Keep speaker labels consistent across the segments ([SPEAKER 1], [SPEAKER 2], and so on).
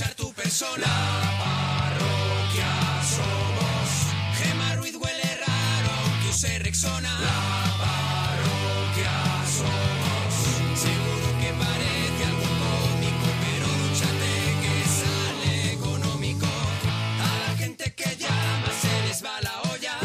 [SPEAKER 1] Somos la parroquia, somos Gema Ruiz huele raro, que use Rexona. La parroquia somos, seguro que parece algo cómico, pero duchate que sale económico. A la gente que llama se les va la olla. La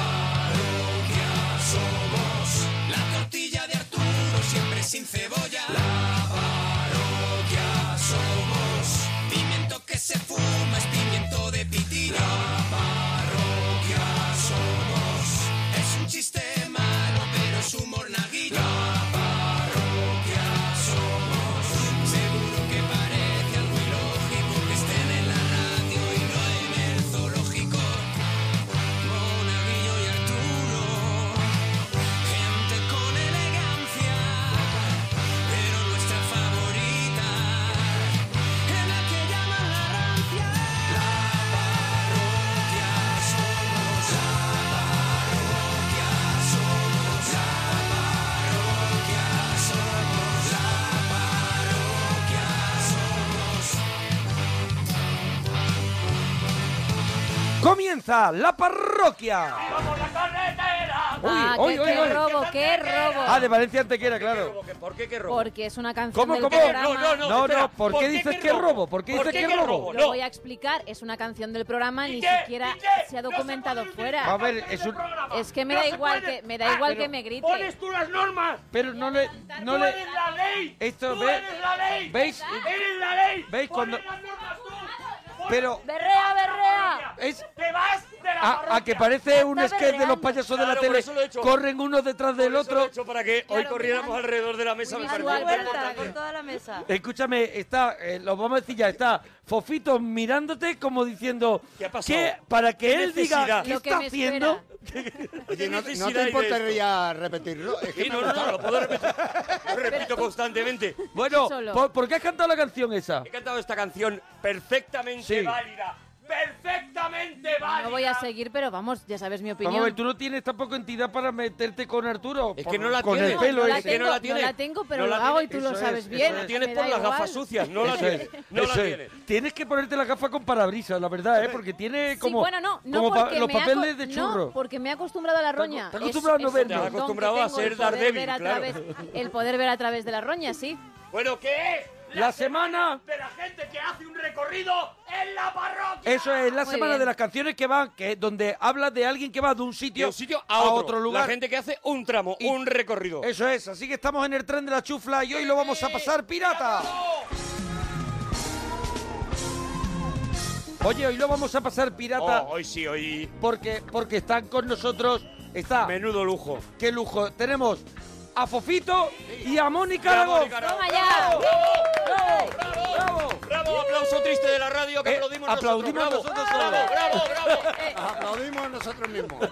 [SPEAKER 1] parroquia somos, la tortilla de Arturo siempre sin cebolla. La parroquia somos. Pimiento que se fuma es pimiento de pitina. La parroquia somos. Es un chiste malo, pero es humor naguillo. La parroquia somos. Seguro que parece algo ilógico que estén en la radio y no en el zoológico. Monaguillo y Arturo. Gente con elegancia, pero nuestra favorita. En la que llaman la rancia La parroquia somos La parroquia somos La parroquia somos La parroquia somos
[SPEAKER 2] Comienza la parroquia. Uy,
[SPEAKER 3] ah,
[SPEAKER 2] uy,
[SPEAKER 3] qué,
[SPEAKER 2] uy,
[SPEAKER 3] qué
[SPEAKER 2] uy.
[SPEAKER 3] robo, qué robo.
[SPEAKER 2] Ah, de Valencia Antequera, claro.
[SPEAKER 4] ¿Por qué qué robo?
[SPEAKER 3] Porque es una canción
[SPEAKER 2] ¿Cómo,
[SPEAKER 3] del
[SPEAKER 2] cómo?
[SPEAKER 3] programa.
[SPEAKER 2] No, no, no, No, espera. no, ¿por ¿Por qué qué dices qué que robo? robo? ¿Por qué ¿Por dices qué que que robo? robo?
[SPEAKER 3] Lo
[SPEAKER 2] No.
[SPEAKER 3] voy a explicar, es una canción del programa, ni
[SPEAKER 2] qué?
[SPEAKER 3] siquiera se ha documentado fuera.
[SPEAKER 2] A ver, es un...
[SPEAKER 3] Es que me
[SPEAKER 2] No
[SPEAKER 3] da
[SPEAKER 2] se
[SPEAKER 3] igual
[SPEAKER 2] puede. Ah,
[SPEAKER 3] que me da igual
[SPEAKER 2] Pero
[SPEAKER 3] que me grite.
[SPEAKER 2] pones
[SPEAKER 3] tú las normas.
[SPEAKER 2] Pero no le... No
[SPEAKER 3] Tú
[SPEAKER 2] le...
[SPEAKER 3] eres la ley.
[SPEAKER 2] Esto,
[SPEAKER 3] Tú
[SPEAKER 2] ve-
[SPEAKER 3] eres la ley.
[SPEAKER 2] ¿Veis?
[SPEAKER 3] Eres la ley.
[SPEAKER 2] ¿Veis cuando...? Pero...
[SPEAKER 3] Berrea, berrea.
[SPEAKER 2] Es...
[SPEAKER 3] Te vas de
[SPEAKER 2] A, a que parece un
[SPEAKER 3] Está
[SPEAKER 2] sketch de los
[SPEAKER 3] berreando.
[SPEAKER 2] payasos de la
[SPEAKER 4] Claro, por
[SPEAKER 2] tele.
[SPEAKER 4] eso lo he hecho.
[SPEAKER 2] Corren unos detrás del otro.
[SPEAKER 4] para que hoy corriéramos alrededor de la mesa. Me
[SPEAKER 5] Haz
[SPEAKER 4] pareció muy
[SPEAKER 5] vuelta
[SPEAKER 4] importante.
[SPEAKER 5] por toda la mesa.
[SPEAKER 2] Escúchame, está, eh, lo vamos a decir ya, está Fofito mirándote como diciendo
[SPEAKER 4] ¿Qué ha pasado?
[SPEAKER 2] que para que
[SPEAKER 4] ¿Qué
[SPEAKER 2] él diga
[SPEAKER 4] necesidad?
[SPEAKER 2] qué
[SPEAKER 4] Lo que
[SPEAKER 2] está
[SPEAKER 4] me
[SPEAKER 2] haciendo.
[SPEAKER 4] Oye,
[SPEAKER 6] No,
[SPEAKER 4] necesidad
[SPEAKER 6] no
[SPEAKER 4] hay
[SPEAKER 6] te
[SPEAKER 4] de
[SPEAKER 6] importaría repetirlo. Es
[SPEAKER 4] esto?
[SPEAKER 6] que
[SPEAKER 4] Sí,
[SPEAKER 6] me
[SPEAKER 4] no,
[SPEAKER 6] ha
[SPEAKER 4] no, no,
[SPEAKER 6] gustado.
[SPEAKER 4] lo puedo repetir. Lo repito constantemente.
[SPEAKER 2] Bueno,
[SPEAKER 4] Solo.
[SPEAKER 2] ¿por, por qué has cantado la canción esa?
[SPEAKER 4] He cantado esta canción perfectamente
[SPEAKER 2] Sí.
[SPEAKER 4] válida. Perfectamente válida.
[SPEAKER 3] No voy a seguir, pero vamos, ya sabes mi opinión.
[SPEAKER 2] Vamos a ver, tú no tienes tampoco entidad para meterte con Arturo.
[SPEAKER 4] Es
[SPEAKER 2] por-
[SPEAKER 4] que no la
[SPEAKER 2] con
[SPEAKER 4] tiene.
[SPEAKER 2] el pelo este.
[SPEAKER 3] No la
[SPEAKER 2] ese.
[SPEAKER 3] tengo, no la tengo, pero lo hago y tú lo sabes bien.
[SPEAKER 4] La
[SPEAKER 3] me
[SPEAKER 4] tienes
[SPEAKER 3] da
[SPEAKER 4] por las
[SPEAKER 3] igual.
[SPEAKER 4] gafas sucias, no la
[SPEAKER 2] Eso
[SPEAKER 4] tienes.
[SPEAKER 2] es,
[SPEAKER 4] No la
[SPEAKER 2] eso es.
[SPEAKER 4] tienes.
[SPEAKER 2] Tienes que ponerte la gafa con parabrisas, la verdad, ¿eh? Porque tiene
[SPEAKER 3] Sí,
[SPEAKER 2] como,
[SPEAKER 3] bueno, no, no
[SPEAKER 2] como pa-
[SPEAKER 3] porque
[SPEAKER 2] los
[SPEAKER 3] me ha
[SPEAKER 2] papeles
[SPEAKER 3] co-
[SPEAKER 2] de churro.
[SPEAKER 3] No, porque me he acostumbrado a la roña.
[SPEAKER 2] te has
[SPEAKER 3] Es-
[SPEAKER 2] acostumbrado a no
[SPEAKER 3] es
[SPEAKER 2] verlo.
[SPEAKER 3] el
[SPEAKER 2] Te has
[SPEAKER 3] don que
[SPEAKER 4] acostumbrado a
[SPEAKER 3] tengo, el
[SPEAKER 4] ser
[SPEAKER 3] poder
[SPEAKER 4] Daredevil,
[SPEAKER 3] ver a
[SPEAKER 4] claro.
[SPEAKER 3] través- El poder ver a través de la roña, sí.
[SPEAKER 4] Bueno, ¿qué es?
[SPEAKER 2] La semana.
[SPEAKER 4] de la gente que hace un recorrido en la parroquia.
[SPEAKER 2] Eso es la
[SPEAKER 4] Muy
[SPEAKER 2] semana
[SPEAKER 4] bien.
[SPEAKER 2] de las canciones que van, que donde hablas de alguien que va de un sitio,
[SPEAKER 4] De un sitio a otro.
[SPEAKER 2] lugar.
[SPEAKER 4] La gente que hace un tramo, un recorrido.
[SPEAKER 2] Eso es, así que estamos en el tren de la chufla y hoy lo vamos a pasar pirata. Oye, hoy lo vamos a pasar pirata.
[SPEAKER 4] Oh, hoy sí, hoy.
[SPEAKER 2] Porque, porque están con nosotros. Está.
[SPEAKER 4] Menudo lujo.
[SPEAKER 2] Qué lujo. Tenemos a Fofito y a Mónica
[SPEAKER 4] Bravo,
[SPEAKER 2] Aragón.
[SPEAKER 4] Mónica Aragón.
[SPEAKER 3] Toma ya.
[SPEAKER 4] ¡Bravo! ¡Bravo! ¡Bravo! ¡Bravo! Aplauso triste de la radio que
[SPEAKER 2] Eh,
[SPEAKER 4] aplaudimos
[SPEAKER 2] aplaudimos
[SPEAKER 4] nosotros.
[SPEAKER 2] nosotros
[SPEAKER 4] ¡Bravo!
[SPEAKER 2] solos.
[SPEAKER 4] ¡Bravo! ¡Bravo! ¡Bravo!
[SPEAKER 6] Aplaudimos nosotros mismos.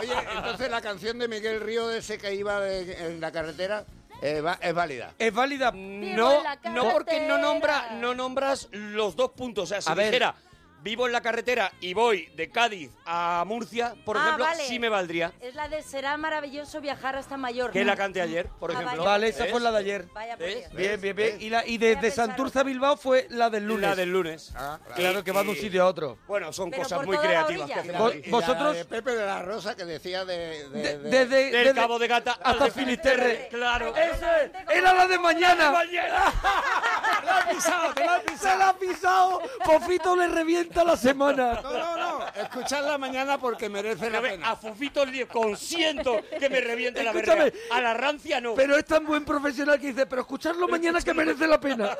[SPEAKER 6] Oye, entonces la canción de Miguel Río de ese que iba de- en la carretera eh, va- es válida.
[SPEAKER 2] Es válida.
[SPEAKER 4] Mm, No, no porque no nombra, no nombras los dos puntos. O sea, si
[SPEAKER 2] A ver.
[SPEAKER 4] dijera vivo en la carretera y voy de Cádiz a Murcia, por
[SPEAKER 5] Ah,
[SPEAKER 4] ejemplo,
[SPEAKER 5] vale.
[SPEAKER 4] sí me valdría.
[SPEAKER 5] Es la de será maravilloso viajar hasta Mallorca.
[SPEAKER 4] Que la cante ayer, por
[SPEAKER 5] Ah,
[SPEAKER 4] ejemplo. Este.
[SPEAKER 5] vale.
[SPEAKER 2] Vale, esa fue la de ayer.
[SPEAKER 5] Vaya pues, por Dios.
[SPEAKER 2] Bien, bien, bien. Y, la, y desde Santurce a Bilbao fue la del lunes.
[SPEAKER 4] La del
[SPEAKER 6] Ah,
[SPEAKER 4] lunes.
[SPEAKER 2] Claro que va de un sitio a otro.
[SPEAKER 4] Eh, Bueno, son
[SPEAKER 5] Pero
[SPEAKER 4] cosas
[SPEAKER 5] por
[SPEAKER 4] muy
[SPEAKER 5] toda la
[SPEAKER 4] creativas.
[SPEAKER 5] orilla.
[SPEAKER 4] que hacen
[SPEAKER 2] Vos-
[SPEAKER 4] ahí.
[SPEAKER 6] Y la
[SPEAKER 2] vosotros-
[SPEAKER 6] de Pepe de la Rosa que decía de... de- de-
[SPEAKER 2] Desde,
[SPEAKER 4] Del
[SPEAKER 2] desde-
[SPEAKER 4] Cabo de Gata
[SPEAKER 2] hasta
[SPEAKER 4] al-
[SPEAKER 2] Finisterre.
[SPEAKER 4] Claro.
[SPEAKER 2] Eso es. Era la de mañana.
[SPEAKER 4] Mañana.
[SPEAKER 2] La ha pisado, te la ha pisado. Se la ha pisado. Fofito le revienta la semana.
[SPEAKER 6] No, no, no. Escuchadla mañana porque merece
[SPEAKER 4] A
[SPEAKER 6] la
[SPEAKER 4] ver,
[SPEAKER 6] pena.
[SPEAKER 4] a Fufito le consiento que me reviente la
[SPEAKER 2] Escúchame.
[SPEAKER 4] verga. A la rancia no.
[SPEAKER 2] Pero es tan buen profesional que dice, pero escucharlo mañana que merece la pena.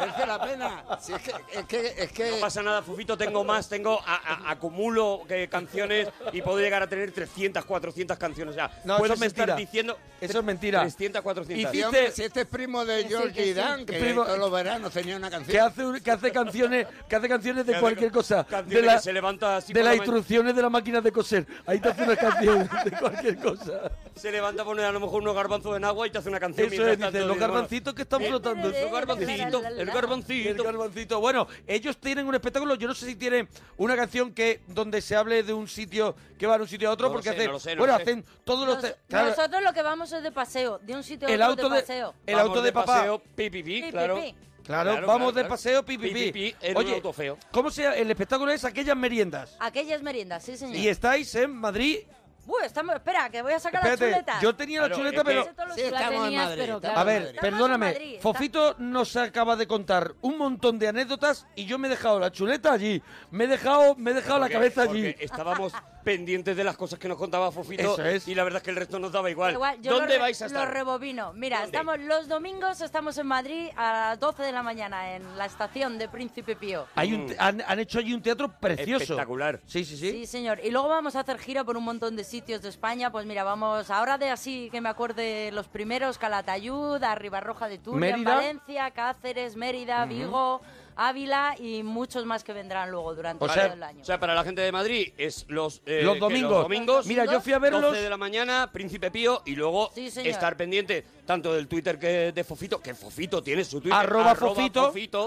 [SPEAKER 6] Merece la pena. Si es que... Es que, es que-
[SPEAKER 4] No pasa nada, Fufito, tengo más, tengo a- a- acumulo eh, canciones y puedo llegar a tener 300, 400 canciones. O sea,
[SPEAKER 2] No, eso
[SPEAKER 4] puedes
[SPEAKER 2] es mentira.
[SPEAKER 4] estar diciendo
[SPEAKER 2] Eso es mentira.
[SPEAKER 4] 300, 400.
[SPEAKER 2] Hiciste-
[SPEAKER 6] y hombre, si este es primo de George
[SPEAKER 3] sí.
[SPEAKER 6] Dan, que
[SPEAKER 2] Primo-
[SPEAKER 6] todos los veranos tenía una
[SPEAKER 2] Que
[SPEAKER 6] canción.
[SPEAKER 2] hace, un- que hace canciones que hace canciones de
[SPEAKER 4] hace
[SPEAKER 2] cualquier
[SPEAKER 4] ca-
[SPEAKER 2] cosa.
[SPEAKER 4] canciones
[SPEAKER 2] De, la-
[SPEAKER 4] que se levanta así
[SPEAKER 2] de
[SPEAKER 4] por
[SPEAKER 2] las
[SPEAKER 4] la ma-
[SPEAKER 2] instrucciones de la máquina de coser. Ahí te hace una canción de cualquier cosa.
[SPEAKER 4] Se levanta a poner a lo mejor unos garbanzos en agua y te hace una canción.
[SPEAKER 2] Eso
[SPEAKER 4] mientras
[SPEAKER 2] es, dice,
[SPEAKER 4] tanto,
[SPEAKER 2] los
[SPEAKER 4] digo, bueno,
[SPEAKER 2] garbancitos que
[SPEAKER 7] Eh,
[SPEAKER 4] Eh,
[SPEAKER 2] están flotando.
[SPEAKER 4] El garbancito, el
[SPEAKER 2] El
[SPEAKER 4] garbancito.
[SPEAKER 2] garbancito. Bueno, ellos tienen un espectáculo. Yo no sé si tienen una canción que donde se hable de un sitio que va de un sitio a otro,
[SPEAKER 4] No lo
[SPEAKER 2] porque
[SPEAKER 4] sé,
[SPEAKER 2] hacen,
[SPEAKER 4] no lo sé, no
[SPEAKER 2] bueno,
[SPEAKER 4] lo sé.
[SPEAKER 2] hacen todos los,
[SPEAKER 5] Nos-
[SPEAKER 2] te- claro,
[SPEAKER 5] Nosotros lo que vamos es de paseo, de un sitio a
[SPEAKER 2] el
[SPEAKER 5] otro
[SPEAKER 2] auto
[SPEAKER 5] de
[SPEAKER 2] de,
[SPEAKER 5] paseo.
[SPEAKER 2] el
[SPEAKER 4] Vamos
[SPEAKER 2] auto de, papá,
[SPEAKER 4] paseo, pi, pi, pi,
[SPEAKER 5] Pi, pi,
[SPEAKER 4] claro.
[SPEAKER 5] pi.
[SPEAKER 2] Claro, vamos
[SPEAKER 7] Claro, claro,
[SPEAKER 2] de
[SPEAKER 7] claro.
[SPEAKER 2] paseo, pi, pi,
[SPEAKER 7] Pi,
[SPEAKER 2] pi.
[SPEAKER 7] pi, pi, en un
[SPEAKER 2] Oye,
[SPEAKER 7] auto feo.
[SPEAKER 2] ¿cómo se llama? El espectáculo es Aquellas Meriendas.
[SPEAKER 5] Aquellas meriendas, sí, señor.
[SPEAKER 2] Y estáis en Madrid.
[SPEAKER 5] Uy, estamos, espera, que voy a sacar
[SPEAKER 2] Espérate,
[SPEAKER 5] la chuleta.
[SPEAKER 2] yo tenía la
[SPEAKER 7] Claro,
[SPEAKER 2] chuleta,
[SPEAKER 7] es que-
[SPEAKER 2] pero...
[SPEAKER 5] Sí, estamos
[SPEAKER 3] la
[SPEAKER 5] en
[SPEAKER 3] tenías,
[SPEAKER 5] Madrid,
[SPEAKER 3] pero
[SPEAKER 5] estamos
[SPEAKER 3] claro.
[SPEAKER 2] A ver,
[SPEAKER 5] Madrid.
[SPEAKER 2] perdóname,
[SPEAKER 5] Estamos en Madrid.
[SPEAKER 2] Fofito nos acaba de contar un montón de anécdotas y yo me he dejado la chuleta allí, me he dejado, me he dejado la
[SPEAKER 7] Porque-
[SPEAKER 2] cabeza allí.
[SPEAKER 7] porque estábamos pendientes de las cosas que nos contaba Fofito
[SPEAKER 2] Eso es.
[SPEAKER 7] y la verdad es que el resto nos daba igual.
[SPEAKER 5] Igual, yo
[SPEAKER 7] ¿Dónde
[SPEAKER 5] lo re-
[SPEAKER 7] vais a estar?
[SPEAKER 5] Lo rebobino. Mira,
[SPEAKER 7] ¿Dónde?
[SPEAKER 5] estamos los domingos, estamos en Madrid a las 12 de la mañana en la estación de Príncipe Pío.
[SPEAKER 2] Hay un te- han, han hecho allí un teatro precioso.
[SPEAKER 7] Espectacular.
[SPEAKER 2] Sí, sí, sí.
[SPEAKER 5] Sí, señor. Y luego vamos a hacer gira por un montón de sitios de España. Pues mira, vamos ahora de así que me acuerde los primeros, Calatayud, Arribarroja de Turia, en
[SPEAKER 2] Mérida.
[SPEAKER 5] Valencia, Cáceres, Mérida, Vigo, Ávila y muchos más que vendrán luego durante
[SPEAKER 2] O
[SPEAKER 5] todo
[SPEAKER 2] sea-
[SPEAKER 5] el año.
[SPEAKER 7] O sea, para la gente de Madrid es los, eh,
[SPEAKER 2] Los
[SPEAKER 7] que
[SPEAKER 2] domingos.
[SPEAKER 7] los domingos.
[SPEAKER 2] Mira, yo fui a
[SPEAKER 7] 12
[SPEAKER 2] verlos.
[SPEAKER 7] de la mañana, Príncipe Pío, y luego
[SPEAKER 5] Sí, señor.
[SPEAKER 7] estar pendiente tanto del Twitter que de Fofito, que Fofito tiene su Twitter.
[SPEAKER 2] Arroba Fofito.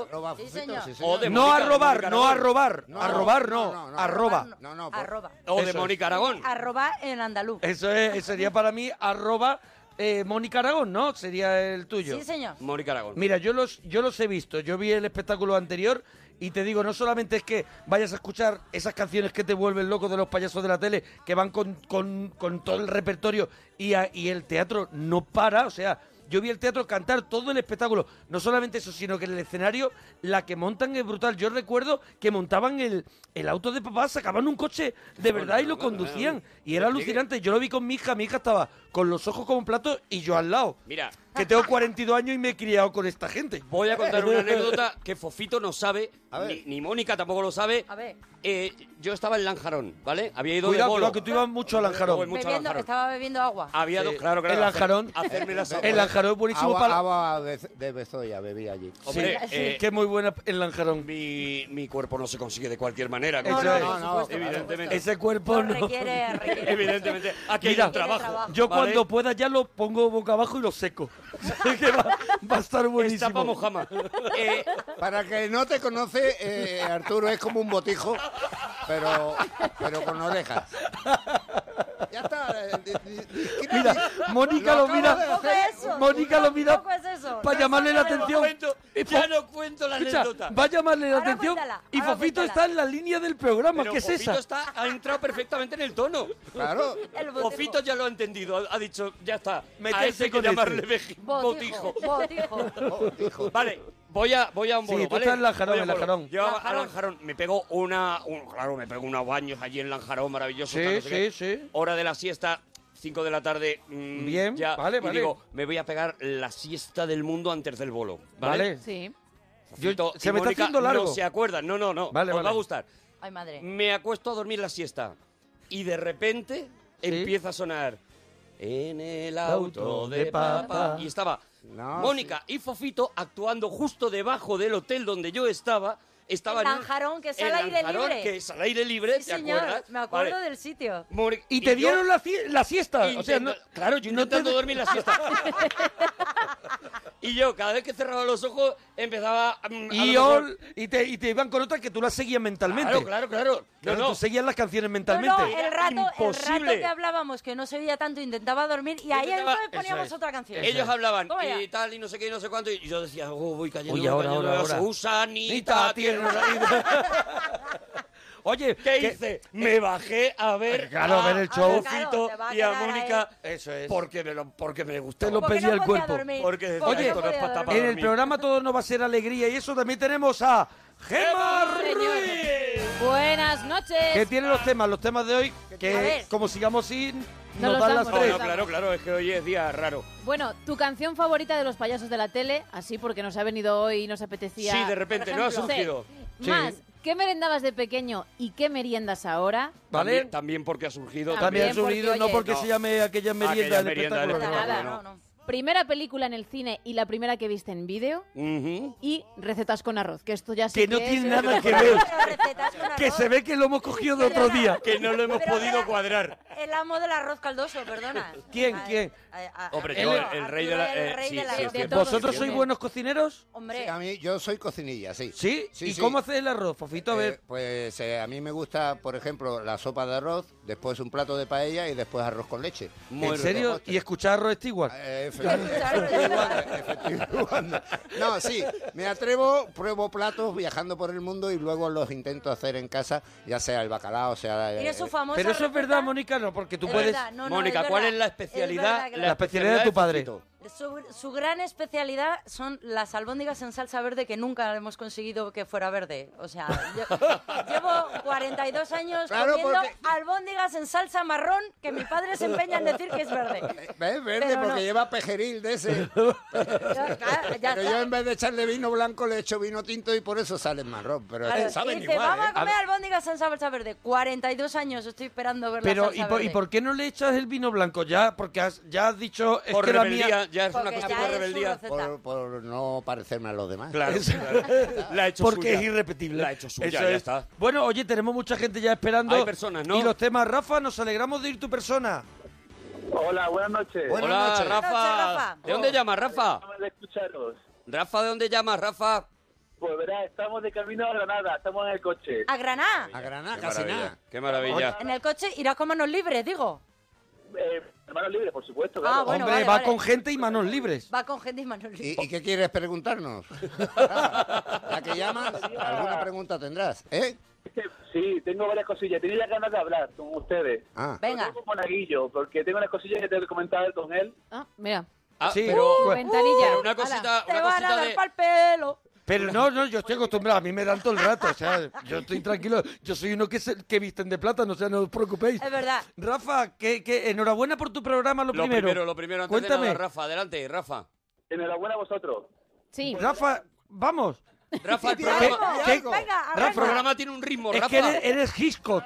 [SPEAKER 6] Arroba,
[SPEAKER 5] Sí,
[SPEAKER 6] Fofito,
[SPEAKER 5] señor.
[SPEAKER 6] sí,
[SPEAKER 7] O de
[SPEAKER 2] No
[SPEAKER 7] Mónica-
[SPEAKER 2] a robar,
[SPEAKER 7] Mónica
[SPEAKER 2] no a
[SPEAKER 7] Aragón.
[SPEAKER 2] robar,
[SPEAKER 6] No,
[SPEAKER 2] a robar no,
[SPEAKER 6] no, no, no.
[SPEAKER 2] arroba.
[SPEAKER 6] No, no, por-
[SPEAKER 5] arroba.
[SPEAKER 7] O de
[SPEAKER 2] Eso es.
[SPEAKER 7] Mónica Aragón.
[SPEAKER 5] Arroba en andaluz.
[SPEAKER 2] Eso es, sería para mí arroba eh, Mónica Aragón, ¿no? Sería el tuyo.
[SPEAKER 5] Sí, señor.
[SPEAKER 7] Mónica Aragón.
[SPEAKER 2] Mira, yo los, yo los he visto, yo vi el espectáculo anterior y te digo, no solamente es que vayas a escuchar esas canciones que te vuelven loco de los payasos de la tele, que van con, con- con todo el repertorio y, a- y el teatro no para, o sea, yo vi el teatro cantar todo el espectáculo, no solamente eso, sino que en el escenario la que montan es brutal. Yo recuerdo que montaban el, el auto de papá, sacaban un coche de verdad y lo conducían y
[SPEAKER 7] Pues
[SPEAKER 2] era alucinante, yo lo vi con mi hija, mi hija estaba con los ojos como un plato y yo al lado
[SPEAKER 7] Mira,
[SPEAKER 2] que tengo 42 años y me he criado con esta gente.
[SPEAKER 7] voy a contar una anécdota que Fofito no sabe,
[SPEAKER 6] A ver.
[SPEAKER 7] ni, ni Mónica tampoco lo sabe.
[SPEAKER 5] A ver.
[SPEAKER 7] Eh, yo estaba en Lanjarón, ¿vale? Había ido
[SPEAKER 2] Cuidado,
[SPEAKER 7] de bolo.
[SPEAKER 2] cuidado, que tú ibas mucho al
[SPEAKER 7] Yo voy
[SPEAKER 2] Anjarón.
[SPEAKER 7] mucho a
[SPEAKER 5] Bebiendo-
[SPEAKER 7] Lanjarón.
[SPEAKER 5] estaba bebiendo agua.
[SPEAKER 2] Ah.
[SPEAKER 7] Había dos,
[SPEAKER 2] Sí.
[SPEAKER 7] claro, claro.
[SPEAKER 2] El
[SPEAKER 7] hacer-
[SPEAKER 2] Lanjarón.
[SPEAKER 7] Hacerme la sopa.
[SPEAKER 2] El Anjarón es buenísimo
[SPEAKER 6] agua,
[SPEAKER 2] para...
[SPEAKER 6] agua de, de Bezoya bebí allí.
[SPEAKER 7] Hombre,
[SPEAKER 5] Sí.
[SPEAKER 7] eh,
[SPEAKER 2] Qué muy buena el Lanjarón.
[SPEAKER 7] mi, mi cuerpo no se consigue de cualquier manera.
[SPEAKER 2] Eso
[SPEAKER 7] compadre.
[SPEAKER 2] es.
[SPEAKER 6] No, no, por
[SPEAKER 7] evidentemente.
[SPEAKER 2] Ese cuerpo
[SPEAKER 5] Lo
[SPEAKER 2] no...
[SPEAKER 5] requiere, requiere.
[SPEAKER 7] Evidentemente. Aquí hay
[SPEAKER 2] Mira,
[SPEAKER 7] un trabajo.
[SPEAKER 2] Yo
[SPEAKER 7] ¿vale?
[SPEAKER 2] cuando pueda ya lo pongo boca abajo y lo seco. Que va, va a estar
[SPEAKER 7] Está pa'
[SPEAKER 2] buenísimo.
[SPEAKER 7] Mojama. Eh,
[SPEAKER 6] Para el que no te conoce, eh, Arturo es como un botijo, pero, pero con orejas. Ya está. eh, di- di- discri-
[SPEAKER 2] Mira, Mónica lo,
[SPEAKER 6] Lo acabo de
[SPEAKER 2] mira...
[SPEAKER 5] Tampoco es eso.
[SPEAKER 2] Mónica lo mira
[SPEAKER 5] Tampoco es eso.
[SPEAKER 2] para llamarle la atención.
[SPEAKER 7] cuento- ya no cuento la
[SPEAKER 2] Escucha,
[SPEAKER 7] anécdota.
[SPEAKER 2] va a llamarle la
[SPEAKER 5] Ahora
[SPEAKER 2] atención
[SPEAKER 5] cuéntala,
[SPEAKER 2] y
[SPEAKER 5] ahora
[SPEAKER 2] Fofito
[SPEAKER 5] cuéntala.
[SPEAKER 2] está en la línea del programa.
[SPEAKER 7] pero
[SPEAKER 2] ¿Qué es
[SPEAKER 7] Fofito
[SPEAKER 2] esa?
[SPEAKER 7] está- ha entrado perfectamente en el tono.
[SPEAKER 6] Claro.
[SPEAKER 5] El botijo.
[SPEAKER 7] Fofito ya lo ha entendido. Ha, ha dicho, ya está.
[SPEAKER 2] Meterse
[SPEAKER 7] a ese hay que
[SPEAKER 2] con
[SPEAKER 7] llamarle
[SPEAKER 2] este.
[SPEAKER 7] veji- botijo.
[SPEAKER 5] Botijo.
[SPEAKER 7] Vale, voy a, voy a un
[SPEAKER 2] Sí,
[SPEAKER 7] bolo,
[SPEAKER 2] tú
[SPEAKER 7] ¿vale?
[SPEAKER 2] estás en Lanjarón,
[SPEAKER 7] Voy a un
[SPEAKER 2] en
[SPEAKER 7] bolo.
[SPEAKER 2] Lanjarón.
[SPEAKER 7] Yo a- a
[SPEAKER 5] Lanjarón.
[SPEAKER 7] Lanjarón me pego una... un- claro, me pego unos baños allí en Lanjarón, maravilloso.
[SPEAKER 2] Sí,
[SPEAKER 7] tal, no sé qué.
[SPEAKER 2] sí, sí.
[SPEAKER 7] Hora de la siesta, 5 de la tarde. mm,
[SPEAKER 2] Bien,
[SPEAKER 7] ya,
[SPEAKER 2] vale,
[SPEAKER 7] y
[SPEAKER 2] vale.
[SPEAKER 7] digo, me voy a pegar la siesta del mundo antes del bolo, ¿vale?
[SPEAKER 2] Vale.
[SPEAKER 3] Sí.
[SPEAKER 2] Yo-
[SPEAKER 7] Fofito
[SPEAKER 2] se
[SPEAKER 7] y
[SPEAKER 2] me está
[SPEAKER 7] Mónica
[SPEAKER 2] haciendo largo.
[SPEAKER 7] No se acuerdan, no, no, no.
[SPEAKER 2] Vale,
[SPEAKER 7] Os
[SPEAKER 2] vale.
[SPEAKER 7] va a gustar.
[SPEAKER 5] Ay, madre.
[SPEAKER 7] Me acuesto a dormir la siesta y de repente empieza a sonar en el auto de papá y estaba
[SPEAKER 6] No,
[SPEAKER 7] Mónica y Fofito actuando justo debajo del hotel donde yo estaba. Estaba
[SPEAKER 5] El
[SPEAKER 7] en un-
[SPEAKER 5] Lanjarón, que es
[SPEAKER 7] el
[SPEAKER 5] al aire
[SPEAKER 7] Lanjarón,
[SPEAKER 5] libre.
[SPEAKER 7] que es al aire libre,
[SPEAKER 5] Sí,
[SPEAKER 7] ¿te
[SPEAKER 5] señor.
[SPEAKER 7] acuerdas?
[SPEAKER 5] Me acuerdo
[SPEAKER 7] Vale.
[SPEAKER 5] del sitio.
[SPEAKER 7] Mónica-
[SPEAKER 2] Y te
[SPEAKER 7] yo
[SPEAKER 2] dieron la, ci- la siesta. o sea, no,
[SPEAKER 7] intento- claro, yo intentando dormir la siesta. y yo, cada vez que cerraba los ojos, empezaba mm, a
[SPEAKER 2] y,
[SPEAKER 7] lo mejor-
[SPEAKER 2] ol- y, te, y te iban con otras que tú las seguías mentalmente.
[SPEAKER 7] Claro, claro, claro. No,
[SPEAKER 2] Claro,
[SPEAKER 7] no.
[SPEAKER 2] tú seguías las canciones
[SPEAKER 5] No,
[SPEAKER 2] mentalmente.
[SPEAKER 5] no, el rato, el rato
[SPEAKER 7] Imposible.
[SPEAKER 5] que hablábamos, que no se oía tanto, intentaba dormir y ahí
[SPEAKER 7] Intentaba-
[SPEAKER 5] entonces poníamos
[SPEAKER 2] Eso es.
[SPEAKER 5] otra canción.
[SPEAKER 7] Ellos hablaban
[SPEAKER 5] Toma ya.
[SPEAKER 7] y tal, y no sé qué, y no sé cuánto. Y yo decía, oh, voy cayendo.
[SPEAKER 2] Oye,
[SPEAKER 7] voy
[SPEAKER 2] ahora,
[SPEAKER 7] cayendo,
[SPEAKER 2] ahora,
[SPEAKER 7] veo a
[SPEAKER 2] ahora.
[SPEAKER 7] Susanita, tierna.
[SPEAKER 2] Oye,
[SPEAKER 7] ¿Qué
[SPEAKER 2] que-
[SPEAKER 7] hice? Me bajé a ver
[SPEAKER 2] Claro, a ver el show.
[SPEAKER 7] a Fofito
[SPEAKER 5] Claro, te va a
[SPEAKER 7] y a
[SPEAKER 5] quedar
[SPEAKER 7] Mónica.
[SPEAKER 2] ahí. Eso es.
[SPEAKER 7] Porque me, lo, porque me
[SPEAKER 2] Te lo
[SPEAKER 7] gustaba.
[SPEAKER 5] Porque
[SPEAKER 2] pedía
[SPEAKER 5] no
[SPEAKER 2] el
[SPEAKER 5] podía
[SPEAKER 2] cuerpo.
[SPEAKER 5] dormir,
[SPEAKER 7] Porque decía,
[SPEAKER 5] porque
[SPEAKER 2] esto no
[SPEAKER 5] podía
[SPEAKER 7] es para
[SPEAKER 5] dormir.
[SPEAKER 2] en el
[SPEAKER 7] dormir.
[SPEAKER 2] programa todo no va a ser alegría y eso también tenemos a Gemma Ruiz.
[SPEAKER 3] Buenas noches.
[SPEAKER 2] Que tiene los temas, los temas de hoy,
[SPEAKER 5] A
[SPEAKER 2] que
[SPEAKER 5] ver.
[SPEAKER 2] como sigamos sin,
[SPEAKER 3] No
[SPEAKER 2] nos
[SPEAKER 3] los
[SPEAKER 2] dan
[SPEAKER 3] damos,
[SPEAKER 2] las
[SPEAKER 3] no
[SPEAKER 7] No,
[SPEAKER 2] tres.
[SPEAKER 7] no, claro, claro, es que hoy es día raro.
[SPEAKER 3] Bueno, tu canción favorita de los payasos de la tele, así porque nos ha venido hoy y nos apetecía.
[SPEAKER 7] Sí, de repente,
[SPEAKER 3] por
[SPEAKER 7] no ha
[SPEAKER 3] ejemplo.
[SPEAKER 7] surgido.
[SPEAKER 3] Sí.
[SPEAKER 2] Sí.
[SPEAKER 3] Más, ¿qué merendabas de pequeño y qué meriendas ahora?
[SPEAKER 2] ¿Vale?
[SPEAKER 7] También, también porque ha surgido.
[SPEAKER 2] También
[SPEAKER 3] También
[SPEAKER 2] han subido,
[SPEAKER 3] porque,
[SPEAKER 2] no
[SPEAKER 3] oye,
[SPEAKER 2] porque
[SPEAKER 7] no.
[SPEAKER 2] se llame aquella merienda
[SPEAKER 7] Aquella
[SPEAKER 2] del
[SPEAKER 7] Ah, merienda del
[SPEAKER 2] espectáculo.
[SPEAKER 7] espectáculo.
[SPEAKER 5] Nada,
[SPEAKER 7] no.
[SPEAKER 5] no, no.
[SPEAKER 3] Primera película en el cine y la primera que viste en vídeo
[SPEAKER 7] Ujú.
[SPEAKER 3] y recetas con arroz, que esto ya sí
[SPEAKER 2] Que no
[SPEAKER 3] es-
[SPEAKER 2] tiene nada que ver.
[SPEAKER 5] Pero recetas con
[SPEAKER 2] Que
[SPEAKER 5] arroz.
[SPEAKER 2] se ve que lo hemos cogido de otro día.
[SPEAKER 7] Que no lo hemos
[SPEAKER 5] Pero
[SPEAKER 7] podido
[SPEAKER 5] era-
[SPEAKER 7] cuadrar.
[SPEAKER 5] El amo del arroz caldoso, perdona.
[SPEAKER 2] ¿Quién, quién?
[SPEAKER 7] Hombre,
[SPEAKER 2] yo,
[SPEAKER 5] Arturo,
[SPEAKER 7] el rey de la-
[SPEAKER 5] Arturo, el
[SPEAKER 7] eh,
[SPEAKER 5] rey
[SPEAKER 7] sí,
[SPEAKER 5] del
[SPEAKER 7] sí,
[SPEAKER 5] arroz.
[SPEAKER 7] sí, sí.
[SPEAKER 3] Todos
[SPEAKER 2] ¿Vosotros sois
[SPEAKER 3] entienden.
[SPEAKER 2] buenos cocineros?
[SPEAKER 5] Hombre,
[SPEAKER 6] A mí, yo soy cocinilla, sí.
[SPEAKER 2] ¿Sí? ¿Y cómo haces el arroz, Fofito? A
[SPEAKER 6] Eh,
[SPEAKER 2] ver.
[SPEAKER 6] pues eh, a mí me gusta, por ejemplo, la sopa de arroz, después un plato de paella y después arroz con leche.
[SPEAKER 5] este
[SPEAKER 2] ¿En serio? ¿Y escuchar arroz Stewart?
[SPEAKER 6] Eh, Efectivamente. Luanda, efectivamente, Luanda. No, sí, me atrevo, pruebo platos viajando por el mundo y luego los intento hacer en casa, ya sea el bacalao, sea... eh, el-
[SPEAKER 5] Mira su famosa
[SPEAKER 2] Pero eso es
[SPEAKER 5] receta-
[SPEAKER 2] verdad, Mónica, no, porque tú
[SPEAKER 5] Es
[SPEAKER 2] puedes...
[SPEAKER 5] verdad, no, no,
[SPEAKER 7] Mónica,
[SPEAKER 5] es
[SPEAKER 7] ¿cuál
[SPEAKER 5] verdad.
[SPEAKER 7] es la
[SPEAKER 5] Es
[SPEAKER 7] especialidad?
[SPEAKER 5] verdad que
[SPEAKER 2] la especialidad de tu padre.
[SPEAKER 7] Fito?
[SPEAKER 5] Su, su gran especialidad son las albóndigas en salsa verde que nunca hemos conseguido que fuera verde. O sea, yo- llevo 42 años
[SPEAKER 6] Claro,
[SPEAKER 5] comiendo
[SPEAKER 6] porque-
[SPEAKER 5] albóndigas en salsa marrón que mi padre se empeña en decir que es verde.
[SPEAKER 6] ¿Ves? Eh, Verde,
[SPEAKER 5] Pero no.
[SPEAKER 6] porque lleva pejeril de ese.
[SPEAKER 5] Ya- claro, ya
[SPEAKER 6] pero
[SPEAKER 5] está.
[SPEAKER 6] yo en vez de echarle vino blanco le echo vino tinto y por eso sale marrón. Pero
[SPEAKER 5] Claro,
[SPEAKER 6] saben
[SPEAKER 5] dice,
[SPEAKER 6] igual,
[SPEAKER 5] vamos
[SPEAKER 6] ¿eh?
[SPEAKER 5] a comer albóndigas en salsa verde. 42 años estoy esperando ver la
[SPEAKER 2] Pero,
[SPEAKER 5] salsa
[SPEAKER 2] ¿y por,
[SPEAKER 5] verde.
[SPEAKER 2] ¿y por qué no le echas el vino blanco ya? Porque has, ya has dicho, es
[SPEAKER 7] Por
[SPEAKER 2] que la
[SPEAKER 7] rebeldía,
[SPEAKER 2] mía...
[SPEAKER 7] ya es una
[SPEAKER 5] Porque
[SPEAKER 7] cuestión
[SPEAKER 5] ya
[SPEAKER 7] de
[SPEAKER 5] es su
[SPEAKER 7] rebeldía.
[SPEAKER 5] receta.
[SPEAKER 6] Por, por no parecerme a los demás.
[SPEAKER 7] Claro, claro. La ha hecho
[SPEAKER 2] Porque
[SPEAKER 7] suya.
[SPEAKER 2] es irrepetible.
[SPEAKER 7] La ha hecho suya,
[SPEAKER 2] Eso
[SPEAKER 7] ya
[SPEAKER 2] es.
[SPEAKER 7] está.
[SPEAKER 2] Bueno, oye, tenemos mucha gente ya esperando.
[SPEAKER 7] Hay personas, ¿no?
[SPEAKER 2] Y los temas, Rafa, nos alegramos de ir tu persona.
[SPEAKER 8] Hola, buenas noches.
[SPEAKER 6] Buenas
[SPEAKER 7] Hola,
[SPEAKER 6] noches.
[SPEAKER 7] Rafa.
[SPEAKER 5] Buenas noches, Rafa.
[SPEAKER 7] ¿De dónde llamas, Rafa?
[SPEAKER 8] Acabo de escucharos.
[SPEAKER 7] Rafa, ¿de dónde llamas, Rafa?
[SPEAKER 8] Pues verás, estamos de camino a Granada, estamos en el coche.
[SPEAKER 5] A Granada.
[SPEAKER 6] A Granada,
[SPEAKER 7] Qué
[SPEAKER 6] casi
[SPEAKER 7] maravilla,
[SPEAKER 6] nada.
[SPEAKER 7] Qué maravilla.
[SPEAKER 5] En el coche irás con manos libres, digo.
[SPEAKER 8] Eh, hermanos libres, por supuesto.
[SPEAKER 5] Ah,
[SPEAKER 8] claro.
[SPEAKER 5] bueno,
[SPEAKER 2] Hombre,
[SPEAKER 5] vale,
[SPEAKER 2] va
[SPEAKER 5] vale.
[SPEAKER 2] con gente y manos libres.
[SPEAKER 5] Va con gente y manos libres.
[SPEAKER 6] ¿Y, y qué quieres preguntarnos? La que llamas, alguna pregunta tendrás, ¿eh?
[SPEAKER 8] Es que Sí, tengo varias cosillas. Tenía las ganas de hablar con ustedes.
[SPEAKER 6] Ah,
[SPEAKER 5] Venga.
[SPEAKER 8] Yo con Monaguillo, porque tengo unas cosillas que tengo que comentar con él.
[SPEAKER 3] Ah, mira.
[SPEAKER 7] Ah,
[SPEAKER 2] Sí.
[SPEAKER 7] pero,
[SPEAKER 2] Uh,
[SPEAKER 3] ventanilla.
[SPEAKER 7] pero una cosita,
[SPEAKER 5] Te
[SPEAKER 7] una
[SPEAKER 5] van a
[SPEAKER 7] cosita
[SPEAKER 5] dar
[SPEAKER 7] de...
[SPEAKER 5] pa'l pelo.
[SPEAKER 2] Pero no, no, yo estoy acostumbrado, a mí me dan todo el rato, o sea, yo estoy tranquilo, yo soy uno que, se- que visten de plátano, o sea, no os preocupéis.
[SPEAKER 5] Es verdad.
[SPEAKER 2] Rafa, que, que enhorabuena por tu programa, lo,
[SPEAKER 7] Lo
[SPEAKER 2] primero.
[SPEAKER 7] primero, lo primero, antes
[SPEAKER 2] Cuéntame,
[SPEAKER 7] de nada, Rafa, adelante, Rafa.
[SPEAKER 8] Enhorabuena a vosotros.
[SPEAKER 3] Sí.
[SPEAKER 2] Rafa, vamos.
[SPEAKER 7] Rafa, el
[SPEAKER 2] ¿Qué-
[SPEAKER 7] programa,
[SPEAKER 2] qué-
[SPEAKER 5] Venga,
[SPEAKER 7] el
[SPEAKER 2] Rafa,
[SPEAKER 5] arranca.
[SPEAKER 7] programa tiene un ritmo,
[SPEAKER 2] es
[SPEAKER 7] Rafa.
[SPEAKER 2] que eres, eres Hitchcock.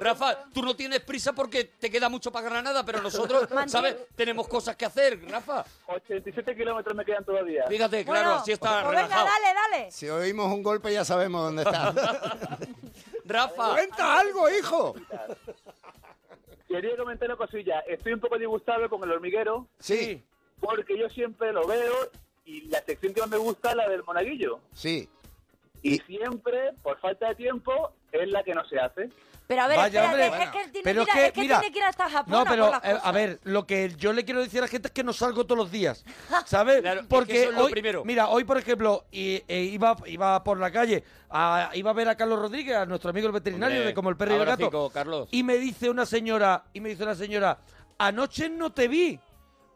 [SPEAKER 7] Rafa, tú no tienes prisa porque te queda mucho para Granada, pero nosotros, ¿sabes? Tenemos cosas que hacer, Rafa.
[SPEAKER 8] 87 kilómetros me quedan todavía.
[SPEAKER 7] Fíjate,
[SPEAKER 5] Bueno,
[SPEAKER 7] claro, así está
[SPEAKER 5] pues venga,
[SPEAKER 7] relajado.
[SPEAKER 5] dale, dale.
[SPEAKER 6] si oímos un golpe ya sabemos dónde está.
[SPEAKER 7] Rafa,
[SPEAKER 6] ¡Cuenta algo, hijo!
[SPEAKER 8] Quería comentar una cosilla. Estoy un poco disgustado con el hormiguero,
[SPEAKER 6] Sí,
[SPEAKER 8] porque yo siempre lo veo y la sección que más me gusta es la del Monaguillo.
[SPEAKER 6] sí.
[SPEAKER 8] Y siempre, por falta de tiempo, es la que no se hace.
[SPEAKER 5] Pero a ver,
[SPEAKER 2] Vaya,
[SPEAKER 5] espérate,
[SPEAKER 2] hombre.
[SPEAKER 5] es que él tiene,
[SPEAKER 2] Pero
[SPEAKER 5] mira,
[SPEAKER 2] es que,
[SPEAKER 5] es que
[SPEAKER 2] mira,
[SPEAKER 5] tiene que ir hasta Japón
[SPEAKER 2] No,
[SPEAKER 5] a
[SPEAKER 2] pero
[SPEAKER 5] por las
[SPEAKER 2] eh, a
[SPEAKER 5] cosas.
[SPEAKER 2] ver, lo que yo le quiero decir a la gente es que no salgo todos los días, ¿sabes?
[SPEAKER 7] Claro, es que
[SPEAKER 2] Porque
[SPEAKER 7] eso es lo
[SPEAKER 2] hoy,
[SPEAKER 7] primero.
[SPEAKER 2] mira, hoy por ejemplo i- eh, iba iba por la calle, a- iba a ver a Carlos Rodríguez, a nuestro amigo el veterinario
[SPEAKER 7] Hombre,
[SPEAKER 2] de como el perro y el
[SPEAKER 7] abracico,
[SPEAKER 2] gato,
[SPEAKER 7] Carlos.
[SPEAKER 2] y me dice una señora, y me dice una señora, anoche no te vi,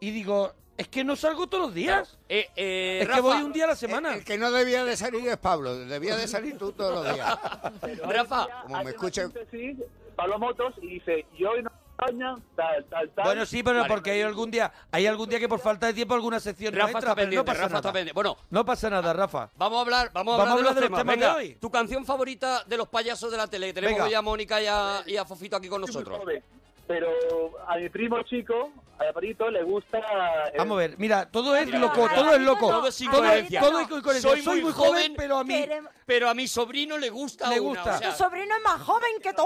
[SPEAKER 2] y digo, es que no salgo todos los días,
[SPEAKER 7] eh, eh,
[SPEAKER 2] es
[SPEAKER 7] Rafa,
[SPEAKER 2] que voy un día a la semana.
[SPEAKER 6] El, el que no debía de salir es Pablo, debía de salir tú todos los días.
[SPEAKER 7] Rafa,
[SPEAKER 6] Como me
[SPEAKER 8] Hace una
[SPEAKER 6] escucha-
[SPEAKER 8] síntesis, Pablo Motos y dice, y hoy no España, tal, tal, tal.
[SPEAKER 2] Bueno, sí, pero
[SPEAKER 7] Vale.
[SPEAKER 2] porque hay algún día, hay algún día que por falta de tiempo alguna sección no
[SPEAKER 7] Rafa
[SPEAKER 2] entra,
[SPEAKER 7] está
[SPEAKER 2] pero no
[SPEAKER 7] pendiente,
[SPEAKER 2] pasa
[SPEAKER 7] Rafa
[SPEAKER 2] nada.
[SPEAKER 7] está pendiente. Bueno,
[SPEAKER 2] No pasa nada, Rafa.
[SPEAKER 7] Vamos a hablar, vamos a
[SPEAKER 2] Vamos
[SPEAKER 7] hablar, de, los temas.
[SPEAKER 2] de
[SPEAKER 7] Venga,
[SPEAKER 2] hoy.
[SPEAKER 7] tu canción favorita de los payasos de la tele. que Tenemos
[SPEAKER 2] Venga.
[SPEAKER 7] hoy a Mónica y a, y a Fofito aquí con
[SPEAKER 8] Soy muy
[SPEAKER 7] nosotros.
[SPEAKER 8] joven, Pero a mi primo chico, a Aparito, le gusta... el-
[SPEAKER 2] Vamos a ver, mira, todo es
[SPEAKER 5] Mira,
[SPEAKER 2] loco,
[SPEAKER 5] mira,
[SPEAKER 2] todo es
[SPEAKER 5] mira,
[SPEAKER 2] loco.
[SPEAKER 5] mira,
[SPEAKER 7] Todo es
[SPEAKER 5] mira,
[SPEAKER 7] incoherencia.
[SPEAKER 2] Todo es incoherencia.
[SPEAKER 7] Soy muy joven,
[SPEAKER 2] pero a mí.
[SPEAKER 5] Queremos-
[SPEAKER 7] Pero a mi sobrino le gusta
[SPEAKER 2] Le
[SPEAKER 7] una,
[SPEAKER 2] gusta.
[SPEAKER 7] o sea,
[SPEAKER 5] Tu sobrino es más joven que tú.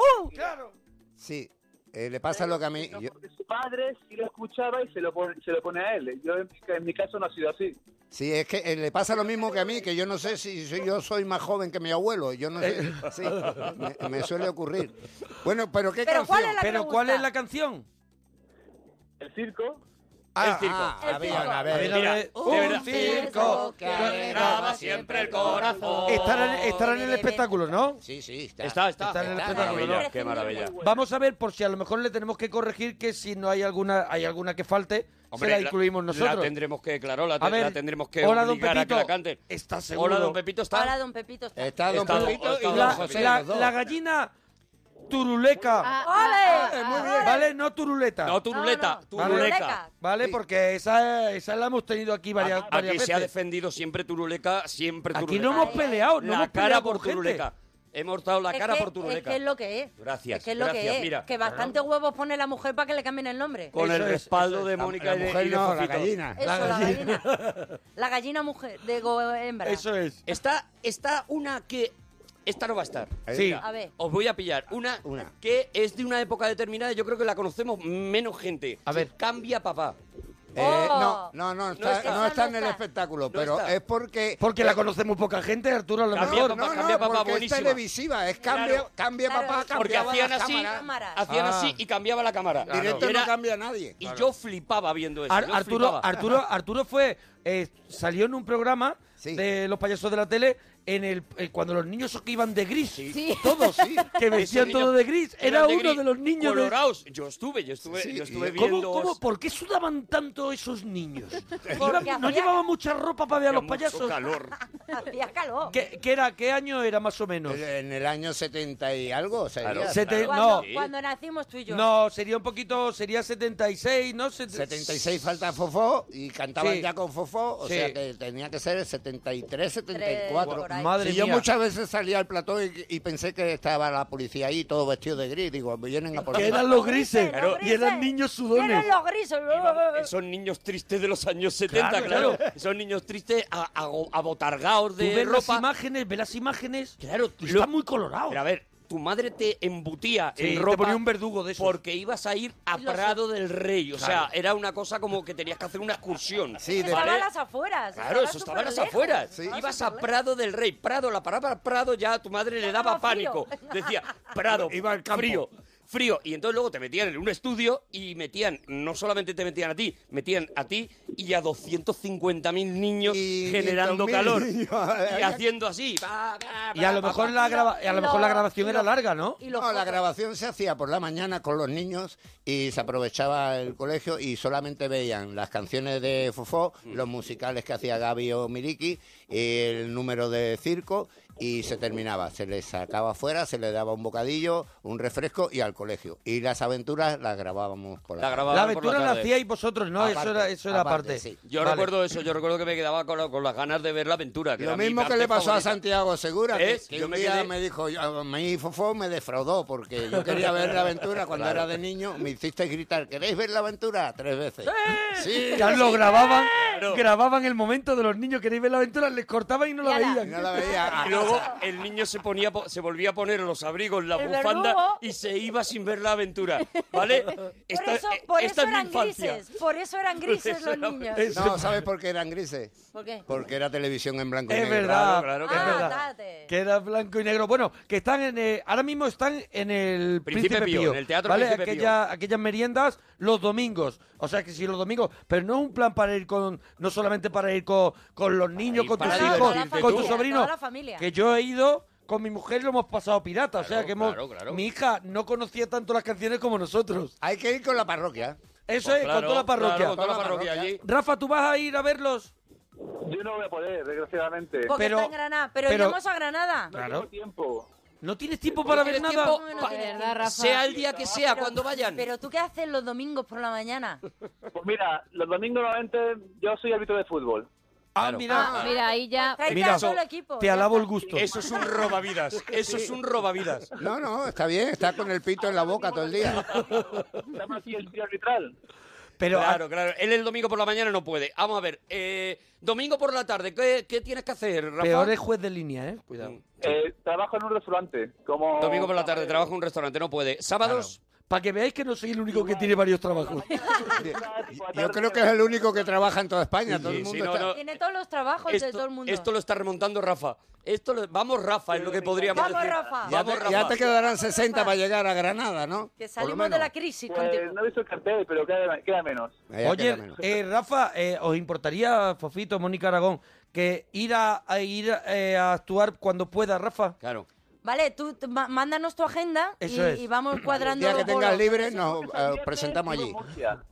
[SPEAKER 6] Sí, eh, le pasa lo que a mí...
[SPEAKER 8] No,
[SPEAKER 6] yo-
[SPEAKER 8] porque su padre sí lo escuchaba y se lo pone, se lo pone a él. Yo en mi, en mi caso no ha sido así.
[SPEAKER 6] sí, es que eh, le pasa lo mismo que a mí, que yo no sé si soy- yo soy más joven que mi abuelo. Yo no
[SPEAKER 2] Eh.
[SPEAKER 6] sé. Sí, me, me suele ocurrir. Bueno, pero ¿qué
[SPEAKER 5] Pero ¿cuál
[SPEAKER 6] canción?
[SPEAKER 5] es la que le
[SPEAKER 2] Pero
[SPEAKER 5] gusta?
[SPEAKER 2] ¿cuál es la canción?
[SPEAKER 8] El circo,
[SPEAKER 6] Ah,
[SPEAKER 7] El circo.
[SPEAKER 6] ah,
[SPEAKER 5] El
[SPEAKER 6] a ver, a
[SPEAKER 5] circo.
[SPEAKER 6] ver.
[SPEAKER 2] A ver, a
[SPEAKER 7] mira,
[SPEAKER 2] ver.
[SPEAKER 7] de
[SPEAKER 2] Un
[SPEAKER 7] verdad.
[SPEAKER 2] circo que alegraba
[SPEAKER 7] siempre el corazón.
[SPEAKER 2] Estarán, estarán en el espectáculo, ¿no?
[SPEAKER 6] Sí, sí, está.
[SPEAKER 7] Está, está.
[SPEAKER 2] Está en el
[SPEAKER 7] Qué
[SPEAKER 2] espectáculo,
[SPEAKER 7] maravilla,
[SPEAKER 5] ¿no?
[SPEAKER 7] Qué maravilla.
[SPEAKER 2] Vamos a ver por si a lo mejor le tenemos que corregir que si no hay alguna hay alguna que falte, se la incluimos nosotros.
[SPEAKER 7] La tendremos que, claro, la,
[SPEAKER 2] a
[SPEAKER 7] te-
[SPEAKER 2] ver,
[SPEAKER 7] la tendremos que
[SPEAKER 2] hola, don
[SPEAKER 7] obligar a que la
[SPEAKER 2] Pepito.
[SPEAKER 7] canten.
[SPEAKER 2] ¿Estás seguro?
[SPEAKER 7] Hola, don Pepito, está.
[SPEAKER 5] Ahora don Pepito está.
[SPEAKER 6] Está Don
[SPEAKER 7] Está-
[SPEAKER 6] Pepito y
[SPEAKER 7] está-
[SPEAKER 6] Don
[SPEAKER 2] La,
[SPEAKER 6] José.
[SPEAKER 2] la-
[SPEAKER 6] los dos.
[SPEAKER 2] la gallina turuleca,
[SPEAKER 3] Ah, ah,
[SPEAKER 5] ¡Ole!
[SPEAKER 3] ah,
[SPEAKER 5] Muy
[SPEAKER 3] ah.
[SPEAKER 5] bien.
[SPEAKER 2] ¿vale? No turuleta.
[SPEAKER 7] No, turuleta,
[SPEAKER 5] No, no,
[SPEAKER 7] turuleca.
[SPEAKER 5] turuleca.
[SPEAKER 2] ¿Vale?
[SPEAKER 6] Sí.
[SPEAKER 2] Porque esa, esa la hemos tenido aquí varias,
[SPEAKER 7] Aquí
[SPEAKER 2] varias
[SPEAKER 7] se ha
[SPEAKER 2] veces.
[SPEAKER 7] defendido siempre turuleca, siempre turuleca.
[SPEAKER 2] Aquí no hemos peleado, no
[SPEAKER 7] la
[SPEAKER 2] hemos
[SPEAKER 7] cara
[SPEAKER 2] peleado
[SPEAKER 7] por
[SPEAKER 2] con gente.
[SPEAKER 7] turuleca. Hemos dado la
[SPEAKER 5] Es
[SPEAKER 7] cara
[SPEAKER 5] que-
[SPEAKER 7] por turuleca.
[SPEAKER 5] Es que es lo que es.
[SPEAKER 7] Gracias,
[SPEAKER 5] Es que es lo
[SPEAKER 7] gracias,
[SPEAKER 5] que es.
[SPEAKER 7] mira.
[SPEAKER 5] que bastante huevos pone la mujer para que le cambien el nombre.
[SPEAKER 7] Con el
[SPEAKER 2] Eso es,
[SPEAKER 7] respaldo de
[SPEAKER 6] La-
[SPEAKER 7] Mónica
[SPEAKER 6] la
[SPEAKER 7] y de-
[SPEAKER 6] mujer
[SPEAKER 7] y de
[SPEAKER 6] no, la
[SPEAKER 7] Fofito.
[SPEAKER 6] gallina.
[SPEAKER 5] Eso, la gallina. La gallina mujer, de go- hembra.
[SPEAKER 2] Eso es.
[SPEAKER 7] Está, está una que... Esta no va a estar.
[SPEAKER 2] Sí.
[SPEAKER 5] A ver.
[SPEAKER 7] Os voy a pillar. Una,
[SPEAKER 6] Una.
[SPEAKER 7] que es de una época determinada, yo creo que la conocemos menos gente.
[SPEAKER 2] A ver.
[SPEAKER 7] Cambia papá.
[SPEAKER 6] Eh,
[SPEAKER 5] Oh.
[SPEAKER 6] no, No, no, está-
[SPEAKER 5] está.
[SPEAKER 6] no está en
[SPEAKER 5] No
[SPEAKER 6] el
[SPEAKER 5] está.
[SPEAKER 6] espectáculo,
[SPEAKER 7] No
[SPEAKER 6] pero
[SPEAKER 7] está.
[SPEAKER 6] es porque...
[SPEAKER 2] Porque la conoce muy poca gente, Arturo, a lo
[SPEAKER 7] Cambia,
[SPEAKER 2] mejor.
[SPEAKER 6] No, no,
[SPEAKER 7] Cambia, papá,
[SPEAKER 6] porque es
[SPEAKER 7] buenísima.
[SPEAKER 6] televisiva, es cambia,
[SPEAKER 7] Claro.
[SPEAKER 6] cambia
[SPEAKER 5] Claro.
[SPEAKER 6] papá,
[SPEAKER 5] Porque
[SPEAKER 7] Porque
[SPEAKER 6] cambiaba
[SPEAKER 7] hacían
[SPEAKER 6] las
[SPEAKER 7] así,
[SPEAKER 6] cámaras.
[SPEAKER 5] cámaras.
[SPEAKER 7] hacían
[SPEAKER 6] Ah.
[SPEAKER 7] así y cambiaba la cámara.
[SPEAKER 6] Directo
[SPEAKER 7] Era-
[SPEAKER 6] no cambia a nadie.
[SPEAKER 7] Y yo flipaba viendo eso.
[SPEAKER 2] Ar-
[SPEAKER 7] yo
[SPEAKER 2] Arturo,
[SPEAKER 7] Pues flipaba.
[SPEAKER 2] Arturo, Arturo fue eh, salió en un programa
[SPEAKER 6] Sí.
[SPEAKER 2] de los payasos de la tele en el eh, cuando los niños esos que iban de gris,
[SPEAKER 3] Sí.
[SPEAKER 2] todos, que vestían
[SPEAKER 7] Ese niño-
[SPEAKER 2] todo de gris, era
[SPEAKER 7] eran
[SPEAKER 2] uno
[SPEAKER 7] gris,
[SPEAKER 2] de los niños de-
[SPEAKER 7] Colorados. Yo estuve, yo estuve,
[SPEAKER 6] Sí,
[SPEAKER 7] yo estuve
[SPEAKER 6] y-
[SPEAKER 2] ¿Cómo,
[SPEAKER 7] viendo.
[SPEAKER 2] cómo, ¿Por qué sudaban tanto esos niños?
[SPEAKER 5] Porque
[SPEAKER 2] Iban- no
[SPEAKER 5] hacía-
[SPEAKER 2] llevaban mucha ropa para ver a los
[SPEAKER 7] Hacía mucho
[SPEAKER 2] payasos.
[SPEAKER 7] calor.
[SPEAKER 5] Hacía calor.
[SPEAKER 2] ¿Qué, qué era, ¿Qué año era más o menos?
[SPEAKER 6] En el año 70 y algo, sería.
[SPEAKER 7] Claro.
[SPEAKER 2] Se te-
[SPEAKER 5] Cuando,
[SPEAKER 2] no,
[SPEAKER 7] Sí.
[SPEAKER 5] cuando nacimos tú y yo.
[SPEAKER 2] no, sería un poquito, sería 76, ¿no? Set-
[SPEAKER 6] 76 falta Fofó y cantaban
[SPEAKER 2] Sí.
[SPEAKER 6] ya con Fofó, o
[SPEAKER 2] Sí.
[SPEAKER 6] sea que tenía que ser el 73, 74.
[SPEAKER 5] por ahí.
[SPEAKER 2] Madre
[SPEAKER 6] Sí, yo
[SPEAKER 2] mía.
[SPEAKER 6] muchas veces salía al plató y, y pensé que estaba la policía ahí, todo vestido de gris. Digo, vienen a por
[SPEAKER 2] Que
[SPEAKER 6] mí.
[SPEAKER 2] eran los grises,
[SPEAKER 5] Los grises.
[SPEAKER 2] y eran niños sudones.
[SPEAKER 5] Eran los grises.
[SPEAKER 7] Iban- Son niños tristes de los años 70,
[SPEAKER 2] Claro,
[SPEAKER 7] claro.
[SPEAKER 2] claro.
[SPEAKER 7] Son niños tristes a- a- abotargados
[SPEAKER 2] Tú
[SPEAKER 7] de
[SPEAKER 2] ves las
[SPEAKER 7] ropa.
[SPEAKER 2] imágenes, ves las imágenes,
[SPEAKER 7] Claro,
[SPEAKER 2] y
[SPEAKER 7] lo-
[SPEAKER 2] están muy colorados.
[SPEAKER 7] Pero a ver, tu madre te embutía
[SPEAKER 2] Sí,
[SPEAKER 7] en
[SPEAKER 2] te
[SPEAKER 7] ropa.
[SPEAKER 2] ponía un verdugo de esos.
[SPEAKER 7] Porque ibas a ir a
[SPEAKER 5] Los-
[SPEAKER 7] Prado del Rey. O
[SPEAKER 2] Claro.
[SPEAKER 7] sea, era una cosa como que tenías que hacer una excursión.
[SPEAKER 6] Sí, de-
[SPEAKER 5] Estaba
[SPEAKER 7] ¿vale?
[SPEAKER 5] a las afueras.
[SPEAKER 7] Claro, eso estaba en las
[SPEAKER 5] superlejos.
[SPEAKER 7] afueras.
[SPEAKER 6] Sí.
[SPEAKER 7] Ibas a Prado del Rey. Prado, la palabra Prado ya a tu madre le daba
[SPEAKER 5] daba frío.
[SPEAKER 7] pánico. Decía, Prado,
[SPEAKER 6] Iba al campo.
[SPEAKER 7] frío, frío. Y entonces luego te metían en un estudio y metían, no solamente te metían a ti, metían a ti y a 250.000 niños
[SPEAKER 6] Y
[SPEAKER 7] generando
[SPEAKER 6] 500.000
[SPEAKER 7] calor.
[SPEAKER 6] niños.
[SPEAKER 7] Y haciendo así. pa, pa,
[SPEAKER 2] Y a
[SPEAKER 7] pa,
[SPEAKER 2] lo
[SPEAKER 7] pa,
[SPEAKER 2] mejor
[SPEAKER 7] pa.
[SPEAKER 2] la, grava- y a lo
[SPEAKER 5] Y
[SPEAKER 2] mejor la
[SPEAKER 5] lo-
[SPEAKER 2] grabación
[SPEAKER 5] y
[SPEAKER 2] era
[SPEAKER 5] lo-
[SPEAKER 2] larga, ¿no?
[SPEAKER 5] Y los
[SPEAKER 6] No, la
[SPEAKER 5] focos.
[SPEAKER 6] grabación se hacía por la mañana con los niños y se aprovechaba el colegio y solamente veían las canciones de Fofó, los musicales que hacía Gaby o Miriki, el número de circo y se terminaba. Se les sacaba afuera, se les daba un bocadillo, un refresco y al colegio. Y las aventuras las grabábamos por
[SPEAKER 7] La
[SPEAKER 6] la
[SPEAKER 7] grababan
[SPEAKER 2] La
[SPEAKER 7] por
[SPEAKER 2] aventura la
[SPEAKER 7] tarde.
[SPEAKER 2] hacíais vosotros, ¿no?
[SPEAKER 6] Aparte,
[SPEAKER 2] eso era, eso era
[SPEAKER 6] aparte,
[SPEAKER 2] aparte.
[SPEAKER 6] sí.
[SPEAKER 7] Yo
[SPEAKER 2] Vale.
[SPEAKER 7] recuerdo eso, yo recuerdo que me quedaba con, la- con las ganas de ver la aventura. que
[SPEAKER 6] Lo
[SPEAKER 7] era mi
[SPEAKER 6] mismo que
[SPEAKER 7] parte
[SPEAKER 6] le pasó a
[SPEAKER 7] favorita.
[SPEAKER 6] Santiago Segura, que,
[SPEAKER 7] ¿Ves?
[SPEAKER 6] que
[SPEAKER 7] Yo
[SPEAKER 6] un
[SPEAKER 7] me
[SPEAKER 6] día
[SPEAKER 7] quedé-
[SPEAKER 6] me dijo, yo- mi fofó me defraudó porque yo quería ver la aventura cuando era de niño, me hicisteis gritar, ¿queréis ver la aventura? Tres veces. Sí.
[SPEAKER 2] Ya lo grababan,
[SPEAKER 7] Claro.
[SPEAKER 2] grababan el momento de los niños que ver la aventura, les cortaban y no la
[SPEAKER 5] Y ala.
[SPEAKER 6] Y
[SPEAKER 2] veían.
[SPEAKER 6] no la veía.
[SPEAKER 7] Y luego el niño se ponía po- se volvía a poner los abrigos, la
[SPEAKER 5] El
[SPEAKER 7] bufanda
[SPEAKER 5] verdugo.
[SPEAKER 7] y se iba sin ver la aventura, ¿vale?
[SPEAKER 5] Por
[SPEAKER 7] Esta-
[SPEAKER 5] eso,
[SPEAKER 7] eh,
[SPEAKER 5] por
[SPEAKER 7] esta
[SPEAKER 5] eso
[SPEAKER 7] es mi
[SPEAKER 5] eran
[SPEAKER 7] infancia.
[SPEAKER 5] grises. Por eso eran grises
[SPEAKER 7] eso
[SPEAKER 5] los
[SPEAKER 7] era-
[SPEAKER 5] niños.
[SPEAKER 2] Es-
[SPEAKER 6] No, ¿sabes por qué eran grises?
[SPEAKER 5] ¿Por qué?
[SPEAKER 6] Porque era televisión en blanco y
[SPEAKER 2] Es
[SPEAKER 6] negro.
[SPEAKER 2] verdad,
[SPEAKER 7] claro,
[SPEAKER 5] claro.
[SPEAKER 2] es
[SPEAKER 5] Ah,
[SPEAKER 2] verdad.
[SPEAKER 5] date.
[SPEAKER 2] Que era blanco y negro. Bueno, que están en, eh, ahora mismo están en el Príncipe,
[SPEAKER 7] Príncipe
[SPEAKER 2] Pío,
[SPEAKER 7] Pío, en el Teatro
[SPEAKER 2] ¿vale?
[SPEAKER 7] Príncipe Pío.
[SPEAKER 2] Aquella- Aquellas meriendas los domingos. O sea que sí, los domingos. Pero no es un plan para ir con, no solamente para ir con, con los niños,
[SPEAKER 7] ir
[SPEAKER 2] con tus
[SPEAKER 7] para
[SPEAKER 2] hijos,
[SPEAKER 7] divertirte
[SPEAKER 2] con tus
[SPEAKER 7] tú. Toda la
[SPEAKER 2] sobrinos.
[SPEAKER 5] familia.
[SPEAKER 2] Que yo he ido. Con mi mujer lo hemos pasado pirata, o sea
[SPEAKER 7] Claro,
[SPEAKER 2] que hemos,
[SPEAKER 7] claro, claro.
[SPEAKER 2] mi hija no conocía tanto las canciones como nosotros.
[SPEAKER 6] Hay que ir con la parroquia.
[SPEAKER 2] Eso
[SPEAKER 7] Pues
[SPEAKER 2] es,
[SPEAKER 7] claro,
[SPEAKER 2] con toda la parroquia.
[SPEAKER 7] claro, con toda la
[SPEAKER 6] Toda la
[SPEAKER 7] parroquia
[SPEAKER 6] parroquia.
[SPEAKER 7] allí.
[SPEAKER 2] Rafa, ¿tú vas a ir a verlos?
[SPEAKER 8] Yo no voy a poder, desgraciadamente.
[SPEAKER 5] Porque
[SPEAKER 2] pero-
[SPEAKER 5] está en Granada. Pero,
[SPEAKER 2] pero-
[SPEAKER 5] iremos a Granada.
[SPEAKER 8] No tengo tiempo.
[SPEAKER 2] ¿No tienes tiempo para ver
[SPEAKER 7] ¿Tienes
[SPEAKER 2] nada?
[SPEAKER 7] tiempo?
[SPEAKER 5] No,
[SPEAKER 7] Pa-
[SPEAKER 3] de verdad, Rafa.
[SPEAKER 7] sea el día que sea, cuando vayan.
[SPEAKER 5] Pero tú qué haces los domingos por la mañana.
[SPEAKER 8] Pues mira, los domingos normalmente yo soy árbitro de fútbol.
[SPEAKER 2] Ah,
[SPEAKER 7] Claro.
[SPEAKER 2] mira.
[SPEAKER 5] Ah,
[SPEAKER 3] Mira, ahí ya.
[SPEAKER 5] Tráete
[SPEAKER 2] Mira,
[SPEAKER 5] a todo el equipo.
[SPEAKER 2] te
[SPEAKER 5] ya
[SPEAKER 2] alabo el
[SPEAKER 5] está.
[SPEAKER 2] gusto.
[SPEAKER 7] Eso es un robavidas, eso es un robavidas.
[SPEAKER 6] No, no, está bien, está con el pito en la boca todo el día.
[SPEAKER 8] Estamos aquí el trío arbitral.
[SPEAKER 2] Pero ah,
[SPEAKER 7] Claro, claro. Él el domingo por la mañana no puede. Vamos a ver, eh, domingo por la tarde, ¿qué, qué tienes que hacer, Rafa?
[SPEAKER 2] peor es juez de línea, ¿eh? Cuidado.
[SPEAKER 8] Eh, trabajo en un restaurante. Como...
[SPEAKER 7] Domingo por la tarde, trabajo en un restaurante, no puede. ¿Sábados?
[SPEAKER 2] Para que veáis que no soy el único que tiene varios trabajos.
[SPEAKER 6] Yo creo que es el único que trabaja en toda España. Todo
[SPEAKER 7] Sí,
[SPEAKER 6] el
[SPEAKER 7] sí,
[SPEAKER 6] mundo
[SPEAKER 7] no,
[SPEAKER 6] está-
[SPEAKER 7] no.
[SPEAKER 5] Tiene todos los trabajos de todo el mundo.
[SPEAKER 7] esto lo está remontando Rafa. Esto lo- vamos, Rafa, es lo que podríamos
[SPEAKER 5] Vamos,
[SPEAKER 7] decir.
[SPEAKER 5] Rafa.
[SPEAKER 6] Ya,
[SPEAKER 7] Vamos,
[SPEAKER 6] te,
[SPEAKER 7] Rafa.
[SPEAKER 6] ya te quedarán 60 para llegar a Granada, ¿no? Por lo
[SPEAKER 5] Que salimos de la
[SPEAKER 6] menos.
[SPEAKER 5] crisis
[SPEAKER 8] Pues
[SPEAKER 5] contigo.
[SPEAKER 8] no he visto el cartel, pero queda, queda menos.
[SPEAKER 6] Ya
[SPEAKER 2] Oye,
[SPEAKER 6] queda menos.
[SPEAKER 2] eh, Rafa, eh, ¿os importaría, Fofito, Mónica Aragón, que ir a, a ir eh, a actuar cuando pueda, Rafa?
[SPEAKER 7] Claro.
[SPEAKER 5] Vale, tú t- ma- mándanos tu agenda y,
[SPEAKER 2] Eso es.
[SPEAKER 5] y vamos
[SPEAKER 6] El
[SPEAKER 5] cuadrando.
[SPEAKER 6] día que
[SPEAKER 5] los
[SPEAKER 6] tengas
[SPEAKER 5] bolos.
[SPEAKER 6] libre nos eh, presentamos
[SPEAKER 8] Vivo
[SPEAKER 6] allí.
[SPEAKER 8] en Murcia.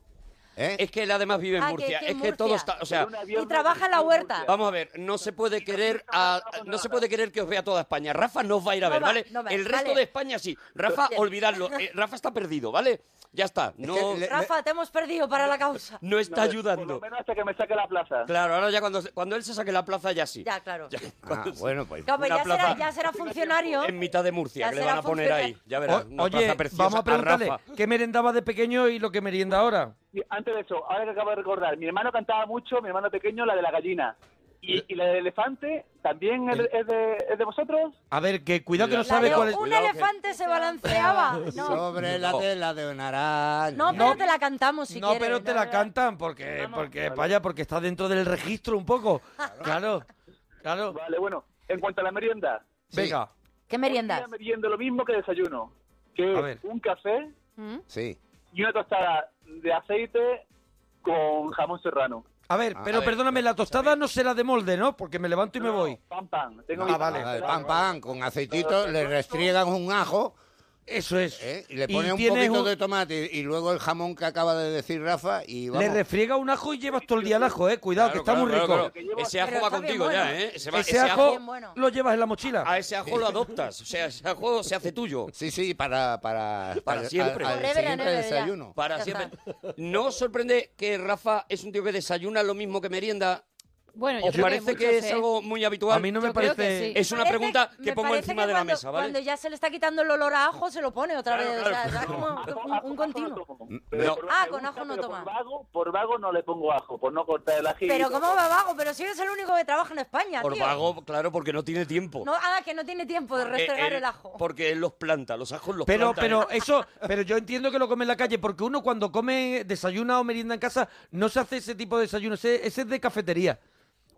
[SPEAKER 6] ¿eh?
[SPEAKER 7] Es que él además vive en
[SPEAKER 5] Ah, que-
[SPEAKER 7] Murcia.
[SPEAKER 5] que
[SPEAKER 7] es
[SPEAKER 5] en
[SPEAKER 7] que todo
[SPEAKER 5] Murcia.
[SPEAKER 7] está. O sea,
[SPEAKER 8] Un avión
[SPEAKER 5] Y trabaja en la
[SPEAKER 8] en
[SPEAKER 5] huerta.
[SPEAKER 8] Murcia.
[SPEAKER 7] vamos a ver, no se puede querer a, no se puede querer que os vea toda España. Rafa no os va a ir a
[SPEAKER 5] No
[SPEAKER 7] ver,
[SPEAKER 5] va,
[SPEAKER 7] ¿vale?
[SPEAKER 5] no va,
[SPEAKER 7] El resto
[SPEAKER 5] vale.
[SPEAKER 7] de España sí. Rafa, olvidadlo. Eh, Rafa está perdido, ¿vale? Ya está. No,
[SPEAKER 6] le-
[SPEAKER 5] Rafa, te hemos perdido para la causa.
[SPEAKER 7] no está
[SPEAKER 8] Por lo
[SPEAKER 7] ayudando.
[SPEAKER 8] menos hasta que me saque la plaza.
[SPEAKER 7] Claro, ahora ya cuando, cuando él se saque la plaza ya sí.
[SPEAKER 5] Ya, claro.
[SPEAKER 7] Ya,
[SPEAKER 6] Ah,
[SPEAKER 7] cuando-
[SPEAKER 6] bueno, pues.
[SPEAKER 5] Claro, pero
[SPEAKER 7] Una
[SPEAKER 5] ya, será,
[SPEAKER 7] plaza.
[SPEAKER 5] ya será funcionario.
[SPEAKER 7] En mitad de Murcia,
[SPEAKER 5] Ya
[SPEAKER 7] que le
[SPEAKER 5] será
[SPEAKER 7] van a poner ahí.
[SPEAKER 5] funcionario.
[SPEAKER 7] Ya
[SPEAKER 2] O-
[SPEAKER 7] verás. una
[SPEAKER 2] oye,
[SPEAKER 7] plaza preciosa.
[SPEAKER 2] vamos a preguntarle
[SPEAKER 7] Rafa.
[SPEAKER 2] qué merendaba de pequeño y lo que merienda ahora.
[SPEAKER 8] Y antes de eso, ahora que acabo de recordar, mi hermano cantaba mucho, mi hermano pequeño, la de la gallina. ¿Y, y la del elefante también es de, es de- es de vosotros?
[SPEAKER 2] A ver, que cuidado que no
[SPEAKER 8] La
[SPEAKER 2] sabe
[SPEAKER 8] de
[SPEAKER 2] cuál es.
[SPEAKER 5] Un elefante se balanceaba. No,
[SPEAKER 6] Sobre la tela de una araña.
[SPEAKER 5] no, pero te la cantamos si
[SPEAKER 2] no,
[SPEAKER 5] quieres.
[SPEAKER 2] pero te la cantan porque, porque vaya, porque está dentro del registro un poco. Claro, claro.
[SPEAKER 8] Vale, bueno, en cuanto a la merienda.
[SPEAKER 2] Venga.
[SPEAKER 5] ¿Qué meriendas?
[SPEAKER 8] Una merienda lo mismo que desayuno. Que
[SPEAKER 2] A
[SPEAKER 8] es
[SPEAKER 2] ver.
[SPEAKER 8] un café
[SPEAKER 5] ¿Mm?
[SPEAKER 6] Sí.
[SPEAKER 8] y una tostada de aceite con jamón serrano.
[SPEAKER 2] A ver,
[SPEAKER 6] Ah,
[SPEAKER 2] pero
[SPEAKER 6] a ver,
[SPEAKER 2] perdóname, la tostada no será de molde, ¿no? Porque me levanto y me voy.
[SPEAKER 8] Pan, pan. Tengo
[SPEAKER 2] Ah,
[SPEAKER 8] mi-
[SPEAKER 2] vale.
[SPEAKER 6] Ah, Pan, pan, con aceitito, le restriegan un ajo
[SPEAKER 2] Eso es.
[SPEAKER 6] ¿eh? y le
[SPEAKER 2] Y
[SPEAKER 6] ponen un
[SPEAKER 2] tienes
[SPEAKER 6] poquito
[SPEAKER 2] un-
[SPEAKER 6] de tomate y luego el jamón que acaba de decir Rafa y vamos.
[SPEAKER 2] Le refriega un ajo y llevas todo el día el ajo, eh. Cuidado, que está
[SPEAKER 7] Claro,
[SPEAKER 2] muy
[SPEAKER 7] claro,
[SPEAKER 2] rico.
[SPEAKER 7] claro, claro. Ese ajo
[SPEAKER 5] Pero
[SPEAKER 7] va
[SPEAKER 5] está bien
[SPEAKER 7] contigo ya,
[SPEAKER 5] bueno.
[SPEAKER 7] ¿eh? Ese, va-
[SPEAKER 2] Ese,
[SPEAKER 7] ese
[SPEAKER 2] ajo
[SPEAKER 7] ajo,
[SPEAKER 5] Bien bueno.
[SPEAKER 2] lo llevas en la mochila.
[SPEAKER 7] a ese ajo lo adoptas. O sea, ese ajo se hace tuyo.
[SPEAKER 6] Sí, sí, para, para,
[SPEAKER 7] siempre.
[SPEAKER 6] al- al
[SPEAKER 5] Forever and
[SPEAKER 6] siguiente
[SPEAKER 5] ever, ya.
[SPEAKER 6] desayuno.
[SPEAKER 7] Para
[SPEAKER 5] Ya
[SPEAKER 7] siempre. ¿No os sorprende que Rafa es un tío que desayuna lo mismo que merienda?
[SPEAKER 9] Bueno, yo
[SPEAKER 7] ¿Os
[SPEAKER 9] creo
[SPEAKER 7] parece que,
[SPEAKER 9] muchos,
[SPEAKER 7] es
[SPEAKER 9] ¿eh?
[SPEAKER 7] algo muy habitual?
[SPEAKER 2] A mí no me
[SPEAKER 9] Yo creo que
[SPEAKER 2] parece.
[SPEAKER 9] sí.
[SPEAKER 7] Es una
[SPEAKER 5] Parece-
[SPEAKER 7] pregunta que
[SPEAKER 5] me
[SPEAKER 7] pongo
[SPEAKER 5] parece
[SPEAKER 7] encima
[SPEAKER 5] que
[SPEAKER 7] de la
[SPEAKER 5] cuando-
[SPEAKER 7] mesa, ¿vale?
[SPEAKER 5] Cuando ya se le está quitando el olor a ajo, se lo pone otra
[SPEAKER 7] Claro,
[SPEAKER 5] vez.
[SPEAKER 7] claro.
[SPEAKER 5] O sea, es
[SPEAKER 8] Ajo-
[SPEAKER 5] como un,
[SPEAKER 8] ajo
[SPEAKER 5] un
[SPEAKER 8] no
[SPEAKER 5] continuo.
[SPEAKER 8] tomo,
[SPEAKER 7] No.
[SPEAKER 8] por-
[SPEAKER 5] Ah,
[SPEAKER 8] me
[SPEAKER 5] con ajo no
[SPEAKER 8] pero
[SPEAKER 5] toma.
[SPEAKER 8] Por vago, por vago no le pongo ajo, por no cortar el ají.
[SPEAKER 5] Pero ¿cómo va vago? Pero si eres el único que trabaja en España,
[SPEAKER 7] Por
[SPEAKER 5] tío.
[SPEAKER 7] vago, claro, porque no tiene tiempo.
[SPEAKER 5] No, ah, que no tiene tiempo de
[SPEAKER 7] Eh,
[SPEAKER 5] restregar
[SPEAKER 7] él-
[SPEAKER 5] el ajo.
[SPEAKER 7] Porque él los planta, los ajos los
[SPEAKER 2] Pero,
[SPEAKER 7] planta.
[SPEAKER 2] pero
[SPEAKER 7] ¿eh?
[SPEAKER 2] eso, pero yo entiendo que lo come en la calle, porque uno cuando come, desayuna o merienda en casa, no se hace ese tipo de desayuno, ese, ese es de cafetería.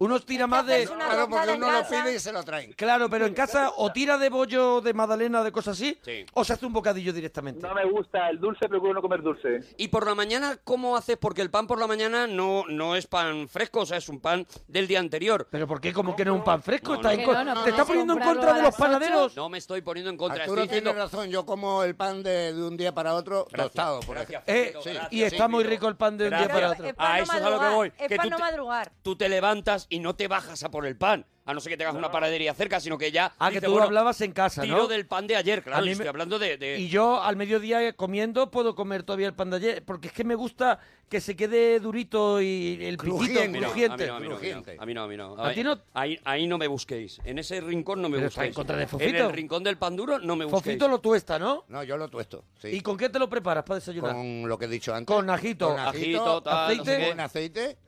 [SPEAKER 2] Uno tira más de.
[SPEAKER 5] haces una
[SPEAKER 6] Claro, porque
[SPEAKER 5] tostada en
[SPEAKER 6] uno lo
[SPEAKER 5] casa.
[SPEAKER 6] pide y se lo traen.
[SPEAKER 2] Claro, pero en casa o tira de bollo, de magdalena, de cosas así,
[SPEAKER 7] Sí.
[SPEAKER 2] o se hace un bocadillo directamente.
[SPEAKER 8] No me gusta el dulce, procuro no comer dulce.
[SPEAKER 7] Y por la mañana, ¿cómo haces? Porque el pan por la mañana no, no es pan fresco, o sea, es un pan del día anterior.
[SPEAKER 2] Pero ¿por qué? Como que no es un pan fresco,
[SPEAKER 7] No,
[SPEAKER 2] está
[SPEAKER 7] no,
[SPEAKER 2] en co-
[SPEAKER 9] no, no,
[SPEAKER 2] te está
[SPEAKER 9] no,
[SPEAKER 2] poniendo en
[SPEAKER 9] comprarlo
[SPEAKER 2] contra
[SPEAKER 9] a
[SPEAKER 2] de los
[SPEAKER 9] las ocho.
[SPEAKER 2] panaderos.
[SPEAKER 7] No me estoy poniendo en contra.
[SPEAKER 6] Arturo
[SPEAKER 7] estoy
[SPEAKER 6] tiene
[SPEAKER 7] diciendo...
[SPEAKER 6] razón, yo como el pan de, de un día para otro tostado. Por
[SPEAKER 7] Gracias,
[SPEAKER 6] ejemplo.
[SPEAKER 2] Eh,
[SPEAKER 7] Fito,
[SPEAKER 6] sí.
[SPEAKER 7] gracias,
[SPEAKER 2] y está muy
[SPEAKER 7] Fito.
[SPEAKER 2] rico el pan de un día
[SPEAKER 7] Gracias.
[SPEAKER 2] para otro.
[SPEAKER 5] Es pan
[SPEAKER 7] A
[SPEAKER 5] no
[SPEAKER 7] Ah, eso es a lo que
[SPEAKER 5] madrugar,
[SPEAKER 7] voy.
[SPEAKER 5] es
[SPEAKER 7] que
[SPEAKER 5] pan
[SPEAKER 7] tú
[SPEAKER 5] no
[SPEAKER 7] te-
[SPEAKER 5] madrugar.
[SPEAKER 7] Tú te levantas y no te bajas a por el pan. A no ser que tengas una panadería cerca, sino que ya.
[SPEAKER 2] Ah, que
[SPEAKER 7] dices,
[SPEAKER 2] tú
[SPEAKER 7] bueno,
[SPEAKER 2] hablabas en casa,
[SPEAKER 7] Tiro
[SPEAKER 2] ¿no?
[SPEAKER 7] del pan de ayer, claro.
[SPEAKER 2] A mí
[SPEAKER 7] yo
[SPEAKER 2] me-
[SPEAKER 7] Estoy hablando de. de-
[SPEAKER 2] Y yo al mediodía eh, comiendo puedo comer todavía el pan de ayer, porque es que me gusta que se quede durito y el
[SPEAKER 6] Crujiente.
[SPEAKER 2] picito
[SPEAKER 6] A mí
[SPEAKER 7] A mí no,
[SPEAKER 2] crujiente.
[SPEAKER 7] A mí no, a mí no, a mí no, a mí no.
[SPEAKER 2] ¿A ti no?
[SPEAKER 7] Ahí, ahí no me busquéis. En ese rincón no me
[SPEAKER 2] Pero está en
[SPEAKER 7] busquéis.
[SPEAKER 2] contra de
[SPEAKER 7] En
[SPEAKER 2] Fofito.
[SPEAKER 7] el rincón del pan duro no me busquéis.
[SPEAKER 2] Fofito lo tuesta, ¿no?
[SPEAKER 6] No, yo lo tuesto. sí.
[SPEAKER 2] ¿Y con qué te lo preparas para desayunar?
[SPEAKER 6] Con lo que he dicho antes.
[SPEAKER 2] Con ajito.
[SPEAKER 6] Con
[SPEAKER 7] Ajito, tal,
[SPEAKER 2] no sé
[SPEAKER 6] aceite.
[SPEAKER 2] qué.
[SPEAKER 6] Con aceite.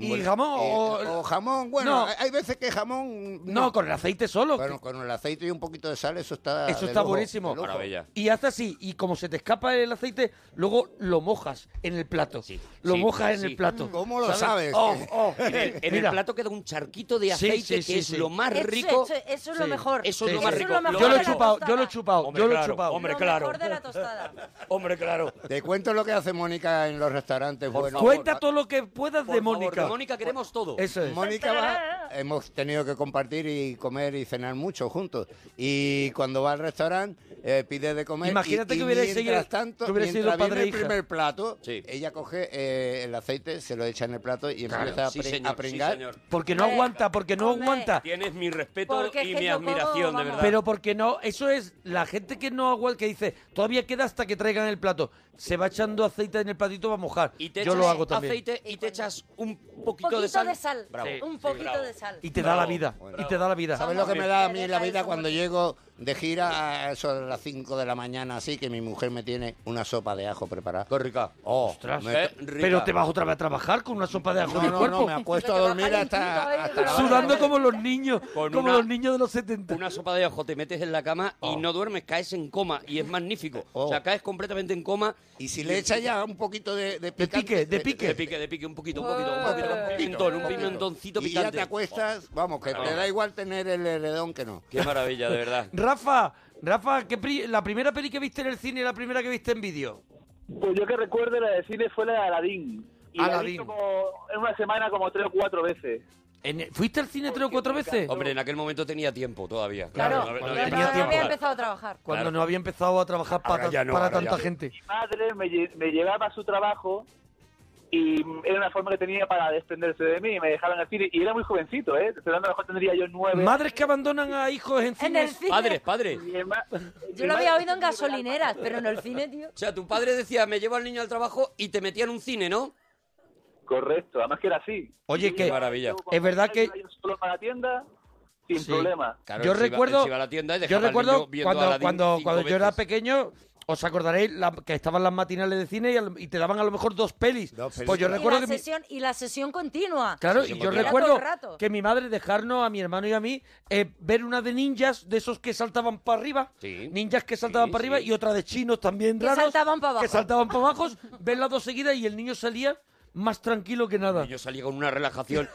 [SPEAKER 2] ¿Y
[SPEAKER 6] Bueno,
[SPEAKER 2] jamón
[SPEAKER 6] eh,
[SPEAKER 2] o-
[SPEAKER 6] o jamón, bueno,
[SPEAKER 2] No.
[SPEAKER 6] hay- hay veces que jamón...
[SPEAKER 2] No, con el aceite solo.
[SPEAKER 6] Bueno, con el aceite y un poquito de sal, eso está.
[SPEAKER 2] Eso
[SPEAKER 6] Ah, de
[SPEAKER 2] está
[SPEAKER 6] lujo,
[SPEAKER 2] buenísimo.
[SPEAKER 6] de lujo.
[SPEAKER 7] Maravilla.
[SPEAKER 2] Y hasta así, y como se te escapa el aceite, luego lo mojas en el plato.
[SPEAKER 7] Sí,
[SPEAKER 2] lo
[SPEAKER 7] sí,
[SPEAKER 2] mojas en
[SPEAKER 7] sí.
[SPEAKER 2] el plato.
[SPEAKER 6] ¿Cómo lo sabes?
[SPEAKER 2] Oh, oh.
[SPEAKER 7] En el, en el
[SPEAKER 2] Mira,
[SPEAKER 7] plato queda un charquito de
[SPEAKER 2] Sí,
[SPEAKER 7] aceite
[SPEAKER 2] sí, sí,
[SPEAKER 7] que es
[SPEAKER 2] sí.
[SPEAKER 7] lo más
[SPEAKER 5] Eso-
[SPEAKER 7] rico.
[SPEAKER 5] Eso, eso es lo
[SPEAKER 2] Sí.
[SPEAKER 5] mejor.
[SPEAKER 7] Eso es lo
[SPEAKER 2] Sí,
[SPEAKER 7] más
[SPEAKER 2] sí.
[SPEAKER 7] rico.
[SPEAKER 5] mejor
[SPEAKER 2] Yo lo
[SPEAKER 5] de
[SPEAKER 2] he
[SPEAKER 5] la
[SPEAKER 2] chupado, yo lo he
[SPEAKER 5] tostada.
[SPEAKER 2] chupado,
[SPEAKER 7] Hombre,
[SPEAKER 2] yo lo he
[SPEAKER 7] claro,
[SPEAKER 2] chupado.
[SPEAKER 7] hombre,
[SPEAKER 5] lo
[SPEAKER 7] claro.
[SPEAKER 5] mejor de la tostada.
[SPEAKER 7] Hombre, claro.
[SPEAKER 6] Te cuento lo que hace Mónica en los restaurantes. buenos.
[SPEAKER 2] Cuenta todo lo que puedas
[SPEAKER 7] Por
[SPEAKER 2] de
[SPEAKER 7] favor,
[SPEAKER 2] Mónica.
[SPEAKER 7] de Mónica queremos todo.
[SPEAKER 2] Eso es.
[SPEAKER 6] Mónica va- hemos tenido que compartir y comer y cenar mucho juntos. Y cuando va al restaurante, eh, pide de comer.
[SPEAKER 2] Imagínate
[SPEAKER 6] y- y
[SPEAKER 2] que hubierais
[SPEAKER 6] mientras
[SPEAKER 2] seguido-
[SPEAKER 6] tanto,
[SPEAKER 2] que hubierais sido
[SPEAKER 6] mientras viene
[SPEAKER 2] padre e
[SPEAKER 6] el
[SPEAKER 2] hija.
[SPEAKER 6] primer plato,
[SPEAKER 7] Sí.
[SPEAKER 6] ella coge eh, el aceite, se lo echa en el plato y
[SPEAKER 7] Claro,
[SPEAKER 6] empieza a,
[SPEAKER 7] sí,
[SPEAKER 6] pri-
[SPEAKER 7] señor,
[SPEAKER 6] a pringar. Eh,
[SPEAKER 7] sí, señor.
[SPEAKER 2] Porque no
[SPEAKER 5] Hombre,
[SPEAKER 2] aguanta, porque no
[SPEAKER 5] hombre.
[SPEAKER 2] aguanta.
[SPEAKER 7] Tienes mi respeto
[SPEAKER 5] Porque es
[SPEAKER 7] y
[SPEAKER 5] que
[SPEAKER 7] mi
[SPEAKER 5] yo como,
[SPEAKER 7] admiración, de
[SPEAKER 5] vamos.
[SPEAKER 7] verdad.
[SPEAKER 2] Pero porque no, eso es la gente que no aguanta, que dice, todavía queda hasta que traigan el plato. Se va echando aceite en el platito para mojar.
[SPEAKER 7] y te
[SPEAKER 2] Yo
[SPEAKER 7] echas
[SPEAKER 2] lo hago también.
[SPEAKER 7] aceite y te echas un poquito,
[SPEAKER 5] Un poquito
[SPEAKER 7] de sal.
[SPEAKER 2] Bravo. Sí,
[SPEAKER 5] Un
[SPEAKER 7] sí,
[SPEAKER 5] poquito
[SPEAKER 7] bravo.
[SPEAKER 5] de sal.
[SPEAKER 2] Y te
[SPEAKER 7] Bravo,
[SPEAKER 2] da la vida.
[SPEAKER 7] bravo.
[SPEAKER 2] Y te da la vida.
[SPEAKER 6] ¿Sabes lo que me da a mí la vida
[SPEAKER 5] Somos-
[SPEAKER 6] cuando llego de gira a eso de las 5 de la mañana así que mi mujer me tiene una sopa de ajo preparada?
[SPEAKER 7] Qué rica.
[SPEAKER 6] Oh,
[SPEAKER 2] Ostras.
[SPEAKER 6] me-
[SPEAKER 7] Eh, rica.
[SPEAKER 2] Pero te vas otra vez a trabajar con una sopa de ajo
[SPEAKER 6] No,
[SPEAKER 2] en el
[SPEAKER 6] no,
[SPEAKER 2] cuerpo.
[SPEAKER 6] no, me acuesto a
[SPEAKER 5] Pero te
[SPEAKER 6] dormir
[SPEAKER 5] baja
[SPEAKER 6] hasta,
[SPEAKER 5] limpio, eh,
[SPEAKER 6] hasta la hora
[SPEAKER 2] Sudando
[SPEAKER 6] de-
[SPEAKER 2] como los niños,
[SPEAKER 7] Ah, Con
[SPEAKER 2] como
[SPEAKER 7] una-
[SPEAKER 2] los niños de los Oh. 70.
[SPEAKER 7] Una sopa de ajo, te metes en la cama y no duermes, caes en coma y es magnífico. O sea,
[SPEAKER 6] Oh.
[SPEAKER 7] caes completamente en coma.
[SPEAKER 6] Y si le echa ya un poquito de, de
[SPEAKER 2] De
[SPEAKER 6] picante,
[SPEAKER 2] pique, de
[SPEAKER 7] De
[SPEAKER 2] pique.
[SPEAKER 7] pique, de pique, un poquito, un poquito, un
[SPEAKER 5] Eh.
[SPEAKER 7] poquito, un pimentón, un
[SPEAKER 5] Poquito.
[SPEAKER 7] pimentoncito
[SPEAKER 6] Y ya
[SPEAKER 7] picante.
[SPEAKER 6] te acuestas, vamos, que te da igual tener el heredón que no.
[SPEAKER 7] Qué maravilla, de verdad.
[SPEAKER 2] Rafa, Rafa, ¿qué pri- ¿la primera peli que viste en el cine y la primera que viste en vídeo?
[SPEAKER 8] Pues yo que recuerdo la de cine fue la de Aladín. Y la he
[SPEAKER 2] Aladín.
[SPEAKER 8] visto como en una semana como tres o cuatro veces.
[SPEAKER 2] En- ¿Fuiste al cine tres o cuatro veces?
[SPEAKER 7] Hombre, en aquel momento tenía tiempo todavía.
[SPEAKER 5] Claro,
[SPEAKER 7] no- no
[SPEAKER 5] no,
[SPEAKER 7] había-
[SPEAKER 2] tenía
[SPEAKER 5] no, no
[SPEAKER 2] tiempo.
[SPEAKER 5] había empezado a trabajar.
[SPEAKER 2] Cuando
[SPEAKER 7] claro.
[SPEAKER 2] no había empezado a trabajar
[SPEAKER 7] Ahora
[SPEAKER 2] para,
[SPEAKER 7] ya no,
[SPEAKER 2] para
[SPEAKER 7] ahora
[SPEAKER 2] tanta
[SPEAKER 7] ya.
[SPEAKER 2] gente.
[SPEAKER 8] Mi madre me, lle- me llevaba a su trabajo y era una forma que tenía para desprenderse de mí. Me dejaban al cine y era muy jovencito, ¿eh? Estoy hablando, a lo mejor tendría yo nueve.
[SPEAKER 2] Madres que abandonan a hijos en
[SPEAKER 5] En el
[SPEAKER 2] cines.
[SPEAKER 5] cine.
[SPEAKER 7] Padres, padres.
[SPEAKER 8] Mi herma- mi
[SPEAKER 5] Yo lo había
[SPEAKER 8] madre-
[SPEAKER 5] oído en gasolineras, pero en el cine, tío.
[SPEAKER 7] O sea, tu padre decía, me llevo al niño al trabajo y te metía en un cine, ¿no?
[SPEAKER 8] Correcto, además que era así.
[SPEAKER 2] Oye,
[SPEAKER 7] Qué
[SPEAKER 2] que
[SPEAKER 7] maravilla.
[SPEAKER 2] es verdad que-
[SPEAKER 8] Yo solo para la tienda, sin
[SPEAKER 2] Sí.
[SPEAKER 8] problema.
[SPEAKER 7] Claro,
[SPEAKER 2] yo
[SPEAKER 7] él se iba-
[SPEAKER 2] recuerdo,
[SPEAKER 7] él se iba a la tienda y
[SPEAKER 2] yo
[SPEAKER 7] dejaba al
[SPEAKER 2] recuerdo
[SPEAKER 7] niño viendo
[SPEAKER 2] cuando,
[SPEAKER 7] Aladdin
[SPEAKER 2] cuando,
[SPEAKER 7] cinco
[SPEAKER 2] cuando yo era
[SPEAKER 7] veces.
[SPEAKER 2] pequeño, os acordaréis la- que estaban las matinales de cine y, al- y te daban a lo mejor dos pelis. Pues yo
[SPEAKER 5] Y
[SPEAKER 2] recuerdo
[SPEAKER 5] la
[SPEAKER 2] que mi-
[SPEAKER 5] sesión, y la sesión continua.
[SPEAKER 2] Claro,
[SPEAKER 5] Sí,
[SPEAKER 2] y yo
[SPEAKER 5] porque era todo
[SPEAKER 2] recuerdo
[SPEAKER 5] el rato.
[SPEAKER 2] que mi madre dejarnos a mi hermano y a mí eh, ver una de ninjas, de esos que saltaban para arriba, ninjas que saltaban para arriba y otra de chinos también
[SPEAKER 5] Que
[SPEAKER 2] raros,
[SPEAKER 5] saltaban para abajo.
[SPEAKER 2] que saltaban para abajo, ver las dos seguidas y el niño salía más tranquilo que nada.
[SPEAKER 4] Yo salí con una relajación.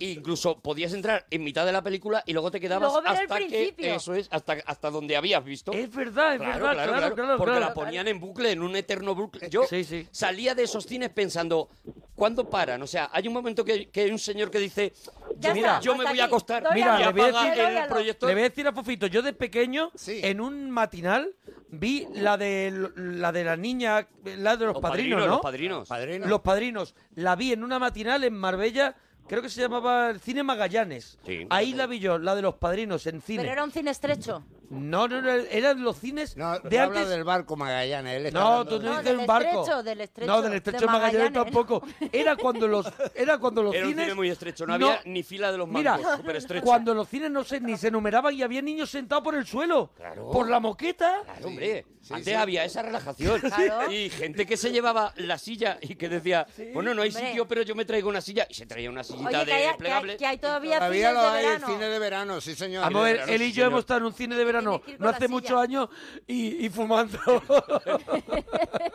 [SPEAKER 4] E incluso podías entrar en mitad de la película y luego te quedabas
[SPEAKER 2] Luego ver el
[SPEAKER 4] hasta que-
[SPEAKER 2] principio.
[SPEAKER 4] eso es hasta hasta donde habías visto.
[SPEAKER 2] Es verdad, es
[SPEAKER 4] Claro,
[SPEAKER 2] verdad, claro, claro,
[SPEAKER 4] porque
[SPEAKER 2] claro.
[SPEAKER 4] la ponían en bucle, en un eterno bucle. Yo salía de esos cines pensando, ¿cuándo paran? O sea, hay un momento que, que hay un señor que dice,
[SPEAKER 2] Ya
[SPEAKER 4] mira,
[SPEAKER 2] está,
[SPEAKER 4] yo me
[SPEAKER 2] hasta
[SPEAKER 4] voy a
[SPEAKER 2] aquí,
[SPEAKER 4] acostar,
[SPEAKER 2] doy
[SPEAKER 4] mira,
[SPEAKER 2] a
[SPEAKER 4] y
[SPEAKER 2] luz. Le voy a
[SPEAKER 4] apaga
[SPEAKER 2] decir-
[SPEAKER 4] el proyector.
[SPEAKER 2] Le voy a decir a Fofito, yo de pequeño, en un matinal, vi la de la de la niña, la de los,
[SPEAKER 4] Los
[SPEAKER 2] padrinos,
[SPEAKER 4] padrinos,
[SPEAKER 2] ¿no?
[SPEAKER 4] los padrinos. Padrinos.
[SPEAKER 2] Los padrinos. La vi en una matinal en Marbella, creo que se llamaba el Cine Magallanes. Ahí la vi yo, la de los padrinos, en cine.
[SPEAKER 5] Pero era un cine estrecho.
[SPEAKER 2] No, no, no, eran los cines de
[SPEAKER 6] tú hablas
[SPEAKER 2] antes.
[SPEAKER 6] del barco Magallanes. Él está
[SPEAKER 2] No,
[SPEAKER 6] hablando
[SPEAKER 2] tú
[SPEAKER 6] de-
[SPEAKER 2] no dices
[SPEAKER 5] del
[SPEAKER 2] un barco.
[SPEAKER 5] estrecho, del estrecho,
[SPEAKER 2] no, del
[SPEAKER 5] de
[SPEAKER 2] estrecho Magallanes,
[SPEAKER 5] Magallanes,
[SPEAKER 2] tampoco. Era cuando los, era cuando los
[SPEAKER 4] Era un
[SPEAKER 2] cines.
[SPEAKER 4] cine muy estrecho, no,
[SPEAKER 2] no-
[SPEAKER 4] había ni fila de los
[SPEAKER 2] Mira,
[SPEAKER 4] mancos, súper estrecho.
[SPEAKER 2] cuando los cines no se, ni se numeraban y había niños sentados por el suelo, por la moqueta.
[SPEAKER 4] Claro, hombre, antes había esa relajación.
[SPEAKER 2] Claro.
[SPEAKER 4] Y gente que se llevaba la silla y que decía, bueno, no hay
[SPEAKER 5] Hombre.
[SPEAKER 4] sitio, pero yo me traigo una silla. Y se traía una sillita
[SPEAKER 5] Oye, que
[SPEAKER 4] de
[SPEAKER 5] hay, que
[SPEAKER 4] plegable.
[SPEAKER 5] hay- que hay todavía,
[SPEAKER 6] Todavía
[SPEAKER 5] cines
[SPEAKER 6] lo
[SPEAKER 5] de
[SPEAKER 6] hay,
[SPEAKER 5] verano.
[SPEAKER 6] cine de verano, sí, señor.
[SPEAKER 2] Vamos a ver, él y yo
[SPEAKER 6] estado
[SPEAKER 2] hemos estado en un cine de verano
[SPEAKER 5] que ir con
[SPEAKER 2] no
[SPEAKER 5] la
[SPEAKER 2] hace
[SPEAKER 5] silla.
[SPEAKER 2] muchos años y, y fumando.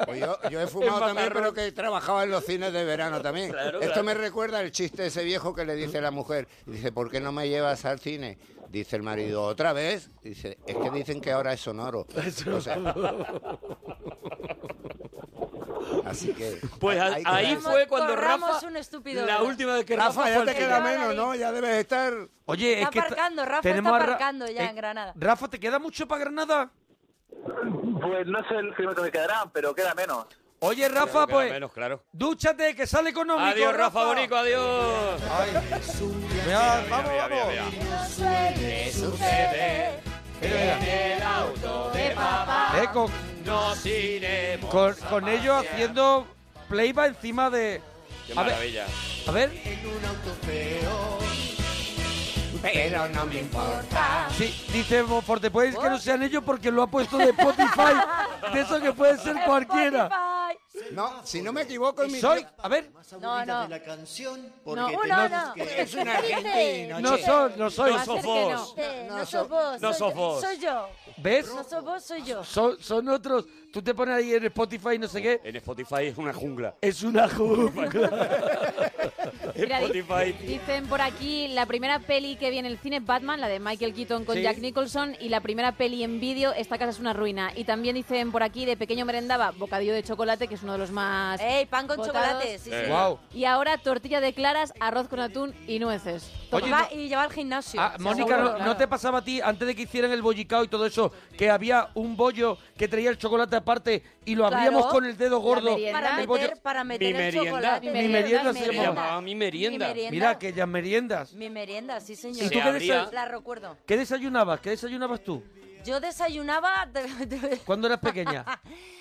[SPEAKER 6] Pues yo, yo he fumado
[SPEAKER 2] En
[SPEAKER 6] también,
[SPEAKER 2] Matarrón.
[SPEAKER 6] pero que trabajaba en los cines de verano también.
[SPEAKER 2] Claro,
[SPEAKER 6] Esto
[SPEAKER 2] claro.
[SPEAKER 6] me recuerda el chiste de ese viejo que le dice la mujer, dice, ¿por qué no me llevas al cine? Dice el marido, ¿otra vez? Dice, es que dicen que ahora es sonoro. O sea, así que...
[SPEAKER 4] Pues a-
[SPEAKER 6] hay que
[SPEAKER 4] ahí
[SPEAKER 6] darse.
[SPEAKER 4] fue cuando
[SPEAKER 5] Corramos
[SPEAKER 4] Rafa,
[SPEAKER 5] un estúpido
[SPEAKER 4] la
[SPEAKER 5] velo.
[SPEAKER 4] última vez que Rafa,
[SPEAKER 6] Rafa, ya
[SPEAKER 4] fue
[SPEAKER 6] te
[SPEAKER 4] al
[SPEAKER 6] queda
[SPEAKER 4] cine.
[SPEAKER 6] menos, ¿no? Ya debes estar...
[SPEAKER 2] Oye,
[SPEAKER 5] Está
[SPEAKER 2] es que
[SPEAKER 5] aparcando, Rafa
[SPEAKER 2] tenemos
[SPEAKER 5] está
[SPEAKER 2] a Ra-
[SPEAKER 5] aparcando ya
[SPEAKER 2] eh,
[SPEAKER 5] en Granada.
[SPEAKER 2] Rafa, ¿te queda mucho para Granada?
[SPEAKER 8] Pues no sé el kilómetro que quedarán, pero queda menos.
[SPEAKER 2] Oye, Rafa,
[SPEAKER 4] Claro, queda
[SPEAKER 2] pues
[SPEAKER 4] menos, claro.
[SPEAKER 2] dúchate, que sale económico.
[SPEAKER 4] Adiós, Rafa Bonico, adiós.
[SPEAKER 2] Mira, vamos,
[SPEAKER 4] mira, mira,
[SPEAKER 2] vamos.
[SPEAKER 4] mira.
[SPEAKER 1] Suele suceder en el auto de papá.
[SPEAKER 2] Eh, con,
[SPEAKER 4] Nos iremos.
[SPEAKER 2] con, con ellos haciendo play va encima de...
[SPEAKER 4] Qué
[SPEAKER 2] A ver,
[SPEAKER 4] maravilla.
[SPEAKER 2] A ver,
[SPEAKER 1] En un auto feo.
[SPEAKER 6] Pero no me importa.
[SPEAKER 2] sí, dice Forte, puedes que no sean ellos porque lo ha puesto de Spotify, de eso que puede ser cualquiera. Ah,
[SPEAKER 6] No, si no me equivoco... en mi-
[SPEAKER 2] Soy, a ver,
[SPEAKER 3] No, no.
[SPEAKER 1] La canción.
[SPEAKER 3] No,
[SPEAKER 1] Porque
[SPEAKER 3] uno
[SPEAKER 1] tenemos
[SPEAKER 3] no.
[SPEAKER 1] que-
[SPEAKER 6] Es un argentino,
[SPEAKER 2] no
[SPEAKER 6] che.
[SPEAKER 2] son, no soy.
[SPEAKER 4] No sos vos.
[SPEAKER 5] No, sos vos.
[SPEAKER 4] no
[SPEAKER 5] soy
[SPEAKER 4] sos
[SPEAKER 5] yo-
[SPEAKER 4] vos.
[SPEAKER 5] Soy yo.
[SPEAKER 2] ¿Ves?
[SPEAKER 5] No sos vos, soy yo.
[SPEAKER 2] Son, son otros. Tú te pones ahí en Spotify, no sé qué.
[SPEAKER 4] En Spotify es una jungla.
[SPEAKER 2] Es una jungla.
[SPEAKER 4] En
[SPEAKER 3] Mira, di-
[SPEAKER 4] Spotify.
[SPEAKER 3] Dicen por aquí la primera peli que vi en el cine Batman, la de Michael Keaton con
[SPEAKER 2] Sí.
[SPEAKER 3] Jack Nicholson, y la primera peli en vídeo Esta casa es una ruina. Y también dicen por aquí de pequeño merendaba bocadillo de chocolate, que es uno de los más.
[SPEAKER 5] Ey, pan con
[SPEAKER 3] Botados.
[SPEAKER 5] chocolate. Sí, sí.
[SPEAKER 4] Eh.
[SPEAKER 2] Wow.
[SPEAKER 3] Y ahora tortilla de claras, arroz con atún y nueces. Toma.
[SPEAKER 2] Oye,
[SPEAKER 5] Va
[SPEAKER 2] no-
[SPEAKER 5] y lleva al gimnasio.
[SPEAKER 2] Ah, Mónica,
[SPEAKER 3] Seguro,
[SPEAKER 2] ¿no,
[SPEAKER 3] claro.
[SPEAKER 2] no te pasaba a ti, antes de que hicieran el bollicao y todo eso, que había un bollo que traía el chocolate aparte y lo abríamos
[SPEAKER 5] Claro.
[SPEAKER 2] con el dedo gordo?
[SPEAKER 3] merienda.
[SPEAKER 5] para
[SPEAKER 2] el bollo-
[SPEAKER 5] meter, para meter
[SPEAKER 4] Mi
[SPEAKER 5] el
[SPEAKER 4] merienda.
[SPEAKER 5] chocolate.
[SPEAKER 2] Mi merienda se
[SPEAKER 4] Se
[SPEAKER 2] merienda.
[SPEAKER 4] llamaba mi merienda.
[SPEAKER 5] merienda.
[SPEAKER 2] Mira, aquellas meriendas.
[SPEAKER 5] Mi merienda, sí, señor.
[SPEAKER 2] ¿Y tú
[SPEAKER 4] Se
[SPEAKER 2] qué,
[SPEAKER 4] abría.
[SPEAKER 2] desa-
[SPEAKER 5] La recuerdo.
[SPEAKER 2] qué desayunabas? ¿Qué desayunabas tú?
[SPEAKER 5] Yo desayunaba... de- de-
[SPEAKER 2] ¿Cuándo eras pequeña?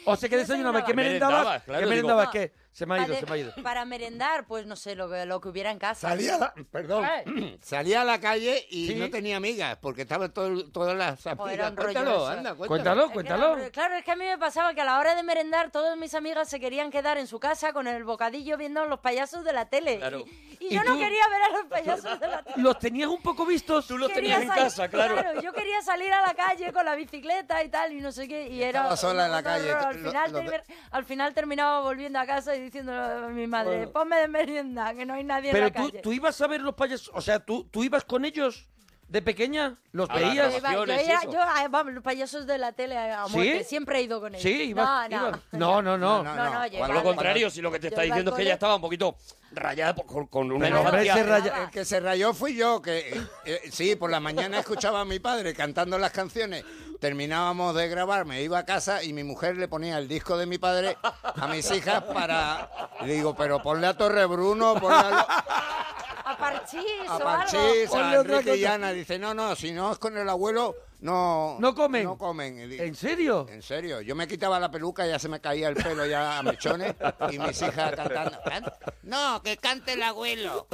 [SPEAKER 2] O sea, ¿qué
[SPEAKER 5] Yo
[SPEAKER 2] desayunabas? ¿Qué
[SPEAKER 5] desayunaba. Ah,
[SPEAKER 2] merendabas?
[SPEAKER 4] Merendabas, claro,
[SPEAKER 2] ¿Qué
[SPEAKER 4] digo.
[SPEAKER 2] merendabas?
[SPEAKER 5] No.
[SPEAKER 2] ¿Qué? Se me ha ido,
[SPEAKER 5] para-
[SPEAKER 2] se me ha ido.
[SPEAKER 5] Para merendar, pues no sé, lo que, lo que hubiera en casa.
[SPEAKER 6] Salía a la, perdón, salía a la calle y
[SPEAKER 2] Sí.
[SPEAKER 6] no tenía amigas porque estaban todo- todas las
[SPEAKER 5] Joder, Oh, era
[SPEAKER 6] amigas.
[SPEAKER 5] un rollo
[SPEAKER 6] Cuéntalo,
[SPEAKER 5] eso.
[SPEAKER 6] anda, cuéntalo.
[SPEAKER 2] Cuéntalo,
[SPEAKER 5] Es que
[SPEAKER 2] cuéntalo.
[SPEAKER 5] la- claro, es que a mí me pasaba que a la hora de merendar todas mis amigas se querían quedar en su casa con el bocadillo viendo los payasos de la tele.
[SPEAKER 4] Claro.
[SPEAKER 5] Y, y
[SPEAKER 2] ¿Y
[SPEAKER 5] yo no
[SPEAKER 2] tú?
[SPEAKER 5] quería ver a los payasos de la tele.
[SPEAKER 2] ¿Los tenías un poco vistos?
[SPEAKER 4] Tú los
[SPEAKER 5] Quería
[SPEAKER 4] tenías en casa,
[SPEAKER 5] salir-
[SPEAKER 4] claro.
[SPEAKER 5] Yo quería salir a la calle con la bicicleta y tal, y no sé qué. Y era.
[SPEAKER 6] estaba sola en la
[SPEAKER 5] un
[SPEAKER 6] calle.
[SPEAKER 5] horror. Al
[SPEAKER 6] Lo-
[SPEAKER 5] final,
[SPEAKER 6] lo de-
[SPEAKER 5] termi- al final terminaba volviendo a casa y diciendo a mi madre: ponme de merienda, que no hay nadie en
[SPEAKER 2] Pero
[SPEAKER 5] la
[SPEAKER 2] tú,
[SPEAKER 5] calle.
[SPEAKER 2] tú ibas a ver los payasos, o sea, ¿tú, tú ibas con ellos de pequeña, los
[SPEAKER 4] A la
[SPEAKER 2] veías.
[SPEAKER 5] Yo iba- yo,
[SPEAKER 4] grabaciones y
[SPEAKER 5] era-
[SPEAKER 4] eso.
[SPEAKER 5] yo, ah, vamos, los payasos de la tele a
[SPEAKER 2] ¿Sí?
[SPEAKER 5] muerte. Siempre he ido con ellos.
[SPEAKER 2] Sí, ibas.
[SPEAKER 5] No, no.
[SPEAKER 2] ibas. No, no, no.
[SPEAKER 5] No, no,
[SPEAKER 6] cuando-
[SPEAKER 5] yo iba
[SPEAKER 4] Lo
[SPEAKER 5] al-
[SPEAKER 6] cuando-
[SPEAKER 4] contrario, si lo que te
[SPEAKER 5] Yo
[SPEAKER 4] está
[SPEAKER 5] iba al
[SPEAKER 4] diciendo es que
[SPEAKER 5] cole-
[SPEAKER 4] ella estaba un poquito rayada por- con, con una
[SPEAKER 2] Pero, hombre,
[SPEAKER 4] infancia.
[SPEAKER 2] se raya-
[SPEAKER 6] El que se rayó fui yo, que eh, eh, sí, por la mañana escuchaba a mi padre cantando las canciones. Terminábamos de grabar, me iba a casa y mi mujer le ponía el disco de mi padre a mis hijas para. Le digo, pero ponle a Torre Bruno, ponle a. lo-
[SPEAKER 5] A parchís
[SPEAKER 6] a
[SPEAKER 5] o
[SPEAKER 6] Parchís,
[SPEAKER 5] algo.
[SPEAKER 6] a
[SPEAKER 2] Ponle otra
[SPEAKER 6] Enrique y
[SPEAKER 2] cosa.
[SPEAKER 6] Ana. Dice, no, no, si no es con el abuelo, no...
[SPEAKER 2] ¿No comen?
[SPEAKER 6] No comen. Y di-
[SPEAKER 2] ¿En serio?
[SPEAKER 6] En serio, yo me quitaba la peluca, ya se me caía el pelo ya a mechones y mis hijas cantando. "Can- No, que cante el abuelo.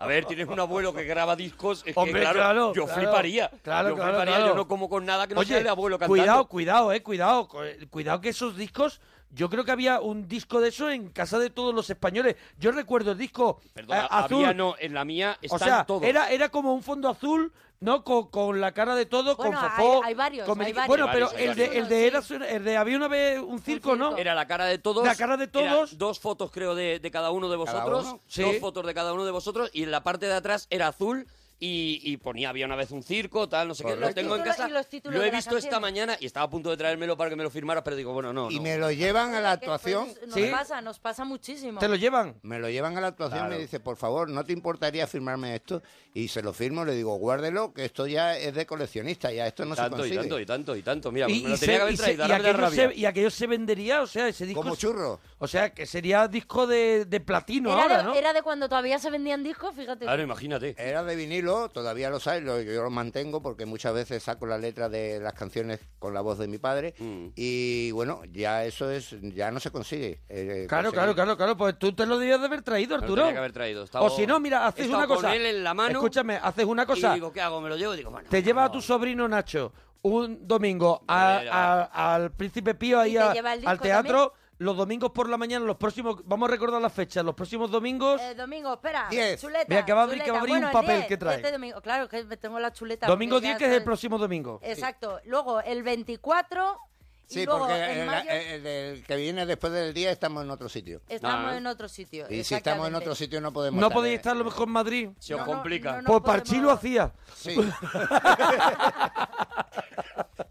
[SPEAKER 7] A ver, tienes un abuelo que graba discos. Es
[SPEAKER 2] Hombre,
[SPEAKER 7] que, claro,
[SPEAKER 2] claro,
[SPEAKER 7] yo
[SPEAKER 2] claro.
[SPEAKER 7] fliparía.
[SPEAKER 2] Claro,
[SPEAKER 7] yo
[SPEAKER 2] claro,
[SPEAKER 7] fliparía.
[SPEAKER 2] claro.
[SPEAKER 7] Yo no como con nada que no sea el abuelo cantando.
[SPEAKER 2] cuidado, cuidado, eh, cuidado, co- eh, cuidado que esos discos, yo creo que había un disco de eso en casa de todos los españoles. Yo recuerdo el disco
[SPEAKER 7] Perdona,
[SPEAKER 2] eh, azul,
[SPEAKER 7] había no, en la mía
[SPEAKER 2] o
[SPEAKER 7] están
[SPEAKER 2] sea,
[SPEAKER 7] todos.
[SPEAKER 2] era era como un fondo azul, no, con, con la cara de todo,
[SPEAKER 5] Bueno,
[SPEAKER 2] con
[SPEAKER 5] hay-
[SPEAKER 2] Fofó,
[SPEAKER 5] hay varios,
[SPEAKER 2] con Meri-
[SPEAKER 5] hay varios.
[SPEAKER 2] bueno,
[SPEAKER 7] Hay
[SPEAKER 2] pero
[SPEAKER 7] varios, hay
[SPEAKER 2] el de
[SPEAKER 7] varios.
[SPEAKER 2] el de era su- el de había una vez un circo, ¿no?
[SPEAKER 5] circo.
[SPEAKER 7] Era la cara de todos.
[SPEAKER 2] La cara de
[SPEAKER 7] Era
[SPEAKER 2] todos.
[SPEAKER 7] dos fotos, creo, de, de cada uno de
[SPEAKER 6] ¿Cada
[SPEAKER 7] vosotros.
[SPEAKER 6] uno?
[SPEAKER 2] Sí.
[SPEAKER 7] Dos fotos de cada uno de vosotros. Y en la parte de atrás era azul. Y, y ponía, había una vez un circo, tal, no sé qué.
[SPEAKER 6] Correcto.
[SPEAKER 7] Lo tengo en
[SPEAKER 5] Título-
[SPEAKER 7] casa.
[SPEAKER 5] y los títulos
[SPEAKER 7] Lo he
[SPEAKER 5] de las
[SPEAKER 7] visto esta
[SPEAKER 5] canciones.
[SPEAKER 7] mañana y estaba a punto de traérmelo para que me lo firmaras, pero digo, bueno, no.
[SPEAKER 6] Y
[SPEAKER 7] no.
[SPEAKER 6] me lo llevan a la actuación.
[SPEAKER 5] Pues nos
[SPEAKER 2] Sí.
[SPEAKER 5] pasa, nos pasa muchísimo.
[SPEAKER 2] ¿Te lo llevan?
[SPEAKER 6] Me lo llevan a la actuación y me dice, por favor, ¿no te importaría firmarme esto? Y se lo firmo, le digo, guárdelo, que esto ya es de coleccionista, ya esto no se
[SPEAKER 7] tanto y
[SPEAKER 6] consigue.
[SPEAKER 7] tanto y tanto y tanto. Mira,
[SPEAKER 2] Y,
[SPEAKER 7] me lo
[SPEAKER 2] y
[SPEAKER 7] tenía que
[SPEAKER 2] se,
[SPEAKER 7] haber
[SPEAKER 2] y, se-
[SPEAKER 7] traído.
[SPEAKER 2] y
[SPEAKER 7] ahora me da
[SPEAKER 2] aquello
[SPEAKER 7] rabia.
[SPEAKER 2] se, y aquello se vendería, o sea, ese disco.
[SPEAKER 6] Como churro.
[SPEAKER 2] O sea, que sería disco de, de platino
[SPEAKER 5] Era,
[SPEAKER 2] ahora,
[SPEAKER 5] de,
[SPEAKER 2] ¿no?
[SPEAKER 5] era de cuando todavía se vendían discos, fíjate.
[SPEAKER 7] Claro, imagínate.
[SPEAKER 6] Era de vinilo, todavía lo sabes, lo- yo lo mantengo porque muchas veces saco la letra de las canciones con la voz de mi padre
[SPEAKER 7] Mm.
[SPEAKER 6] y bueno, ya eso es, ya no se consigue. eh,
[SPEAKER 2] Claro,
[SPEAKER 6] conseguir.
[SPEAKER 2] claro, claro, claro. Pues tú te lo debías de haber traído,
[SPEAKER 7] lo
[SPEAKER 2] Arturo.
[SPEAKER 7] tenía que haber traído. Estaba-
[SPEAKER 2] o si no, mira, haces
[SPEAKER 7] estaba
[SPEAKER 2] una
[SPEAKER 7] con
[SPEAKER 2] cosa.
[SPEAKER 7] él en la mano
[SPEAKER 2] Escúchame, haces una cosa.
[SPEAKER 7] Y digo, ¿qué hago? Me lo llevo y digo, bueno.
[SPEAKER 2] te llevas a tu
[SPEAKER 7] no.
[SPEAKER 2] sobrino Nacho un domingo a-
[SPEAKER 7] Hombre,
[SPEAKER 2] a- al Príncipe Pío ahí
[SPEAKER 5] te
[SPEAKER 2] a-
[SPEAKER 5] lleva el disco
[SPEAKER 2] al teatro. Los domingos por la mañana, los próximos, vamos a recordar las fechas, los próximos domingos,
[SPEAKER 5] Eh, domingo, espera.
[SPEAKER 6] Diez.
[SPEAKER 5] Chuleta.
[SPEAKER 2] Mira, que va a abrir-
[SPEAKER 5] chuleta.
[SPEAKER 2] que va a abrir un
[SPEAKER 5] Bueno, el
[SPEAKER 2] papel
[SPEAKER 5] 10,
[SPEAKER 2] que trae.
[SPEAKER 5] 10 de domingo. Claro, que tengo la chuleta.
[SPEAKER 2] domingo
[SPEAKER 5] porque
[SPEAKER 2] 10,
[SPEAKER 5] ya
[SPEAKER 2] que es el
[SPEAKER 5] sabes.
[SPEAKER 2] próximo domingo.
[SPEAKER 5] Exacto. Luego el 24 y
[SPEAKER 6] Sí,
[SPEAKER 5] luego
[SPEAKER 6] porque
[SPEAKER 5] en
[SPEAKER 2] eh,
[SPEAKER 6] el,
[SPEAKER 5] mayo
[SPEAKER 6] el- el que viene después eh, del día estamos en otro sitio.
[SPEAKER 5] estamos
[SPEAKER 7] Ah.
[SPEAKER 5] en otro sitio.
[SPEAKER 6] Y si estamos en
[SPEAKER 5] exactamente.
[SPEAKER 6] otro sitio no podemos...
[SPEAKER 2] ¿No
[SPEAKER 6] estar,
[SPEAKER 2] podéis
[SPEAKER 6] eh.
[SPEAKER 2] estar a lo mejor en Madrid?
[SPEAKER 7] Se os
[SPEAKER 5] No, no,
[SPEAKER 7] complica.
[SPEAKER 5] no, no.
[SPEAKER 2] pues Parchís lo
[SPEAKER 5] podemos-
[SPEAKER 2] hacía.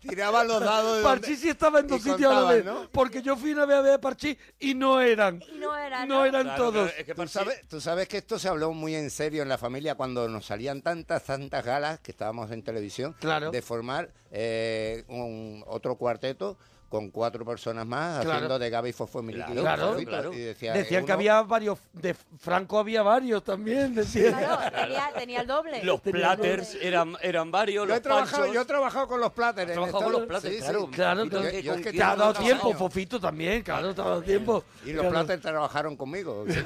[SPEAKER 6] Sí. Tiraba los dados. de
[SPEAKER 2] Parchís sí estaba en dos
[SPEAKER 6] y
[SPEAKER 2] sitios a la
[SPEAKER 6] contaban,
[SPEAKER 2] vez,
[SPEAKER 6] ¿no?
[SPEAKER 2] Porque yo fui una vez a ver a Parchís y no eran.
[SPEAKER 5] Y no era,
[SPEAKER 2] No
[SPEAKER 5] ¿no?
[SPEAKER 2] eran
[SPEAKER 7] Claro,
[SPEAKER 2] todos.
[SPEAKER 7] claro, es que
[SPEAKER 6] ¿Tú
[SPEAKER 7] Parsi-
[SPEAKER 6] sabes, tú sabes que esto se habló muy en serio en la familia cuando nos salían tantas, tantas galas que estábamos en televisión
[SPEAKER 2] Claro.
[SPEAKER 6] de formar eh, un, otro cuarteto con cuatro personas más
[SPEAKER 2] Claro.
[SPEAKER 6] haciendo de Gaby Fofo Miliki,
[SPEAKER 7] Claro,
[SPEAKER 2] claro,
[SPEAKER 6] Fofito,
[SPEAKER 7] claro.
[SPEAKER 6] y decía,
[SPEAKER 2] Decían
[SPEAKER 6] eh,
[SPEAKER 2] que
[SPEAKER 6] uno-
[SPEAKER 2] había varios, de Franco había varios también, decían.
[SPEAKER 5] Claro, tenía, tenía el doble.
[SPEAKER 7] Los platters eran, eran varios.
[SPEAKER 6] Yo he,
[SPEAKER 7] los
[SPEAKER 6] trabajado,
[SPEAKER 7] panchos.
[SPEAKER 6] yo he trabajado con los pláteres.
[SPEAKER 7] Has trabajado con
[SPEAKER 6] esto.
[SPEAKER 7] los pláteres,
[SPEAKER 6] Sí,
[SPEAKER 7] claro.
[SPEAKER 6] sí.
[SPEAKER 2] Claro,
[SPEAKER 6] Yo-
[SPEAKER 2] entonces,
[SPEAKER 6] yo es que
[SPEAKER 2] te ha dado
[SPEAKER 6] tengo
[SPEAKER 2] tiempo,
[SPEAKER 6] años.
[SPEAKER 2] Fofito también, claro, te ha dado tiempo.
[SPEAKER 6] Y los
[SPEAKER 2] Claro.
[SPEAKER 6] pláteres trabajaron conmigo. sí.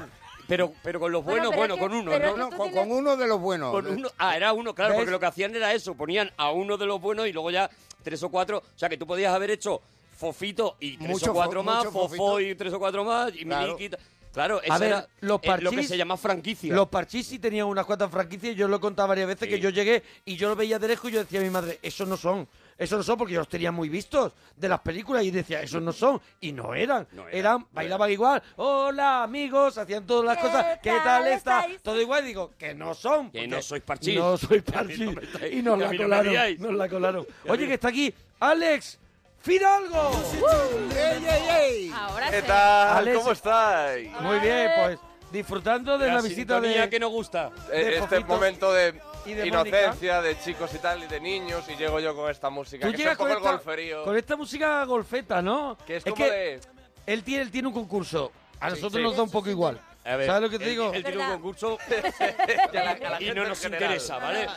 [SPEAKER 7] Pero, pero con los buenos,
[SPEAKER 5] Bueno, pero
[SPEAKER 7] bueno,
[SPEAKER 5] es que-
[SPEAKER 7] con uno,
[SPEAKER 5] pero
[SPEAKER 7] ¿no?
[SPEAKER 5] es que
[SPEAKER 6] No,
[SPEAKER 5] tú
[SPEAKER 6] con,
[SPEAKER 5] tienes-
[SPEAKER 6] con uno de los buenos.
[SPEAKER 7] Con uno, ah, era uno, claro,
[SPEAKER 2] eh, ¿Ves?
[SPEAKER 7] porque lo que hacían era eso, ponían a uno de los buenos y luego ya tres o cuatro, o sea que tú podías haber hecho fofito y tres
[SPEAKER 6] Mucho
[SPEAKER 7] o cuatro
[SPEAKER 6] fo-
[SPEAKER 7] más,
[SPEAKER 6] mucho
[SPEAKER 7] fofo
[SPEAKER 6] Fofito.
[SPEAKER 7] y tres o cuatro más, y
[SPEAKER 6] Claro.
[SPEAKER 7] Miliki, ta- Claro, eso
[SPEAKER 2] A ver,
[SPEAKER 7] era
[SPEAKER 2] los
[SPEAKER 7] eh, lo que
[SPEAKER 2] parchís-
[SPEAKER 7] se llama franquicia.
[SPEAKER 2] Los parchís sí tenían unas cuantas franquicias, yo lo he contado varias veces que
[SPEAKER 7] Sí.
[SPEAKER 2] yo llegué y yo lo veía de lejos y yo decía a mi madre, esos no son, esos no son porque yo los tenía muy vistos de las películas y decía, esos no son, y no eran,
[SPEAKER 7] No eran,
[SPEAKER 2] eran,
[SPEAKER 7] no
[SPEAKER 2] bailaban igual, hola amigos, hacían todas las
[SPEAKER 5] ¿Qué
[SPEAKER 2] cosas, ¿qué
[SPEAKER 5] tal
[SPEAKER 2] tal está?
[SPEAKER 5] estáis?
[SPEAKER 2] Todo igual, y digo, que no son.
[SPEAKER 7] Que
[SPEAKER 2] porque
[SPEAKER 7] no sois parchís.
[SPEAKER 2] No soy
[SPEAKER 7] Que
[SPEAKER 2] parchís.
[SPEAKER 7] no me estáis-
[SPEAKER 2] y nos
[SPEAKER 7] que a
[SPEAKER 2] la
[SPEAKER 7] mí no me
[SPEAKER 2] colaron,
[SPEAKER 7] liáis.
[SPEAKER 2] nos la colaron. Oye, que está aquí Alex Fidalgo.
[SPEAKER 6] ¡Ey, ey, ey!
[SPEAKER 1] Ahora
[SPEAKER 4] ¿Qué
[SPEAKER 1] sí.
[SPEAKER 4] tal?
[SPEAKER 2] Alex-
[SPEAKER 4] ¿Cómo estáis?
[SPEAKER 2] Muy bien, pues disfrutando de la, visita
[SPEAKER 7] sintonía
[SPEAKER 2] de...
[SPEAKER 7] que nos gusta.
[SPEAKER 4] Eh, este
[SPEAKER 2] Fofito.
[SPEAKER 4] momento de
[SPEAKER 2] Y de
[SPEAKER 4] inocencia, de chicos y tal, y de niños, y llego yo con esta música,
[SPEAKER 2] Tú
[SPEAKER 4] que es un
[SPEAKER 2] llegas
[SPEAKER 4] poco
[SPEAKER 2] con
[SPEAKER 4] el
[SPEAKER 2] esta,
[SPEAKER 4] golferío,
[SPEAKER 2] con esta música golfeta, ¿no?
[SPEAKER 4] que es como
[SPEAKER 2] que
[SPEAKER 4] de...
[SPEAKER 2] él, tiene, él tiene un concurso. A nosotros
[SPEAKER 7] sí.
[SPEAKER 2] nos da un poco igual.
[SPEAKER 7] A ver,
[SPEAKER 2] ¿Sabes lo que te
[SPEAKER 7] él-
[SPEAKER 2] digo?
[SPEAKER 7] Él tiene un
[SPEAKER 5] ¿Verdad?
[SPEAKER 7] concurso
[SPEAKER 4] a la- a la
[SPEAKER 7] y
[SPEAKER 4] gente
[SPEAKER 7] no
[SPEAKER 4] en
[SPEAKER 7] nos
[SPEAKER 4] general.
[SPEAKER 7] interesa, ¿vale?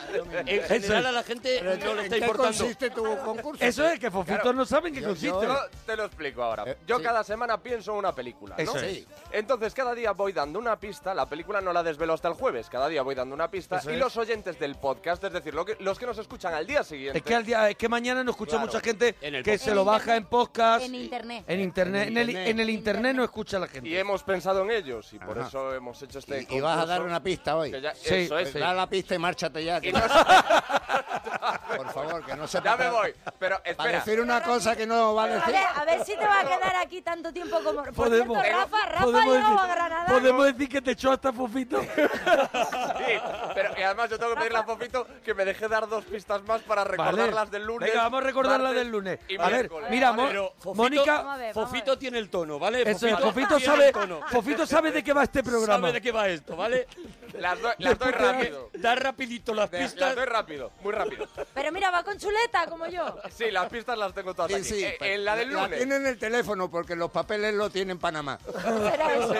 [SPEAKER 7] En general a la gente
[SPEAKER 6] Pero,
[SPEAKER 7] no le
[SPEAKER 6] ¿en
[SPEAKER 7] está
[SPEAKER 6] qué
[SPEAKER 7] importando.
[SPEAKER 6] consiste tu concurso?
[SPEAKER 2] Eso es, que Fofitos
[SPEAKER 4] Claro.
[SPEAKER 2] no saben qué
[SPEAKER 6] Yo-
[SPEAKER 2] consiste.
[SPEAKER 6] yo-
[SPEAKER 4] Yo te lo explico ahora.
[SPEAKER 6] Eh,
[SPEAKER 4] Yo
[SPEAKER 6] sí.
[SPEAKER 4] cada semana pienso en una película, ¿no?
[SPEAKER 2] Eso es.
[SPEAKER 6] Sí.
[SPEAKER 4] Entonces cada día voy dando una pista, la película no la desvelo hasta el jueves, cada día voy dando una pista
[SPEAKER 2] Eso
[SPEAKER 4] y
[SPEAKER 2] es.
[SPEAKER 4] los oyentes del podcast, es decir, lo que- los que nos escuchan al día siguiente.
[SPEAKER 2] Es que, al día- es que mañana nos escucha
[SPEAKER 4] Claro.
[SPEAKER 2] mucha gente
[SPEAKER 7] En el
[SPEAKER 2] que
[SPEAKER 7] podcast.
[SPEAKER 2] se lo baja en podcast.
[SPEAKER 5] En internet.
[SPEAKER 2] En internet. En el, en el internet no escucha la gente.
[SPEAKER 4] Y hemos pensado en ellos y por
[SPEAKER 6] Ajá.
[SPEAKER 4] eso hemos hecho este
[SPEAKER 6] Y, y vas a dar
[SPEAKER 4] concurso,
[SPEAKER 6] una pista hoy.
[SPEAKER 4] que ya-
[SPEAKER 2] Sí,
[SPEAKER 4] eso es.
[SPEAKER 6] Pues Ah, Da la pista y márchate ya. que-
[SPEAKER 4] Y no-
[SPEAKER 6] Por favor, que no se
[SPEAKER 4] ya me voy, pero
[SPEAKER 6] Para
[SPEAKER 4] espera.
[SPEAKER 6] decir una cosa que no va a
[SPEAKER 5] A
[SPEAKER 6] decir.
[SPEAKER 5] ver, a ver si te va a quedar aquí tanto tiempo como. Por
[SPEAKER 2] Podemos-
[SPEAKER 5] cierto, Rafa, Rafa
[SPEAKER 2] podemos
[SPEAKER 5] llegó
[SPEAKER 2] decir-
[SPEAKER 5] a Granada.
[SPEAKER 2] podemos decir que te echó hasta Fofito.
[SPEAKER 4] Sí, pero y además yo tengo que pedirle a Fofito que me deje dar dos pistas más para recordarlas
[SPEAKER 2] Vale.
[SPEAKER 4] del lunes.
[SPEAKER 2] Venga, vamos a recordarlas
[SPEAKER 4] martes
[SPEAKER 2] del lunes.
[SPEAKER 4] y
[SPEAKER 2] A ver,
[SPEAKER 4] miércoles.
[SPEAKER 2] mira,
[SPEAKER 4] Vale.
[SPEAKER 2] Mo-
[SPEAKER 7] Pero Fofito-
[SPEAKER 2] Mónica.
[SPEAKER 5] Vamos a ver, vamos a
[SPEAKER 7] Fofito
[SPEAKER 5] ver.
[SPEAKER 7] tiene el tono, ¿vale?
[SPEAKER 2] Eso es, Fofito
[SPEAKER 7] tiene
[SPEAKER 2] sabe,
[SPEAKER 7] el tono.
[SPEAKER 2] Fofito sabe de qué va este programa.
[SPEAKER 7] Sabe de qué va esto, ¿vale?
[SPEAKER 4] Las, doy- las doy rápido.
[SPEAKER 7] Da rapidito las
[SPEAKER 4] De- Las
[SPEAKER 7] pistas.
[SPEAKER 4] doy rápido, muy rápido.
[SPEAKER 5] Pero mira, va con chuleta como yo.
[SPEAKER 4] Sí, las pistas las tengo todas
[SPEAKER 6] Sí,
[SPEAKER 4] aquí.
[SPEAKER 6] sí,
[SPEAKER 4] Eh,
[SPEAKER 6] pero
[SPEAKER 4] en la del
[SPEAKER 6] La
[SPEAKER 4] lunes.
[SPEAKER 6] tienen en el teléfono porque los papeles lo tiene en Panamá.
[SPEAKER 5] Será eso.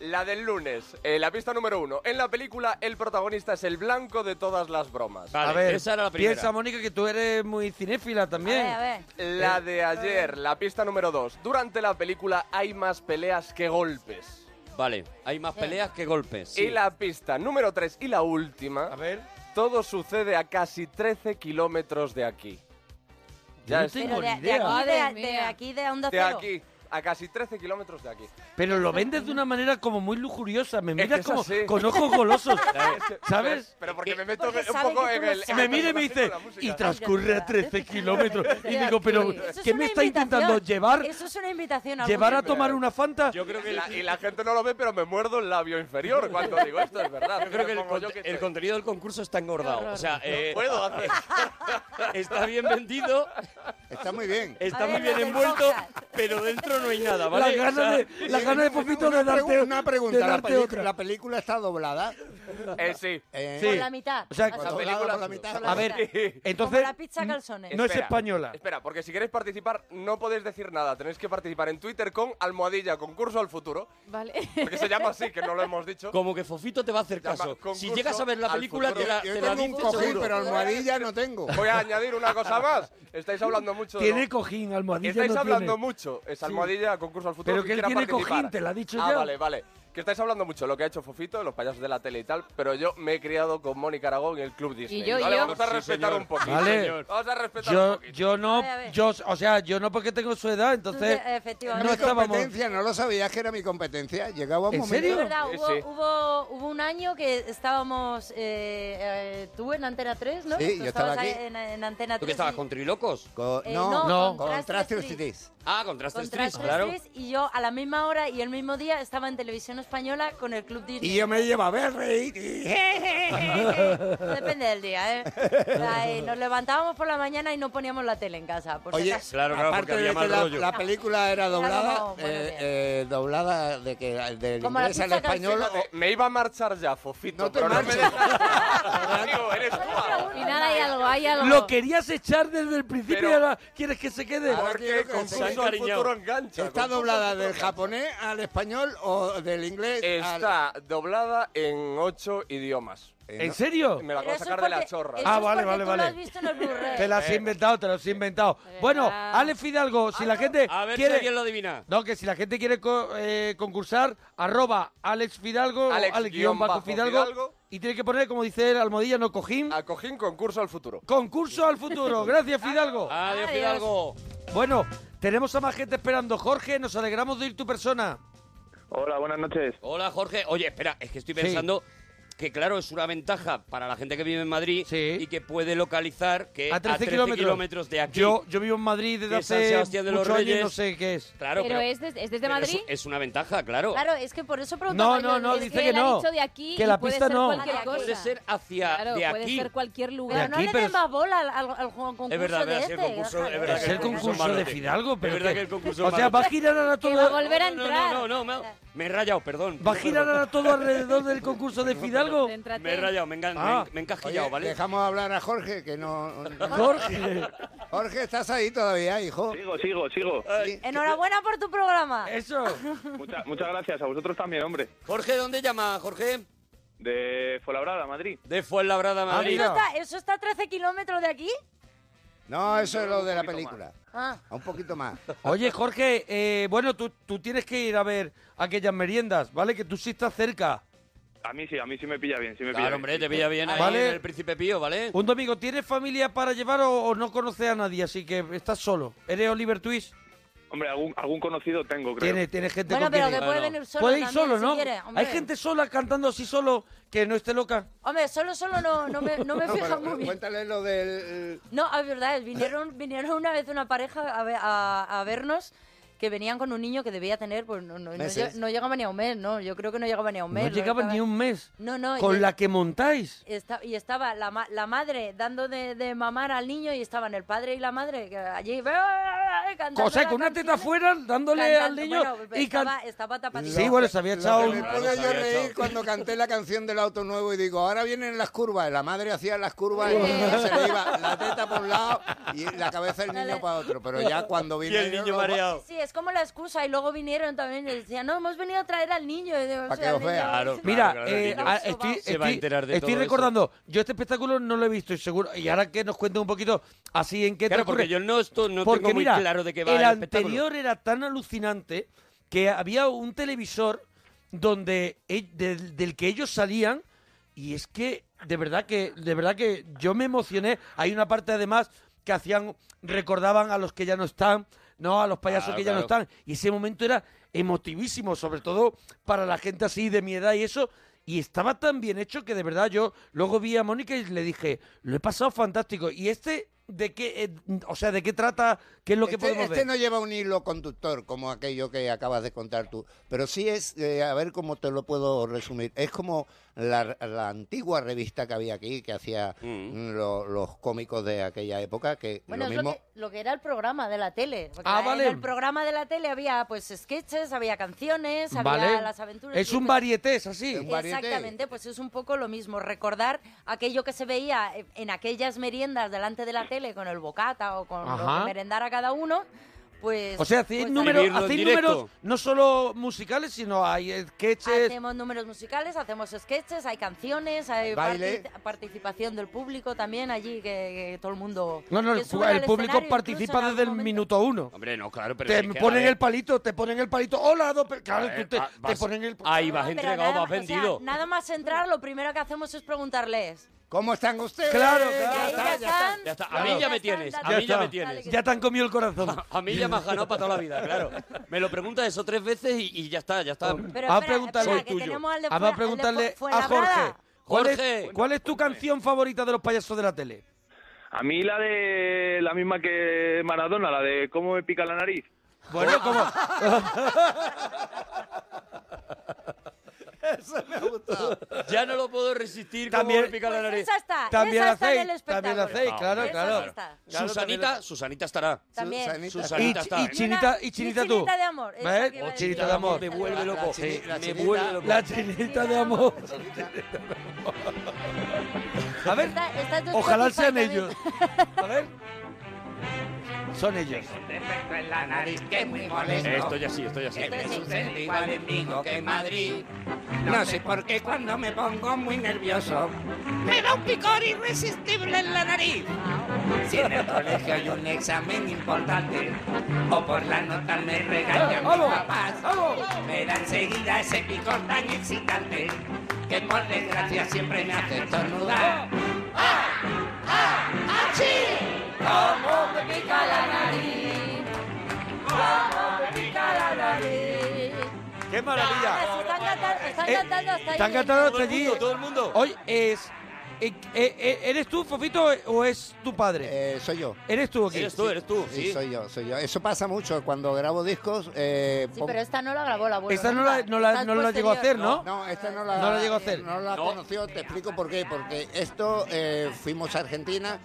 [SPEAKER 4] la del lunes. Eh, la pista número uno. En la película el protagonista es el blanco de todas las bromas.
[SPEAKER 2] a ver, piensa, Mónica, que tú eres muy cinéfila también. Eh,
[SPEAKER 4] La de ayer, la pista número 2. Durante la película hay más peleas que golpes.
[SPEAKER 7] Vale, hay más peleas que golpes.
[SPEAKER 4] Y la pista número 3 y la última. A
[SPEAKER 2] ver.
[SPEAKER 4] Todo sucede a casi 13 kilómetros de aquí.
[SPEAKER 2] no
[SPEAKER 4] es-
[SPEAKER 2] tengo
[SPEAKER 5] de,
[SPEAKER 2] ni
[SPEAKER 5] de
[SPEAKER 2] idea.
[SPEAKER 5] aquí, de-
[SPEAKER 3] Madre
[SPEAKER 5] de,
[SPEAKER 3] mía.
[SPEAKER 5] aquí, de Onda
[SPEAKER 4] De
[SPEAKER 5] Cero.
[SPEAKER 4] aquí. A casi 13 kilómetros de aquí.
[SPEAKER 2] Pero lo vendes de una manera como muy lujuriosa. Me miras
[SPEAKER 4] es
[SPEAKER 2] como
[SPEAKER 4] así.
[SPEAKER 2] con ojos golosos.
[SPEAKER 4] Pero-
[SPEAKER 2] ¿Sabes?
[SPEAKER 4] Pero porque me meto
[SPEAKER 5] Porque
[SPEAKER 4] un
[SPEAKER 5] sabe
[SPEAKER 4] poco
[SPEAKER 5] que tú
[SPEAKER 4] en
[SPEAKER 5] lo
[SPEAKER 4] el... en
[SPEAKER 5] sabes.
[SPEAKER 2] Me
[SPEAKER 4] el
[SPEAKER 2] mira y me
[SPEAKER 4] personaje de
[SPEAKER 2] dice,
[SPEAKER 4] la música.
[SPEAKER 2] y transcurre a 13 kilómetros. Y
[SPEAKER 3] Eso
[SPEAKER 2] digo, pero
[SPEAKER 5] Eso es
[SPEAKER 2] ¿qué
[SPEAKER 5] una
[SPEAKER 2] me está
[SPEAKER 5] invitación.
[SPEAKER 2] intentando llevar?
[SPEAKER 5] Eso es una invitación. algún
[SPEAKER 2] ¿Llevar a
[SPEAKER 5] día.
[SPEAKER 2] tomar una fanta?
[SPEAKER 7] Yo creo que
[SPEAKER 4] Y
[SPEAKER 7] el,
[SPEAKER 4] la, y la gente no lo ve, pero me muerdo el labio inferior cuando digo esto, es verdad.
[SPEAKER 7] yo creo que el
[SPEAKER 4] Supongo
[SPEAKER 7] conte-
[SPEAKER 4] yo
[SPEAKER 7] el
[SPEAKER 4] estoy-
[SPEAKER 7] contenido del concurso está engordado. O sea, eh,
[SPEAKER 4] puedo hacer.
[SPEAKER 7] está bien vendido,
[SPEAKER 6] Está muy bien.
[SPEAKER 7] está
[SPEAKER 5] A ver,
[SPEAKER 7] muy bien
[SPEAKER 5] lo del
[SPEAKER 7] envuelto,
[SPEAKER 5] podcast.
[SPEAKER 7] pero dentro no hay nada,
[SPEAKER 2] La
[SPEAKER 7] ¿vale? O sea,
[SPEAKER 2] gana de, la gana de Popito de
[SPEAKER 6] Una, pregu-
[SPEAKER 2] darte,
[SPEAKER 6] una
[SPEAKER 2] de
[SPEAKER 6] pregunta, la,
[SPEAKER 2] darte
[SPEAKER 6] pelicu-
[SPEAKER 2] otra.
[SPEAKER 6] la película está doblada.
[SPEAKER 4] Eh, sí.
[SPEAKER 6] Eh,
[SPEAKER 5] Por
[SPEAKER 2] Sí.
[SPEAKER 5] la mitad.
[SPEAKER 2] O sea,
[SPEAKER 5] Así,
[SPEAKER 6] pues
[SPEAKER 4] Esa
[SPEAKER 5] por
[SPEAKER 6] doblada
[SPEAKER 4] película-
[SPEAKER 6] por la mitad.
[SPEAKER 5] la
[SPEAKER 2] A ver, eh,
[SPEAKER 5] mitad.
[SPEAKER 2] entonces...
[SPEAKER 5] Como la pizza calzones.
[SPEAKER 2] No es española.
[SPEAKER 4] Espera, porque si queréis participar, no podéis decir nada. Tenéis que participar en Twitter con almohadilla concurso al futuro.
[SPEAKER 3] Vale.
[SPEAKER 4] Porque se llama así, que no lo hemos dicho.
[SPEAKER 7] Como que Fofito te va a hacer
[SPEAKER 4] Llama
[SPEAKER 7] caso. Si
[SPEAKER 4] concurso
[SPEAKER 7] llegas a ver la
[SPEAKER 4] al
[SPEAKER 7] película,
[SPEAKER 4] futuro.
[SPEAKER 7] te la,
[SPEAKER 6] Yo
[SPEAKER 7] te la
[SPEAKER 6] tengo un
[SPEAKER 7] dice
[SPEAKER 6] cojín,
[SPEAKER 7] seguro.
[SPEAKER 6] pero almohadilla no tengo.
[SPEAKER 4] Voy a añadir una cosa más. Estáis hablando mucho de. lo-
[SPEAKER 2] Tiene cojín, almohadilla
[SPEAKER 4] Estáis
[SPEAKER 2] no
[SPEAKER 4] hablando
[SPEAKER 2] tiene.
[SPEAKER 4] mucho. Es almohadilla, concurso al futuro.
[SPEAKER 2] Pero
[SPEAKER 4] quien
[SPEAKER 2] que él
[SPEAKER 4] quiera
[SPEAKER 2] tiene
[SPEAKER 4] participar.
[SPEAKER 2] cojín, te lo ha dicho
[SPEAKER 4] ah,
[SPEAKER 2] ya.
[SPEAKER 4] Vale, vale. Que estáis hablando mucho de lo que ha hecho Fofito, de los payasos de la tele y tal, pero yo me he criado con Mónica Aragón en el Club Disney.
[SPEAKER 3] yo, y
[SPEAKER 4] vale,
[SPEAKER 3] yo.
[SPEAKER 4] vamos a
[SPEAKER 7] Sí,
[SPEAKER 4] respetar
[SPEAKER 7] señor.
[SPEAKER 4] un poquito.
[SPEAKER 2] Vale.
[SPEAKER 4] señor. Vamos a respetar un
[SPEAKER 2] Yo,
[SPEAKER 4] poquito.
[SPEAKER 2] yo no,
[SPEAKER 5] A ver, a ver.
[SPEAKER 2] yo, o sea, yo no porque tengo su edad, entonces
[SPEAKER 5] Tú, eh, efectivamente.
[SPEAKER 2] no
[SPEAKER 6] mi
[SPEAKER 2] estábamos.
[SPEAKER 6] competencia, no lo sabías que era mi competencia. Llegaba un
[SPEAKER 2] ¿En
[SPEAKER 6] momento.
[SPEAKER 5] Es
[SPEAKER 2] serio?
[SPEAKER 5] verdad,
[SPEAKER 4] Sí,
[SPEAKER 5] hubo,
[SPEAKER 4] sí.
[SPEAKER 5] Hubo, hubo un año que estábamos eh, eh, tú en Antena 3, ¿no?
[SPEAKER 6] Sí,
[SPEAKER 5] Tú
[SPEAKER 6] yo
[SPEAKER 5] estabas
[SPEAKER 6] estaba
[SPEAKER 5] ahí
[SPEAKER 6] aquí.
[SPEAKER 5] En, en Antena 3.
[SPEAKER 7] ¿Tú que estabas
[SPEAKER 5] y-
[SPEAKER 7] con Trilocos?
[SPEAKER 6] Co-
[SPEAKER 5] eh,
[SPEAKER 6] no,
[SPEAKER 2] no,
[SPEAKER 6] con
[SPEAKER 5] Trust
[SPEAKER 6] Trust
[SPEAKER 5] Street.
[SPEAKER 6] Cities.
[SPEAKER 7] Ah, con Trust
[SPEAKER 5] Con
[SPEAKER 7] Street,
[SPEAKER 5] Trust
[SPEAKER 7] claro.
[SPEAKER 5] Street y yo a la misma hora y el mismo día estaba en televisión española con el Club Disney.
[SPEAKER 6] Y yo me llevo a ver reír.
[SPEAKER 5] Depende del día, ¿eh? O sea, y nos levantábamos por la mañana y no poníamos la tele en casa. Por si
[SPEAKER 6] Oye,
[SPEAKER 5] acaso.
[SPEAKER 7] Claro, claro, porque
[SPEAKER 6] aparte
[SPEAKER 7] había
[SPEAKER 6] de que
[SPEAKER 7] mal
[SPEAKER 6] la,
[SPEAKER 7] rollo.
[SPEAKER 6] la película era doblada,
[SPEAKER 5] como, bueno,
[SPEAKER 6] eh,
[SPEAKER 5] bien.
[SPEAKER 6] eh, doblada de que del
[SPEAKER 5] Como la
[SPEAKER 6] inglés al
[SPEAKER 5] pizza que
[SPEAKER 6] español.
[SPEAKER 4] Fíjate, Eh, me iba a marchar ya, Fofito.
[SPEAKER 6] No te
[SPEAKER 4] pero
[SPEAKER 6] marches.
[SPEAKER 4] No me dejas. Amigo, eres tú ahora.
[SPEAKER 3] Al final hay algo, hay algo.
[SPEAKER 2] Lo querías echar desde el principio
[SPEAKER 4] Pero-
[SPEAKER 2] y ahora quieres que se quede.
[SPEAKER 6] Ahora
[SPEAKER 4] Porque
[SPEAKER 6] quiero que
[SPEAKER 4] concurso
[SPEAKER 6] se
[SPEAKER 4] al
[SPEAKER 6] han
[SPEAKER 7] cariñado.
[SPEAKER 4] futuro engancha.
[SPEAKER 6] ¿Está
[SPEAKER 4] Concurso al
[SPEAKER 6] doblada
[SPEAKER 4] futuro
[SPEAKER 6] del
[SPEAKER 4] engancha.
[SPEAKER 6] japonés al español o del inglés al...
[SPEAKER 4] Está doblada en ocho idiomas.
[SPEAKER 6] Eh,
[SPEAKER 2] ¿En
[SPEAKER 6] no.
[SPEAKER 2] serio?
[SPEAKER 4] Me la
[SPEAKER 5] Pero
[SPEAKER 4] acabo de
[SPEAKER 5] eso es
[SPEAKER 4] sacar de la
[SPEAKER 5] porque-
[SPEAKER 4] chorra.
[SPEAKER 5] eso
[SPEAKER 2] Ah,
[SPEAKER 5] es
[SPEAKER 2] vale,
[SPEAKER 5] porque
[SPEAKER 2] vale,
[SPEAKER 5] tú lo
[SPEAKER 2] vale.
[SPEAKER 5] has visto en el Blu-ray.
[SPEAKER 2] Te las he inventado, te las he inventado. Bueno, Ale Fidalgo, si la gente
[SPEAKER 7] A ver si
[SPEAKER 2] quiere...
[SPEAKER 7] alguien lo adivina.
[SPEAKER 2] No, que si la gente quiere co- eh, concursar, arroba Alex Fidalgo,
[SPEAKER 4] Alex
[SPEAKER 2] Alex
[SPEAKER 4] guión bajo
[SPEAKER 2] Fidalgo,
[SPEAKER 4] Fidalgo.
[SPEAKER 2] y tiene que poner, como dice él, almohadilla no cojín,
[SPEAKER 4] A cojín concurso al futuro.
[SPEAKER 2] concurso al futuro. Gracias, Fidalgo.
[SPEAKER 7] Adiós,
[SPEAKER 5] Adiós.
[SPEAKER 7] Fidalgo.
[SPEAKER 2] Bueno, tenemos a más gente esperando. Jorge, nos alegramos de ir tu persona.
[SPEAKER 8] Hola, buenas noches.
[SPEAKER 7] Hola, Jorge. Oye, espera, es que estoy pensando que, claro, es una ventaja para la gente que vive en Madrid
[SPEAKER 2] Sí.
[SPEAKER 7] y que puede localizar que
[SPEAKER 2] A 13, kilómetros.
[SPEAKER 7] kilómetros de aquí.
[SPEAKER 2] Yo, yo vivo en Madrid desde
[SPEAKER 7] de San
[SPEAKER 2] hace
[SPEAKER 7] Sebastián de los
[SPEAKER 2] muchos años,
[SPEAKER 7] Reyes.
[SPEAKER 2] no sé qué es.
[SPEAKER 7] Claro,
[SPEAKER 3] Pero,
[SPEAKER 7] pero,
[SPEAKER 3] es, des- es desde
[SPEAKER 7] pero es-
[SPEAKER 3] Madrid.
[SPEAKER 7] Es, una ventaja, claro.
[SPEAKER 5] Claro, es que por eso preguntaba
[SPEAKER 2] No, no,
[SPEAKER 5] yo,
[SPEAKER 2] no,
[SPEAKER 5] es
[SPEAKER 2] dice
[SPEAKER 5] que-
[SPEAKER 2] que
[SPEAKER 3] él ha
[SPEAKER 2] no.
[SPEAKER 3] dicho de aquí
[SPEAKER 2] Que
[SPEAKER 3] y
[SPEAKER 2] la
[SPEAKER 3] puede
[SPEAKER 2] pista
[SPEAKER 3] ser
[SPEAKER 2] no.
[SPEAKER 3] cualquier
[SPEAKER 5] Ah,
[SPEAKER 3] cosa.
[SPEAKER 7] Puede ser hacia
[SPEAKER 3] Claro,
[SPEAKER 7] de
[SPEAKER 3] puede
[SPEAKER 7] aquí.
[SPEAKER 3] ser cualquier
[SPEAKER 5] Pero
[SPEAKER 3] lugar.
[SPEAKER 2] De aquí,
[SPEAKER 5] no le
[SPEAKER 2] pero
[SPEAKER 5] den más bola al, al- al concurso
[SPEAKER 7] Es verdad,
[SPEAKER 5] de
[SPEAKER 7] verdad,
[SPEAKER 5] este.
[SPEAKER 7] si el concurso,
[SPEAKER 5] Gaja.
[SPEAKER 7] es verdad
[SPEAKER 2] Es
[SPEAKER 7] que
[SPEAKER 2] el concurso
[SPEAKER 7] malo,
[SPEAKER 2] de
[SPEAKER 7] tío.
[SPEAKER 2] Fidalgo, pero
[SPEAKER 7] es verdad
[SPEAKER 2] que-
[SPEAKER 7] que el concurso
[SPEAKER 2] O
[SPEAKER 7] es
[SPEAKER 2] sea,
[SPEAKER 7] malo.
[SPEAKER 2] va a girar ahora
[SPEAKER 3] Que
[SPEAKER 2] todo.
[SPEAKER 3] va a volver a
[SPEAKER 7] No,
[SPEAKER 3] entrar.
[SPEAKER 7] No, no, no, no, me- me he rayado, perdón.
[SPEAKER 2] ¿Va a girar ahora todo alrededor del concurso de Fidalgo?
[SPEAKER 3] Céntrate.
[SPEAKER 7] Me he rayado, me, he engan-
[SPEAKER 2] Ah.
[SPEAKER 7] me he encajillado,
[SPEAKER 6] Oye,
[SPEAKER 7] ¿vale?
[SPEAKER 6] dejamos hablar a Jorge, que no...
[SPEAKER 2] Jorge,
[SPEAKER 6] Jorge, estás ahí todavía, hijo.
[SPEAKER 8] Sigo, sigo, sigo.
[SPEAKER 5] Enhorabuena por tu programa.
[SPEAKER 2] eso.
[SPEAKER 8] Mucha- muchas gracias a vosotros también, hombre.
[SPEAKER 7] Jorge, ¿dónde llama, Jorge?
[SPEAKER 8] De Fuenlabrada, Madrid.
[SPEAKER 7] De Fuenlabrada, Madrid.
[SPEAKER 5] ¿Eso
[SPEAKER 2] Ah, mira.
[SPEAKER 5] está, ¿Eso está a 13 kilómetros de aquí?
[SPEAKER 6] No, eso es lo de la
[SPEAKER 8] Un poquito
[SPEAKER 6] película.
[SPEAKER 5] Ah.
[SPEAKER 6] Un poquito más.
[SPEAKER 2] Oye, Jorge, eh, bueno, tú, tú tienes que ir a ver aquellas meriendas, ¿vale? Que tú sí estás cerca.
[SPEAKER 8] A mí sí, a mí sí me pilla bien, sí me pilla
[SPEAKER 7] Claro,
[SPEAKER 8] bien.
[SPEAKER 7] hombre, te pilla bien ahí
[SPEAKER 2] Vale.
[SPEAKER 7] en el Príncipe Pío, ¿vale?
[SPEAKER 2] Un domingo, ¿tienes familia para llevar o, o no conoces a nadie? Así que estás solo. ¿Eres Oliver Twist?
[SPEAKER 8] Hombre, algún, algún conocido tengo, creo.
[SPEAKER 2] Tienes, tienes gente
[SPEAKER 5] Bueno,
[SPEAKER 2] con
[SPEAKER 5] pero
[SPEAKER 2] quien
[SPEAKER 5] que
[SPEAKER 2] ir.
[SPEAKER 5] puede
[SPEAKER 7] Bueno.
[SPEAKER 5] venir solo
[SPEAKER 2] Puede ir
[SPEAKER 5] también,
[SPEAKER 2] solo,
[SPEAKER 5] si
[SPEAKER 2] ¿no?
[SPEAKER 5] quiere, hombre.
[SPEAKER 2] Hay gente sola cantando así solo que no esté loca.
[SPEAKER 5] Hombre, solo, solo no, no me, no me
[SPEAKER 6] No,
[SPEAKER 5] fija
[SPEAKER 6] pero
[SPEAKER 5] muy bien.
[SPEAKER 6] cuéntale lo del...
[SPEAKER 5] No, es verdad, vinieron, vinieron una vez una pareja a, ve- a- a vernos que venían con un niño que debía tener, pues no, no, no,
[SPEAKER 6] Meses.
[SPEAKER 5] lle- no llegaba ni a un mes, no, yo creo que no llegaba ni a un mes.
[SPEAKER 2] No
[SPEAKER 5] lo
[SPEAKER 2] llegaba
[SPEAKER 5] estaba-
[SPEAKER 2] ni un mes.
[SPEAKER 5] No, no,
[SPEAKER 2] Con
[SPEAKER 5] y-
[SPEAKER 2] la que montáis.
[SPEAKER 5] Esta- y estaba la, ma- la madre dando de, de mamar al niño y estaban el padre y la madre que eh, allí eh, cantando
[SPEAKER 2] Cosa
[SPEAKER 5] la
[SPEAKER 2] con una teta
[SPEAKER 5] canción.
[SPEAKER 2] afuera dándole al
[SPEAKER 5] Cantando,
[SPEAKER 2] niño
[SPEAKER 5] bueno, pues,
[SPEAKER 2] y can-
[SPEAKER 5] estaba, estaba tapadito.
[SPEAKER 2] Sí, bueno, se había
[SPEAKER 6] Lo
[SPEAKER 2] echado
[SPEAKER 6] que
[SPEAKER 2] un-
[SPEAKER 6] Me ponía
[SPEAKER 4] Claro,
[SPEAKER 6] yo a
[SPEAKER 4] se había
[SPEAKER 6] reír
[SPEAKER 4] echado.
[SPEAKER 6] cuando canté la canción del auto nuevo y digo, ahora vienen las curvas. La madre hacía las curvas y
[SPEAKER 5] Sí.
[SPEAKER 6] se le iba la teta por un lado y la cabeza del niño para otro. Pero ya cuando
[SPEAKER 4] Y
[SPEAKER 6] vino
[SPEAKER 4] el niño mareado.
[SPEAKER 5] Sí, es como la excusa. Y luego vinieron también y decían, no, hemos venido a traer al niño. Y digo,
[SPEAKER 6] Pa'
[SPEAKER 5] sí,
[SPEAKER 6] que
[SPEAKER 5] al
[SPEAKER 6] os
[SPEAKER 5] niño.
[SPEAKER 6] vea. Claro,
[SPEAKER 2] Mira,
[SPEAKER 4] claro,
[SPEAKER 2] eh,
[SPEAKER 4] claro.
[SPEAKER 2] ah, estoy,
[SPEAKER 4] Se va a
[SPEAKER 2] estoy-
[SPEAKER 4] enterar de
[SPEAKER 2] estoy
[SPEAKER 4] todo
[SPEAKER 2] recordando, yo este espectáculo no lo he visto y seguro, y ahora que nos cuente un poquito así en qué
[SPEAKER 4] Claro,
[SPEAKER 2] transcurre.
[SPEAKER 4] porque yo no, esto, no
[SPEAKER 2] Porque
[SPEAKER 4] tengo muy
[SPEAKER 2] mira,
[SPEAKER 4] claro de qué va
[SPEAKER 2] el,
[SPEAKER 4] el, espectáculo.
[SPEAKER 2] anterior era tan alucinante que había un televisor donde e- del, del que ellos salían y es que de verdad que de verdad que yo me emocioné. Hay una parte además que hacían recordaban a los que ya no están, no a los payasos
[SPEAKER 4] Claro,
[SPEAKER 6] Ah,
[SPEAKER 2] que ya no
[SPEAKER 4] claro.
[SPEAKER 2] están y ese momento era emotivísimo, sobre todo para la gente así de mi edad y eso. Y estaba tan bien hecho que de verdad yo luego vi a Mónica y le dije, lo he pasado fantástico. ¿Y este de qué, eh, o sea, de qué trata? ¿Qué es lo que
[SPEAKER 6] este,
[SPEAKER 2] podemos
[SPEAKER 6] este
[SPEAKER 2] ver?
[SPEAKER 6] no lleva un hilo conductor como aquello que acabas de contar tú, pero sí es, eh, a ver cómo te lo puedo resumir, es como la, la antigua revista que había aquí, que hacía mm, lo- los cómicos de aquella época, que
[SPEAKER 5] Bueno,
[SPEAKER 6] lo
[SPEAKER 5] es
[SPEAKER 6] mismo...
[SPEAKER 5] lo que, lo que era el programa de la tele. porque
[SPEAKER 2] Ah,
[SPEAKER 5] en
[SPEAKER 2] vale.
[SPEAKER 5] el programa de la tele había pues sketches, había canciones, había
[SPEAKER 2] Vale.
[SPEAKER 5] las aventuras.
[SPEAKER 2] Es
[SPEAKER 5] y
[SPEAKER 2] un
[SPEAKER 5] entonces-
[SPEAKER 2] varietés así.
[SPEAKER 6] Es un variete.
[SPEAKER 5] Exactamente, pues es un poco lo mismo, recordar aquello que se veía eh, en aquellas meriendas delante de la tele con el bocata o con lo
[SPEAKER 2] Ajá.
[SPEAKER 5] que merendara cada uno, pues...
[SPEAKER 2] O sea, hacéis,
[SPEAKER 5] pues
[SPEAKER 2] números-
[SPEAKER 4] vivirlo en
[SPEAKER 2] hacéis
[SPEAKER 4] directo.
[SPEAKER 2] números no solo musicales, sino hay eh, sketches.
[SPEAKER 5] Hacemos números musicales, hacemos sketches, hay canciones, hay
[SPEAKER 6] Baile.
[SPEAKER 5] parti- participación del público también allí, que, que todo el mundo...
[SPEAKER 2] No, no,
[SPEAKER 5] que
[SPEAKER 2] el,
[SPEAKER 5] suben al
[SPEAKER 2] el público
[SPEAKER 5] escenario, incluso
[SPEAKER 2] participa
[SPEAKER 5] en
[SPEAKER 2] desde el
[SPEAKER 5] algún momento-
[SPEAKER 2] minuto uno.
[SPEAKER 4] Hombre, no, claro, pero...
[SPEAKER 2] Te
[SPEAKER 4] sí que, a
[SPEAKER 2] ponen
[SPEAKER 4] ver,
[SPEAKER 2] el palito, te ponen el palito. Hola, dos pe-". Claro,
[SPEAKER 4] eh,
[SPEAKER 2] tú te,
[SPEAKER 4] va-
[SPEAKER 2] te
[SPEAKER 4] vas-
[SPEAKER 2] ponen el.
[SPEAKER 4] Ahí
[SPEAKER 5] No,
[SPEAKER 4] vas
[SPEAKER 5] pero
[SPEAKER 4] entregado,
[SPEAKER 5] nada
[SPEAKER 4] vas
[SPEAKER 5] ma- o sea,
[SPEAKER 4] vendido.
[SPEAKER 5] nada más entrar, lo primero que hacemos es preguntarles.
[SPEAKER 6] ¿Cómo están ustedes?
[SPEAKER 2] Claro,
[SPEAKER 5] Y
[SPEAKER 2] claro.
[SPEAKER 5] ahí
[SPEAKER 2] está,
[SPEAKER 5] ya están,
[SPEAKER 4] ya está. A
[SPEAKER 5] ahí
[SPEAKER 4] mí ya me
[SPEAKER 5] están,
[SPEAKER 4] tienes,
[SPEAKER 5] dale,
[SPEAKER 4] a mí ya
[SPEAKER 5] dale,
[SPEAKER 4] me tienes.
[SPEAKER 5] que-
[SPEAKER 2] Ya te han comido el corazón.
[SPEAKER 4] A mí ya me has ganado para toda la vida, claro. Me lo preguntas eso tres veces y, y ya está, ya está.
[SPEAKER 5] Pero
[SPEAKER 2] Ah,
[SPEAKER 5] espera,
[SPEAKER 2] pregúntale.
[SPEAKER 5] espera, que
[SPEAKER 4] Tuyo.
[SPEAKER 5] tenemos al de
[SPEAKER 2] Ah, va a
[SPEAKER 5] fuera- al de
[SPEAKER 2] preguntarle
[SPEAKER 5] fu-
[SPEAKER 2] a Jorge.
[SPEAKER 5] Fuenlabrada.
[SPEAKER 2] ¿Cuál
[SPEAKER 4] Jorge.
[SPEAKER 2] es, cuál es tu canción favorita de los payasos de la tele?
[SPEAKER 8] A mí la de la misma que Maradona, la de cómo me pica la nariz.
[SPEAKER 2] Bueno, como.
[SPEAKER 4] Ya no lo puedo resistir
[SPEAKER 2] También-
[SPEAKER 4] como me pica la
[SPEAKER 5] Pues
[SPEAKER 4] nariz.
[SPEAKER 5] esa está,
[SPEAKER 2] También
[SPEAKER 5] esa
[SPEAKER 2] la
[SPEAKER 5] está en el
[SPEAKER 2] hacéis, también la
[SPEAKER 5] espectáculo.
[SPEAKER 2] hacéis, claro,
[SPEAKER 5] Esa
[SPEAKER 2] claro.
[SPEAKER 5] sí está.
[SPEAKER 2] Claro,
[SPEAKER 4] Susanita, Susanita estará.
[SPEAKER 5] También.
[SPEAKER 6] Susanita.
[SPEAKER 2] Y,
[SPEAKER 4] Susanita
[SPEAKER 2] y
[SPEAKER 4] está.
[SPEAKER 2] chinita, y chinita
[SPEAKER 5] Mi
[SPEAKER 2] tú.
[SPEAKER 5] chinita de amor, esa
[SPEAKER 2] ¿Ves?
[SPEAKER 5] que iba a
[SPEAKER 2] Oh,
[SPEAKER 5] decir.
[SPEAKER 2] chinita de amor.
[SPEAKER 4] Me vuelve
[SPEAKER 6] La
[SPEAKER 4] loco.
[SPEAKER 6] chini- la
[SPEAKER 4] Me
[SPEAKER 6] chinita.
[SPEAKER 4] vuelve loco.
[SPEAKER 2] La chinita de amor. A ver,
[SPEAKER 5] Está- está en tu
[SPEAKER 2] ojalá
[SPEAKER 5] Spotify
[SPEAKER 2] sean
[SPEAKER 5] también.
[SPEAKER 2] ellos. A ver. Son ellos.
[SPEAKER 4] Esto ya sí, esto ya
[SPEAKER 6] Este
[SPEAKER 4] sí.
[SPEAKER 6] sucede igual en Vigo que en Madrid. No sé por qué cuando me pongo muy nervioso me da un picor irresistible en la nariz. Si en el colegio hay un examen importante o por la nota me regañan mis
[SPEAKER 2] ¡Vamos!
[SPEAKER 6] papás,
[SPEAKER 2] ¡Vamos!
[SPEAKER 6] me da enseguida ese picor tan excitante que por desgracia siempre me hace estornudar.
[SPEAKER 2] ¡Qué
[SPEAKER 5] Ah,
[SPEAKER 2] maravilla!
[SPEAKER 5] se están cantando, están
[SPEAKER 2] Eh,
[SPEAKER 5] cantando hasta ahí.
[SPEAKER 2] Están cantando
[SPEAKER 4] Todo
[SPEAKER 2] hasta
[SPEAKER 4] el
[SPEAKER 2] allí.
[SPEAKER 4] mundo, todo el mundo.
[SPEAKER 2] Hoy es. eh, eh, eh, ¿Eres tú, Fofito, o es tu padre?
[SPEAKER 6] Eh, soy yo.
[SPEAKER 2] ¿Eres tú aquí?
[SPEAKER 4] Eres tú, eres tú.
[SPEAKER 6] Sí,
[SPEAKER 4] Sí.
[SPEAKER 6] soy yo, soy yo. Eso pasa mucho cuando grabo discos. eh,
[SPEAKER 5] Sí,
[SPEAKER 6] pon-
[SPEAKER 5] pero esta no la grabó la abuela.
[SPEAKER 2] Esta no la, no la- no la llegó a hacer, ¿no?
[SPEAKER 6] No, esta no la,
[SPEAKER 2] No la llegó a hacer.
[SPEAKER 6] No la
[SPEAKER 4] No.
[SPEAKER 6] conoció, te explico por qué. Porque esto eh, fuimos a Argentina.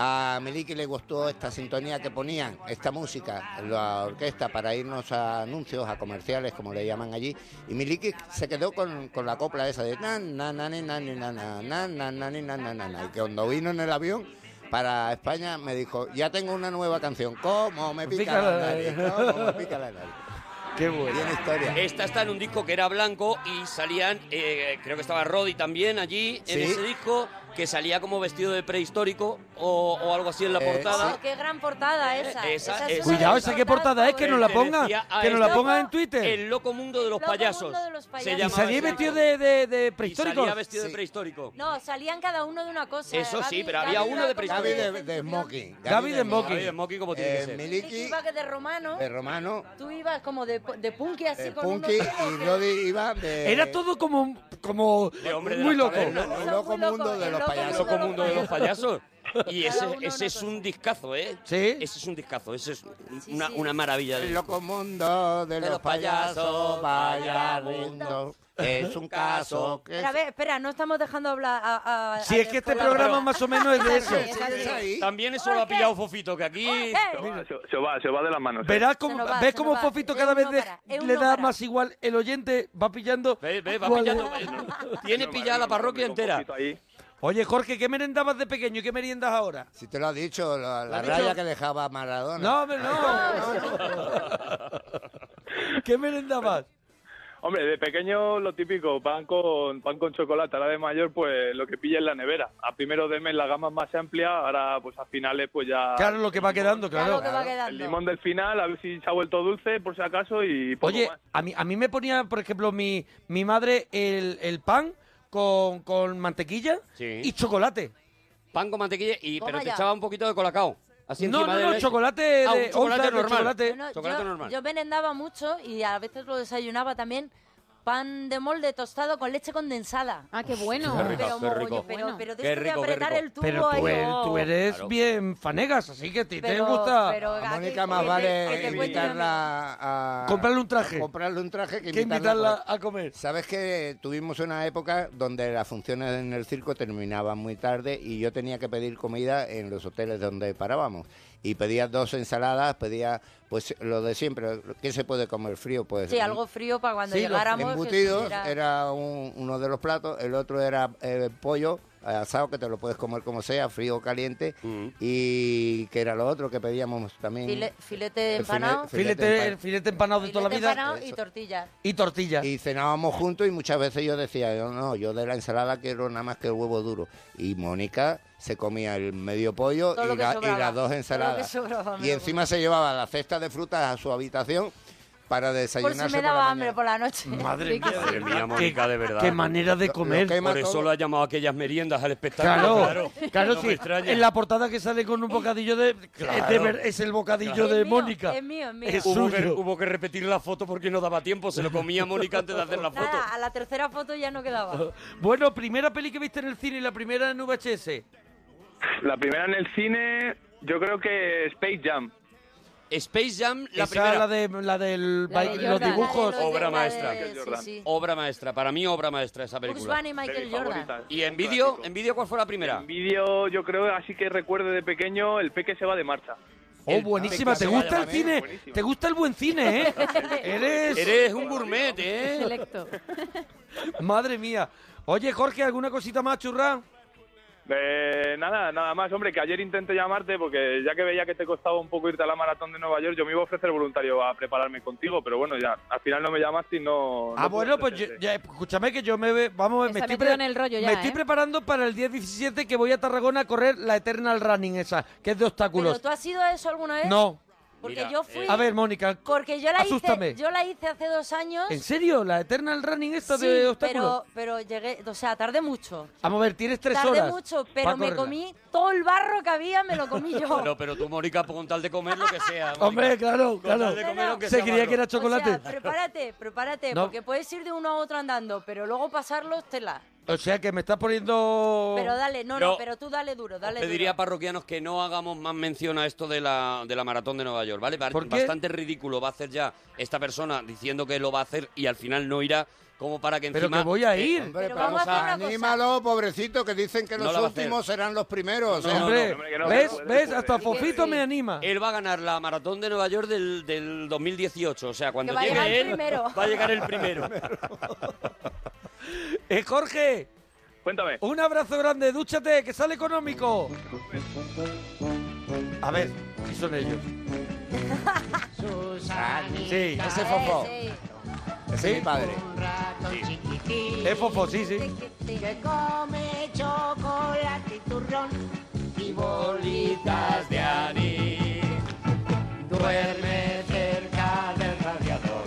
[SPEAKER 6] A Miliki le gustó esta sintonía que ponían, esta música, la orquesta, para irnos a anuncios, a comerciales, como le llaman allí. Y Miliki se quedó con, con la copla esa de na, na, na, ni, na, ni, na, na, na, na, na, ni, na, na, na, na. Y que cuando vino en el avión para España me dijo, ya tengo una nueva canción, ¿cómo me pica la nariz? ¿Cómo me pica la nariz?
[SPEAKER 2] Qué bueno.
[SPEAKER 6] Tiene historia.
[SPEAKER 4] Esta está en un disco que era blanco y salían, eh, creo que estaba Roddy también allí, en
[SPEAKER 6] Sí.
[SPEAKER 4] ese disco, que salía como vestido de prehistórico o, o algo así en la
[SPEAKER 6] Eh,
[SPEAKER 4] portada.
[SPEAKER 5] qué gran portada esa.
[SPEAKER 4] Eh, esa-
[SPEAKER 5] esa es
[SPEAKER 4] esa-
[SPEAKER 5] una
[SPEAKER 2] Cuidado,
[SPEAKER 5] de
[SPEAKER 2] esa
[SPEAKER 5] mis
[SPEAKER 2] qué portada es que
[SPEAKER 5] favoritas.
[SPEAKER 2] nos la
[SPEAKER 4] Te
[SPEAKER 2] ponga,
[SPEAKER 4] decía a este
[SPEAKER 2] que nos la
[SPEAKER 4] esto,
[SPEAKER 2] ponga en Twitter.
[SPEAKER 4] El loco mundo de los
[SPEAKER 5] Loco
[SPEAKER 4] payasos.
[SPEAKER 5] mundo de los payasos.
[SPEAKER 2] Y
[SPEAKER 4] llamaba
[SPEAKER 2] salí
[SPEAKER 4] ese
[SPEAKER 2] vestido
[SPEAKER 4] disco.
[SPEAKER 2] de, de, de
[SPEAKER 4] Y salía
[SPEAKER 2] prehistóricos.
[SPEAKER 4] vestido de
[SPEAKER 6] Sí.
[SPEAKER 4] prehistórico.
[SPEAKER 5] No, salían cada uno de una cosa.
[SPEAKER 4] Eso sí,
[SPEAKER 5] Gaby-
[SPEAKER 4] pero había
[SPEAKER 5] Gaby
[SPEAKER 4] uno
[SPEAKER 5] iba
[SPEAKER 4] de
[SPEAKER 5] con
[SPEAKER 6] Gaby
[SPEAKER 5] una
[SPEAKER 6] de, de
[SPEAKER 5] intención.
[SPEAKER 6] Smoking.
[SPEAKER 2] Gaby de Smoking.
[SPEAKER 4] Javi de Moqui, como tiene
[SPEAKER 6] Eh,
[SPEAKER 4] que ser.
[SPEAKER 5] Ricky
[SPEAKER 6] Miliki
[SPEAKER 5] iba que de romano.
[SPEAKER 6] de Romano,
[SPEAKER 5] Tú ibas como de, de punky así
[SPEAKER 6] de
[SPEAKER 5] con
[SPEAKER 6] Eh. Punky
[SPEAKER 5] unos pelos
[SPEAKER 6] y
[SPEAKER 5] que-
[SPEAKER 6] Roddy iba de...
[SPEAKER 2] Era todo como, como
[SPEAKER 4] hombre de
[SPEAKER 2] muy
[SPEAKER 4] las
[SPEAKER 2] loco.
[SPEAKER 4] tabernas.
[SPEAKER 6] El
[SPEAKER 5] Son
[SPEAKER 6] loco
[SPEAKER 5] muy locos,
[SPEAKER 6] mundo de
[SPEAKER 5] el
[SPEAKER 6] los
[SPEAKER 5] loco
[SPEAKER 6] payasos.
[SPEAKER 4] loco mundo de los payasos. Y
[SPEAKER 5] Cada
[SPEAKER 4] ese,
[SPEAKER 5] uno
[SPEAKER 4] ese
[SPEAKER 5] una
[SPEAKER 4] es
[SPEAKER 5] cosa.
[SPEAKER 4] un discazo, ¿eh?
[SPEAKER 2] ¿sí.
[SPEAKER 4] Ese es un discazo, ese es
[SPEAKER 5] Sí,
[SPEAKER 4] una,
[SPEAKER 5] sí.
[SPEAKER 4] una maravilla. de
[SPEAKER 6] El
[SPEAKER 4] disco.
[SPEAKER 6] loco mundo de,
[SPEAKER 4] De
[SPEAKER 6] los
[SPEAKER 4] los payasos,
[SPEAKER 6] payasos, vaya mundo. Es un caso que...
[SPEAKER 5] Espera, a ver, espera, no estamos dejando hablar a... a-
[SPEAKER 2] Si
[SPEAKER 5] a-
[SPEAKER 2] es que este
[SPEAKER 5] Escolar.
[SPEAKER 2] programa más o menos es de eso.
[SPEAKER 7] También eso lo ha pillado Fofito, que aquí...
[SPEAKER 8] Se, se va, se va de las manos. ¿eh?
[SPEAKER 2] Verás cómo,
[SPEAKER 5] Se nos va,
[SPEAKER 2] ¿Ves
[SPEAKER 5] se
[SPEAKER 2] cómo
[SPEAKER 5] nos va.
[SPEAKER 2] Fofito
[SPEAKER 5] Es
[SPEAKER 2] cada
[SPEAKER 5] un
[SPEAKER 2] vez
[SPEAKER 5] no
[SPEAKER 2] de-
[SPEAKER 5] para, es un
[SPEAKER 2] le
[SPEAKER 5] no
[SPEAKER 2] da
[SPEAKER 5] para.
[SPEAKER 2] más igual? El oyente va pillando...
[SPEAKER 7] Ve, ve, va
[SPEAKER 2] cuál es.
[SPEAKER 7] pillando... Tiene
[SPEAKER 8] pues, No,
[SPEAKER 7] pillada
[SPEAKER 8] madre,
[SPEAKER 7] la
[SPEAKER 8] no,
[SPEAKER 7] parroquia
[SPEAKER 8] me
[SPEAKER 7] entera.
[SPEAKER 8] confito ahí.
[SPEAKER 2] Oye, Jorge, ¿qué merendabas de pequeño y qué meriendas ahora?
[SPEAKER 6] Si te lo ha dicho, la, la
[SPEAKER 7] ha dicho?
[SPEAKER 6] raya que dejaba Maradona.
[SPEAKER 2] No, hombre, no. ¿Qué merendabas?
[SPEAKER 8] Hombre, de pequeño lo típico, pan con pan con chocolate. Ahora de mayor, pues lo que pilla en la nevera. A primero de mes la gama es más amplia, ahora pues a finales pues ya...
[SPEAKER 2] Claro, lo que va quedando,
[SPEAKER 5] Ya
[SPEAKER 2] claro.
[SPEAKER 5] lo que va
[SPEAKER 8] El
[SPEAKER 5] quedando.
[SPEAKER 8] limón del final, a ver si se ha vuelto dulce, por si acaso, y pues, poco
[SPEAKER 2] Oye,
[SPEAKER 8] más.
[SPEAKER 2] a mí, a mí me ponía, por ejemplo, mi, mi madre el, el pan con, con mantequilla
[SPEAKER 7] Sí.
[SPEAKER 2] y chocolate.
[SPEAKER 7] Pan con mantequilla y...
[SPEAKER 5] Toma
[SPEAKER 7] Pero te
[SPEAKER 5] ya.
[SPEAKER 7] echaba un poquito de colacao. Así
[SPEAKER 2] no,
[SPEAKER 7] encima
[SPEAKER 2] no,
[SPEAKER 7] de
[SPEAKER 2] no,
[SPEAKER 7] leche.
[SPEAKER 2] chocolate
[SPEAKER 7] Ah, un
[SPEAKER 2] de
[SPEAKER 7] chocolate
[SPEAKER 2] onza, no,
[SPEAKER 7] normal.
[SPEAKER 2] chocolate.
[SPEAKER 5] Bueno,
[SPEAKER 7] Chocolate
[SPEAKER 5] yo,
[SPEAKER 7] normal.
[SPEAKER 5] yo merendaba mucho y a veces lo desayunaba también pan de molde tostado con leche condensada.
[SPEAKER 3] Ah, qué bueno.
[SPEAKER 7] Qué rico,
[SPEAKER 5] pero,
[SPEAKER 7] qué
[SPEAKER 5] mogollón,
[SPEAKER 7] rico.
[SPEAKER 5] pero, pero de
[SPEAKER 7] Qué
[SPEAKER 5] esto de
[SPEAKER 7] rico, qué
[SPEAKER 5] apretar
[SPEAKER 7] rico.
[SPEAKER 5] el tubo
[SPEAKER 2] Pero pues, tú,
[SPEAKER 5] ahí,
[SPEAKER 2] eres-
[SPEAKER 5] oh.
[SPEAKER 2] tú eres
[SPEAKER 7] Claro.
[SPEAKER 2] bien fanegas, así que a ti
[SPEAKER 5] Pero-
[SPEAKER 2] te gusta.
[SPEAKER 5] pero
[SPEAKER 6] A
[SPEAKER 5] aquí
[SPEAKER 6] Mónica
[SPEAKER 5] que
[SPEAKER 6] más
[SPEAKER 5] te- que
[SPEAKER 6] vale
[SPEAKER 5] te cuente
[SPEAKER 6] invitarla a...
[SPEAKER 2] Comprarle un traje.
[SPEAKER 6] Comprarle un traje que
[SPEAKER 2] que
[SPEAKER 6] invitarla.
[SPEAKER 2] invitarla a comer.
[SPEAKER 6] Sabes que tuvimos una época donde las funciones en el circo terminaban muy tarde y yo tenía que pedir comida en los hoteles donde parábamos. Y pedía dos ensaladas, pedía pues lo de siempre. ¿Qué se puede comer frío? Pues
[SPEAKER 5] Sí, algo frío para cuando
[SPEAKER 2] Sí, los
[SPEAKER 5] llegáramos. pues, que
[SPEAKER 6] embutidos
[SPEAKER 5] estuviera-
[SPEAKER 6] era un- uno de los platos, el otro era eh, pollo asado que te lo puedes comer como sea, frío o caliente
[SPEAKER 2] Mm.
[SPEAKER 6] y que era lo otro que pedíamos también.
[SPEAKER 5] file- filete
[SPEAKER 6] El file-
[SPEAKER 5] empanado,
[SPEAKER 6] filete
[SPEAKER 2] Filete,
[SPEAKER 6] empan-
[SPEAKER 2] el filete empanado de toda la
[SPEAKER 5] filete
[SPEAKER 2] vida
[SPEAKER 5] empanado y
[SPEAKER 6] Eso.
[SPEAKER 5] tortillas.
[SPEAKER 2] y tortilla.
[SPEAKER 6] Y cenábamos juntos y muchas veces yo decía, yo, no, yo de la ensalada quiero nada más que el huevo duro. Y Mónica se comía el medio pollo
[SPEAKER 5] Todo lo
[SPEAKER 6] y,
[SPEAKER 5] que
[SPEAKER 6] la- y
[SPEAKER 5] sobraba.
[SPEAKER 6] las
[SPEAKER 5] Todo
[SPEAKER 6] dos
[SPEAKER 5] lo que
[SPEAKER 6] ensaladas.
[SPEAKER 5] sobraba, me
[SPEAKER 6] y
[SPEAKER 5] lo
[SPEAKER 6] encima se llevaba la cesta de frutas a su habitación para
[SPEAKER 5] Por
[SPEAKER 6] desayunarse
[SPEAKER 5] si me
[SPEAKER 6] por la
[SPEAKER 5] daba hambre
[SPEAKER 6] mañana.
[SPEAKER 5] por la noche.
[SPEAKER 2] Madre mía,
[SPEAKER 7] Madre mía,
[SPEAKER 2] qué,
[SPEAKER 7] Mónica, de verdad.
[SPEAKER 2] qué manera de
[SPEAKER 6] Lo- lo
[SPEAKER 2] comer.
[SPEAKER 6] quema
[SPEAKER 7] Por eso
[SPEAKER 6] todo.
[SPEAKER 7] lo ha llamado aquellas meriendas al espectáculo.
[SPEAKER 2] Claro, claro,
[SPEAKER 7] No
[SPEAKER 2] sí.
[SPEAKER 7] me extraña.
[SPEAKER 2] En la portada que sale con un bocadillo de. es, de ver- es el bocadillo
[SPEAKER 5] Eh, Es
[SPEAKER 2] de
[SPEAKER 5] mío,
[SPEAKER 2] Mónica.
[SPEAKER 5] es mío, es mío.
[SPEAKER 2] Es
[SPEAKER 7] Hubo que,
[SPEAKER 2] suyo.
[SPEAKER 7] hubo que repetir la foto porque no daba tiempo. Se lo comía Mónica antes de hacer la foto.
[SPEAKER 5] Nada, a la tercera foto ya no quedaba.
[SPEAKER 2] Bueno, primera peli que viste en el cine y la primera en VHS.
[SPEAKER 8] La primera en el cine, yo creo que Space Jam.
[SPEAKER 7] Space Jam, la
[SPEAKER 2] Esa,
[SPEAKER 7] primera.
[SPEAKER 2] la, de, la del
[SPEAKER 3] La de
[SPEAKER 2] ba- los
[SPEAKER 3] Jordan.
[SPEAKER 2] dibujos.
[SPEAKER 5] La de los-
[SPEAKER 7] Obra
[SPEAKER 5] la de-
[SPEAKER 7] maestra.
[SPEAKER 5] sí, sí.
[SPEAKER 7] Obra maestra. Para mí, obra maestra esa
[SPEAKER 5] Bugs
[SPEAKER 7] película.
[SPEAKER 5] Bunny y
[SPEAKER 8] de
[SPEAKER 5] Michael
[SPEAKER 8] mis
[SPEAKER 5] Jordan.
[SPEAKER 8] favoritas.
[SPEAKER 7] ¿Y en
[SPEAKER 8] Un
[SPEAKER 7] vídeo?
[SPEAKER 8] clásico.
[SPEAKER 7] ¿En vídeo cuál fue la primera?
[SPEAKER 8] En vídeo, yo creo, así que recuerdo de pequeño, el peque se va de marcha.
[SPEAKER 2] Oh, buenísima. ¿Te
[SPEAKER 7] Ah,
[SPEAKER 2] gusta el
[SPEAKER 7] también,
[SPEAKER 2] cine?
[SPEAKER 8] buenísima.
[SPEAKER 2] ¿Te gusta el buen cine, eh? Eres.
[SPEAKER 7] Eres un gourmet, ¿eh?
[SPEAKER 3] Selecto.
[SPEAKER 2] Madre mía. Oye, Jorge, ¿alguna cosita más, churra?
[SPEAKER 8] Eh, nada, nada más, hombre, que ayer intenté llamarte porque ya que veía que te costaba un poco irte a la maratón de Nueva York, yo me iba a ofrecer voluntario a prepararme contigo, pero bueno, ya, al final no me llamaste y no...
[SPEAKER 2] Ah,
[SPEAKER 8] no pude
[SPEAKER 2] bueno, pues
[SPEAKER 8] ofrecerte.
[SPEAKER 2] yo- ya, escúchame que yo me ve- vamos, me
[SPEAKER 3] Está
[SPEAKER 2] estoy,
[SPEAKER 3] metido en el rollo ya,
[SPEAKER 2] me estoy
[SPEAKER 3] ¿eh?
[SPEAKER 2] preparando para el 10-17 que voy a Tarragona a correr la Eternal Running esa, que es de
[SPEAKER 5] ¿Pero
[SPEAKER 2] obstáculos.
[SPEAKER 5] tú has ido a eso alguna vez?
[SPEAKER 2] No.
[SPEAKER 5] Porque
[SPEAKER 7] Mira,
[SPEAKER 5] yo fui...
[SPEAKER 2] A ver, Mónica.
[SPEAKER 5] porque yo la,
[SPEAKER 2] asústame.
[SPEAKER 5] hice, yo la hice hace dos años.
[SPEAKER 2] ¿En serio? ¿La Eternal Running esta
[SPEAKER 5] sí,
[SPEAKER 2] de obstáculos?
[SPEAKER 5] pero, pero llegué... O sea, tardé mucho.
[SPEAKER 2] Vamos a ver, tienes tres
[SPEAKER 5] Tardé
[SPEAKER 2] horas.
[SPEAKER 5] mucho,
[SPEAKER 2] pa'
[SPEAKER 5] pero me
[SPEAKER 2] correrla.
[SPEAKER 5] comí todo el barro que había, me lo comí yo.
[SPEAKER 7] Pero, pero tú, Mónica, con tal de comer lo que sea. Mónica.
[SPEAKER 2] Hombre, claro,
[SPEAKER 7] Con tal
[SPEAKER 2] claro.
[SPEAKER 7] de comer, aunque
[SPEAKER 2] Se
[SPEAKER 7] sea
[SPEAKER 2] creía
[SPEAKER 7] malo.
[SPEAKER 2] que era chocolate.
[SPEAKER 5] O sea, prepárate, prepárate,
[SPEAKER 2] No.
[SPEAKER 5] porque puedes ir de uno a otro andando, pero luego pasarlos tela.
[SPEAKER 2] que me estás poniendo...
[SPEAKER 5] Pero dale, no,
[SPEAKER 7] Pero-
[SPEAKER 5] no, pero tú dale duro, dale
[SPEAKER 7] Os pediría a
[SPEAKER 5] duro.
[SPEAKER 7] parroquianos que no hagamos más mención a esto de la, de la maratón de Nueva York, ¿vale? Ba-
[SPEAKER 2] ¿Por qué?
[SPEAKER 7] Bastante ridículo va a hacer ya esta persona diciendo que lo va a hacer y al final no irá, como para que encima. Eh,
[SPEAKER 2] Pero que voy a ir.
[SPEAKER 6] Hombre,
[SPEAKER 5] Pero vamos a hacer una cosa.
[SPEAKER 6] anímalo, pobrecito, que dicen que
[SPEAKER 7] No
[SPEAKER 6] los
[SPEAKER 7] la va a hacer.
[SPEAKER 6] últimos serán los primeros.
[SPEAKER 7] No,
[SPEAKER 6] ¿eh?
[SPEAKER 7] no,
[SPEAKER 2] Hombre,
[SPEAKER 8] hombre, que no,
[SPEAKER 2] ¿ves?
[SPEAKER 8] que no puede,
[SPEAKER 2] ¿Ves?
[SPEAKER 8] puede.
[SPEAKER 2] Hasta
[SPEAKER 8] Sí,
[SPEAKER 2] Fofito
[SPEAKER 3] sí.
[SPEAKER 2] me anima.
[SPEAKER 7] Él va a ganar la maratón de Nueva York del, del 2018. O sea, cuando
[SPEAKER 5] Que va a llegar
[SPEAKER 7] llegue
[SPEAKER 5] el
[SPEAKER 7] él,
[SPEAKER 5] primero.
[SPEAKER 7] va a llegar el primero.
[SPEAKER 2] Eh, Jorge,
[SPEAKER 8] Cuéntame.
[SPEAKER 2] un abrazo grande, dúchate, que sale económico. A ver, ¿qué son ellos? Sí,
[SPEAKER 6] Ese fofo,
[SPEAKER 5] Eh, sí.
[SPEAKER 6] ese es mi padre.
[SPEAKER 2] es fofo, sí, sí.
[SPEAKER 1] que come chocolate y turrón y bolitas de anís. Duerme cerca del radiador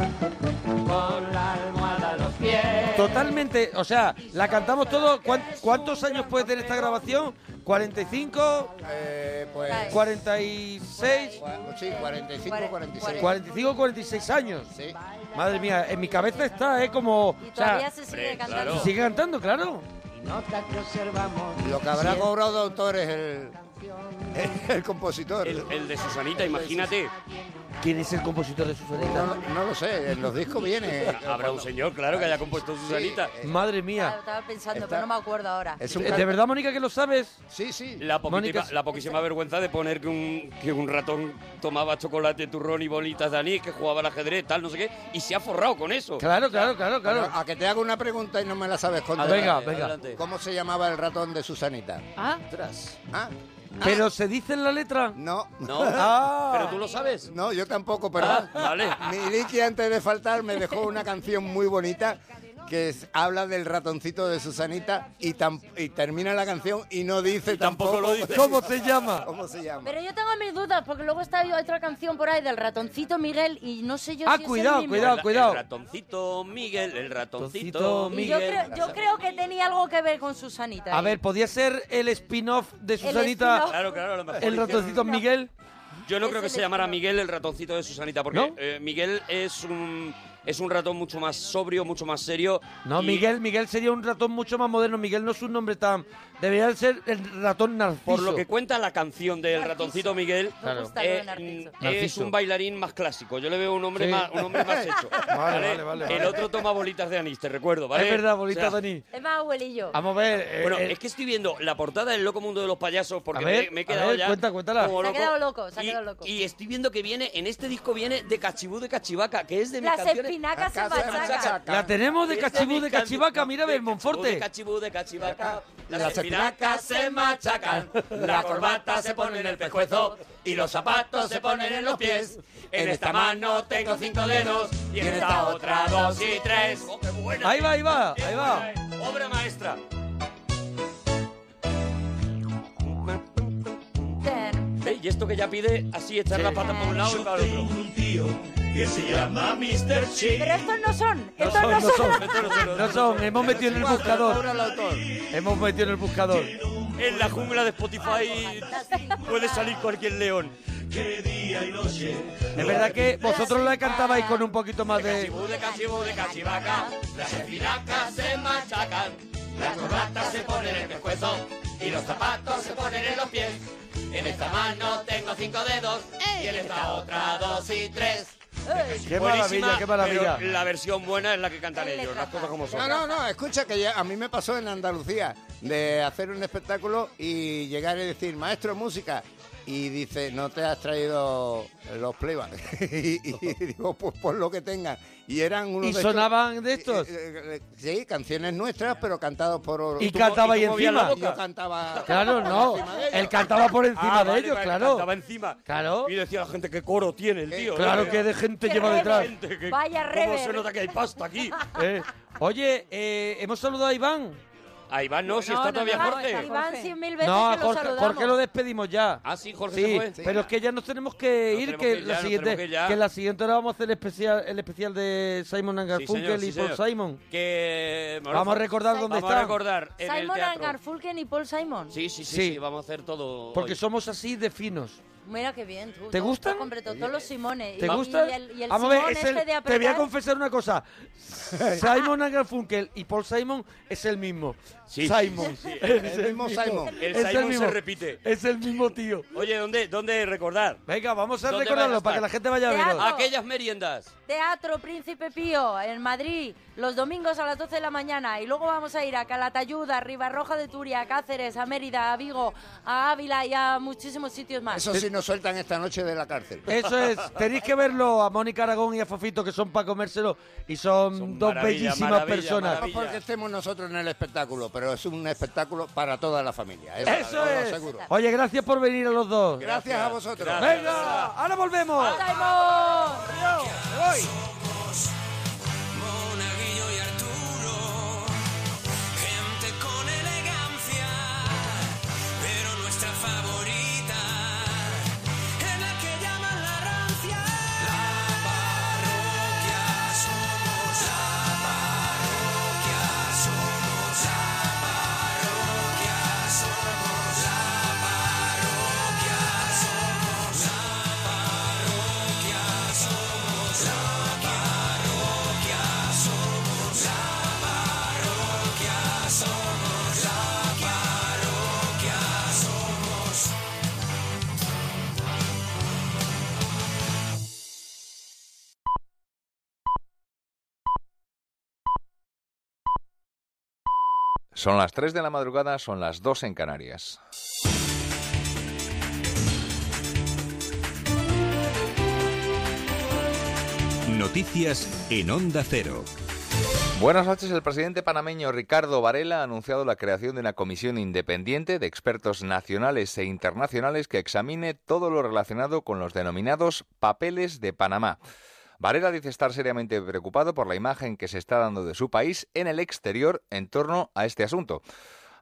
[SPEAKER 1] con la almohada a los pies.
[SPEAKER 2] Totalmente, o sea, la cantamos todos. ¿Cuán- ¿Cuántos años puede tener esta grabación? ¿45?
[SPEAKER 6] Eh, pues,
[SPEAKER 2] ¿46?
[SPEAKER 6] cua- sí, 45, 46.
[SPEAKER 2] ¿45 46 años?
[SPEAKER 6] Sí.
[SPEAKER 2] Madre mía, en mi cabeza está, ¿eh? Como...
[SPEAKER 5] Y
[SPEAKER 2] O sea,
[SPEAKER 5] todavía se sigue
[SPEAKER 7] hombre,
[SPEAKER 5] cantando.
[SPEAKER 7] claro.
[SPEAKER 2] sigue cantando, claro.
[SPEAKER 1] Y nota que observamos.
[SPEAKER 6] Lo que habrá cobrado de autores el, el, compositor.
[SPEAKER 7] El, el de Susanita, imagínate.
[SPEAKER 2] ¿Quién es el compositor de Susanita?
[SPEAKER 6] No, no lo sé, en los discos viene.
[SPEAKER 7] Habrá un señor, claro, que haya compuesto Susanita.
[SPEAKER 1] eh.
[SPEAKER 2] Madre
[SPEAKER 5] Claro,
[SPEAKER 2] mía.
[SPEAKER 5] estaba pensando, pero no me acuerdo ahora.
[SPEAKER 2] Eh, ¿De verdad, Mónica, que lo sabes?
[SPEAKER 6] Sí, sí.
[SPEAKER 7] La poquísima,
[SPEAKER 2] Mónica-
[SPEAKER 7] la poquísima vergüenza de poner que un, que un ratón tomaba chocolate, turrón y bolitas de anís, que jugaba al ajedrez, tal, no sé qué, y se ha forrado con eso.
[SPEAKER 2] Claro, claro, claro, claro. Ah,
[SPEAKER 6] Bueno, a que te hago una pregunta y no me la sabes contestar.
[SPEAKER 2] Venga, venga.
[SPEAKER 7] adelante.
[SPEAKER 6] ¿Cómo se llamaba el ratón de Susanita?
[SPEAKER 10] Ah,
[SPEAKER 7] Ostras.
[SPEAKER 6] ¿Ah?
[SPEAKER 2] ¿Pero se dice en la letra?
[SPEAKER 6] No.
[SPEAKER 7] No,
[SPEAKER 2] Ah.
[SPEAKER 7] pero tú lo sabes.
[SPEAKER 6] No, yo tampoco, pero
[SPEAKER 7] Ah, vale.
[SPEAKER 6] Miliki antes de faltar me dejó una canción muy bonita que es- habla del ratoncito de Susanita y, tam- y termina la canción y no dice
[SPEAKER 7] tampoco
[SPEAKER 6] tampoco,
[SPEAKER 7] lo dice.
[SPEAKER 2] ¿Cómo se llama?
[SPEAKER 6] cómo se llama.
[SPEAKER 5] Pero yo tengo mis dudas, porque luego está otra canción por ahí del ratoncito Miguel y no sé yo
[SPEAKER 2] Ah,
[SPEAKER 5] si
[SPEAKER 2] cuidado,
[SPEAKER 5] es el mismo.
[SPEAKER 2] cuidado.
[SPEAKER 7] El- El ratoncito Miguel, el ratoncito
[SPEAKER 2] Ratoncito
[SPEAKER 5] Y yo,
[SPEAKER 7] Miguel.
[SPEAKER 5] creo, yo creo que tenía algo que ver con Susanita.
[SPEAKER 2] A
[SPEAKER 5] ¿eh?
[SPEAKER 2] ver, ¿podía ser el spin-off de
[SPEAKER 5] spin-off.
[SPEAKER 2] Susanita,
[SPEAKER 7] Claro, claro, a lo mejor
[SPEAKER 2] el
[SPEAKER 7] hicieron-
[SPEAKER 2] ratoncito Miguel?
[SPEAKER 7] Yo no
[SPEAKER 5] Es
[SPEAKER 7] creo que
[SPEAKER 5] el
[SPEAKER 7] se llamara
[SPEAKER 5] estilo.
[SPEAKER 7] Miguel el ratoncito de Susanita, porque
[SPEAKER 2] ¿No?
[SPEAKER 7] eh, Miguel es un es un ratón mucho más sobrio, mucho más serio.
[SPEAKER 2] No,
[SPEAKER 7] y-
[SPEAKER 2] Miguel, Miguel sería un ratón mucho más moderno. Miguel no es un nombre tan... Debería de ser el ratón Narciso.
[SPEAKER 7] Por lo que cuenta la canción del ratoncito Miguel,
[SPEAKER 5] Me gusta
[SPEAKER 7] eh,
[SPEAKER 5] lo de Narciso.
[SPEAKER 7] es
[SPEAKER 2] Narciso.
[SPEAKER 7] un bailarín más clásico. Yo le veo un hombre
[SPEAKER 2] Sí.
[SPEAKER 7] más, un hombre más hecho.
[SPEAKER 2] vale, vale,
[SPEAKER 7] El
[SPEAKER 2] vale.
[SPEAKER 7] otro toma bolitas de anís, te recuerdo, ¿vale?
[SPEAKER 2] Es verdad,
[SPEAKER 7] O
[SPEAKER 2] bolita,
[SPEAKER 7] sea,
[SPEAKER 2] Dani.
[SPEAKER 5] Es más abuelillo.
[SPEAKER 2] Vamos a ver. eh,
[SPEAKER 7] Bueno,
[SPEAKER 2] eh,
[SPEAKER 7] es que estoy viendo la portada del Loco Mundo de los Payasos porque
[SPEAKER 2] A ver,
[SPEAKER 7] me, me he
[SPEAKER 2] a
[SPEAKER 7] quedado
[SPEAKER 2] ver,
[SPEAKER 7] ya.
[SPEAKER 2] cuenta, cuéntala.
[SPEAKER 7] como
[SPEAKER 5] Se ha quedado loco, se ha quedado loco.
[SPEAKER 7] Y estoy viendo que viene, en este disco viene de Cachibú de Cachivaca, que es de mis
[SPEAKER 5] Las
[SPEAKER 7] canciones.
[SPEAKER 5] espinacas se machacan.
[SPEAKER 2] La tenemos de
[SPEAKER 7] Esta es
[SPEAKER 2] cachibú
[SPEAKER 7] mi
[SPEAKER 2] de
[SPEAKER 7] can-
[SPEAKER 2] cachivaca,
[SPEAKER 7] no,
[SPEAKER 2] mira
[SPEAKER 7] de Cachibú De
[SPEAKER 2] Belmonforte.
[SPEAKER 7] cachibú de cachivaca. Las,
[SPEAKER 6] Las
[SPEAKER 7] espinacas se machacan. La corbata se pone en el pescuezo. Y los zapatos se ponen en los pies. En esta mano tengo cinco dedos. Y en esta otra dos y tres. ¡Oh, qué buena!
[SPEAKER 2] Ahí va, ahí va,
[SPEAKER 7] Qué
[SPEAKER 2] ahí va.
[SPEAKER 7] buena, eh. Obra maestra. Ve, Y esto que ya pide así echar
[SPEAKER 2] Sí.
[SPEAKER 7] la pata para un lado y para el otro.
[SPEAKER 5] Pero estos no son,
[SPEAKER 2] No
[SPEAKER 5] estos
[SPEAKER 2] son,
[SPEAKER 5] no
[SPEAKER 2] no
[SPEAKER 5] son.
[SPEAKER 2] son, no son. Hemos metido en el buscador. Hemos metido en el buscador.
[SPEAKER 7] En la jungla de Spotify puede salir cualquier león.
[SPEAKER 2] Es verdad que vosotros la cantabais con un poquito más de...
[SPEAKER 7] Cachibú de cachibú de cachivaca, las espinacas se machacan, las corbatas se ponen en el pescuezo y los zapatos se ponen en los pies. En esta mano tengo cinco dedos y en esta otra dos y tres.
[SPEAKER 2] ¡Qué maravilla, qué maravilla!
[SPEAKER 7] Pero la versión buena es la que cantan ellos, las cosas como son.
[SPEAKER 6] No, no, no, escucha que ya- a mí me pasó en Andalucía de hacer un espectáculo y llegar y decir, maestro, música. Y dice, no te has traído los playback. y, y digo, pues por lo que tengan. Y eran unos
[SPEAKER 2] ¿Y
[SPEAKER 6] de
[SPEAKER 2] sonaban de estos?
[SPEAKER 6] Eh, eh, eh, Sí, canciones nuestras, pero cantados por...
[SPEAKER 2] Y
[SPEAKER 6] tú-
[SPEAKER 2] cantabais
[SPEAKER 7] y tú movías la
[SPEAKER 2] encima.
[SPEAKER 7] boca.
[SPEAKER 6] Yo cantaba...
[SPEAKER 2] Claro, no. Él cantaba por encima
[SPEAKER 7] Ah,
[SPEAKER 6] Ah,
[SPEAKER 2] de ellos, claro.
[SPEAKER 7] Estaba encima.
[SPEAKER 2] Claro.
[SPEAKER 7] Y decía la gente qué coro tiene el tío. eh".
[SPEAKER 2] Claro que de gente lleva detrás.
[SPEAKER 7] Gente, que-
[SPEAKER 5] Vaya
[SPEAKER 7] ¿Cómo
[SPEAKER 5] rever.
[SPEAKER 7] se nota que hay pasta aquí?
[SPEAKER 2] Eh, Oye, eh, ¿hemos saludado a Iván?
[SPEAKER 7] Ahí va, no, si
[SPEAKER 10] No,
[SPEAKER 7] está
[SPEAKER 10] no,
[SPEAKER 7] todavía
[SPEAKER 10] no,
[SPEAKER 7] Jorge.
[SPEAKER 10] está-
[SPEAKER 5] Iván
[SPEAKER 10] Jorge.
[SPEAKER 5] cien mil veces
[SPEAKER 2] no, a
[SPEAKER 5] que lo
[SPEAKER 2] Jorge,
[SPEAKER 5] saludamos.
[SPEAKER 2] Jorge lo despedimos ya.
[SPEAKER 7] Ah, sí, Jorge
[SPEAKER 2] Sí,
[SPEAKER 7] se fue.
[SPEAKER 2] pero es que ya nos tenemos que
[SPEAKER 7] Nos
[SPEAKER 2] ir,
[SPEAKER 7] tenemos
[SPEAKER 2] que,
[SPEAKER 7] que ir ya,
[SPEAKER 2] la
[SPEAKER 7] nos
[SPEAKER 2] siguiente,
[SPEAKER 7] tenemos que ir ya.
[SPEAKER 2] que la siguiente hora vamos a hacer el especial, el especial de Simon and
[SPEAKER 7] Sí, señor,
[SPEAKER 2] Garfunkel
[SPEAKER 7] sí,
[SPEAKER 2] y Paul
[SPEAKER 7] señor.
[SPEAKER 2] Simon.
[SPEAKER 7] Que bueno,
[SPEAKER 2] Vamos a recordar dónde
[SPEAKER 7] vamos a
[SPEAKER 2] están.
[SPEAKER 7] recordar en el
[SPEAKER 5] Simon and
[SPEAKER 7] teatro.
[SPEAKER 5] Garfunkel y Paul Simon.
[SPEAKER 7] Sí, sí, sí,
[SPEAKER 2] Sí.
[SPEAKER 7] sí, vamos a hacer todo.
[SPEAKER 2] Porque
[SPEAKER 7] hoy.
[SPEAKER 2] somos así de finos.
[SPEAKER 5] Mira qué bien, tú.
[SPEAKER 2] ¿Te
[SPEAKER 5] Yo-
[SPEAKER 2] gustan?
[SPEAKER 5] Hombre, todos los Simones.
[SPEAKER 2] ¿Te
[SPEAKER 5] Y-
[SPEAKER 2] gusta?
[SPEAKER 5] Y el, y el
[SPEAKER 2] Vamos a
[SPEAKER 5] Simón
[SPEAKER 2] ver, es el-
[SPEAKER 5] este de
[SPEAKER 2] te voy a
[SPEAKER 5] apretar.
[SPEAKER 2] confesar una cosa. Simon and Garfunkel y Paul Simon es el mismo.
[SPEAKER 7] Sí,
[SPEAKER 2] Simon.
[SPEAKER 7] sí, sí.
[SPEAKER 2] Es
[SPEAKER 6] El mismo Simon.
[SPEAKER 7] El
[SPEAKER 2] es
[SPEAKER 7] Simon se repite.
[SPEAKER 2] Es el mismo tío.
[SPEAKER 7] Oye, ¿dónde, dónde recordar?
[SPEAKER 2] Venga, vamos a
[SPEAKER 7] ¿Dónde van
[SPEAKER 2] recordarlo
[SPEAKER 7] a
[SPEAKER 2] para que la
[SPEAKER 7] estar?
[SPEAKER 2] gente vaya a
[SPEAKER 5] Te
[SPEAKER 2] verlo.
[SPEAKER 5] hago-
[SPEAKER 7] Aquellas meriendas.
[SPEAKER 5] Teatro Príncipe Pío en Madrid, los domingos a las 12 de la mañana. Y luego vamos a ir a Calatayud, a Ribarroja de Turia, a Cáceres, a Mérida, a Vigo, a Ávila y a muchísimos sitios más.
[SPEAKER 6] Eso sí nos sueltan esta noche de la cárcel.
[SPEAKER 2] Eso es, tenéis que verlo a Mónica Aragón y a Fofito, que son para comérselo y son,
[SPEAKER 7] Son
[SPEAKER 2] dos
[SPEAKER 7] maravilla,
[SPEAKER 2] bellísimas
[SPEAKER 7] maravilla,
[SPEAKER 2] personas.
[SPEAKER 7] maravilla.
[SPEAKER 6] No porque estemos nosotros en el espectáculo, pero es un espectáculo para toda la familia. Eso,
[SPEAKER 2] Eso
[SPEAKER 6] os lo
[SPEAKER 2] es.
[SPEAKER 6] aseguro.
[SPEAKER 2] Oye, gracias por venir a los dos.
[SPEAKER 6] Gracias a vosotros.
[SPEAKER 2] Venga, ahora volvemos.
[SPEAKER 5] ¡Simón!
[SPEAKER 1] Monaguillo y Arturo, gente con elegancia, pero nuestra favorita es la que llaman la rancia. La parroquia somos, la parroquia somos, la parroquia somos, la parroquia somos, la parroquia somos, la parroquia.
[SPEAKER 11] Son las 3 de la madrugada, son las 2 en Canarias.
[SPEAKER 12] Noticias en Onda Cero.
[SPEAKER 11] Buenas noches. El presidente panameño Ricardo Varela ha anunciado la creación de una comisión independiente de expertos nacionales e internacionales que examine todo lo relacionado con los denominados papeles de Panamá. Varela dice estar seriamente preocupado por la imagen que se está dando de su país en el exterior en torno a este asunto.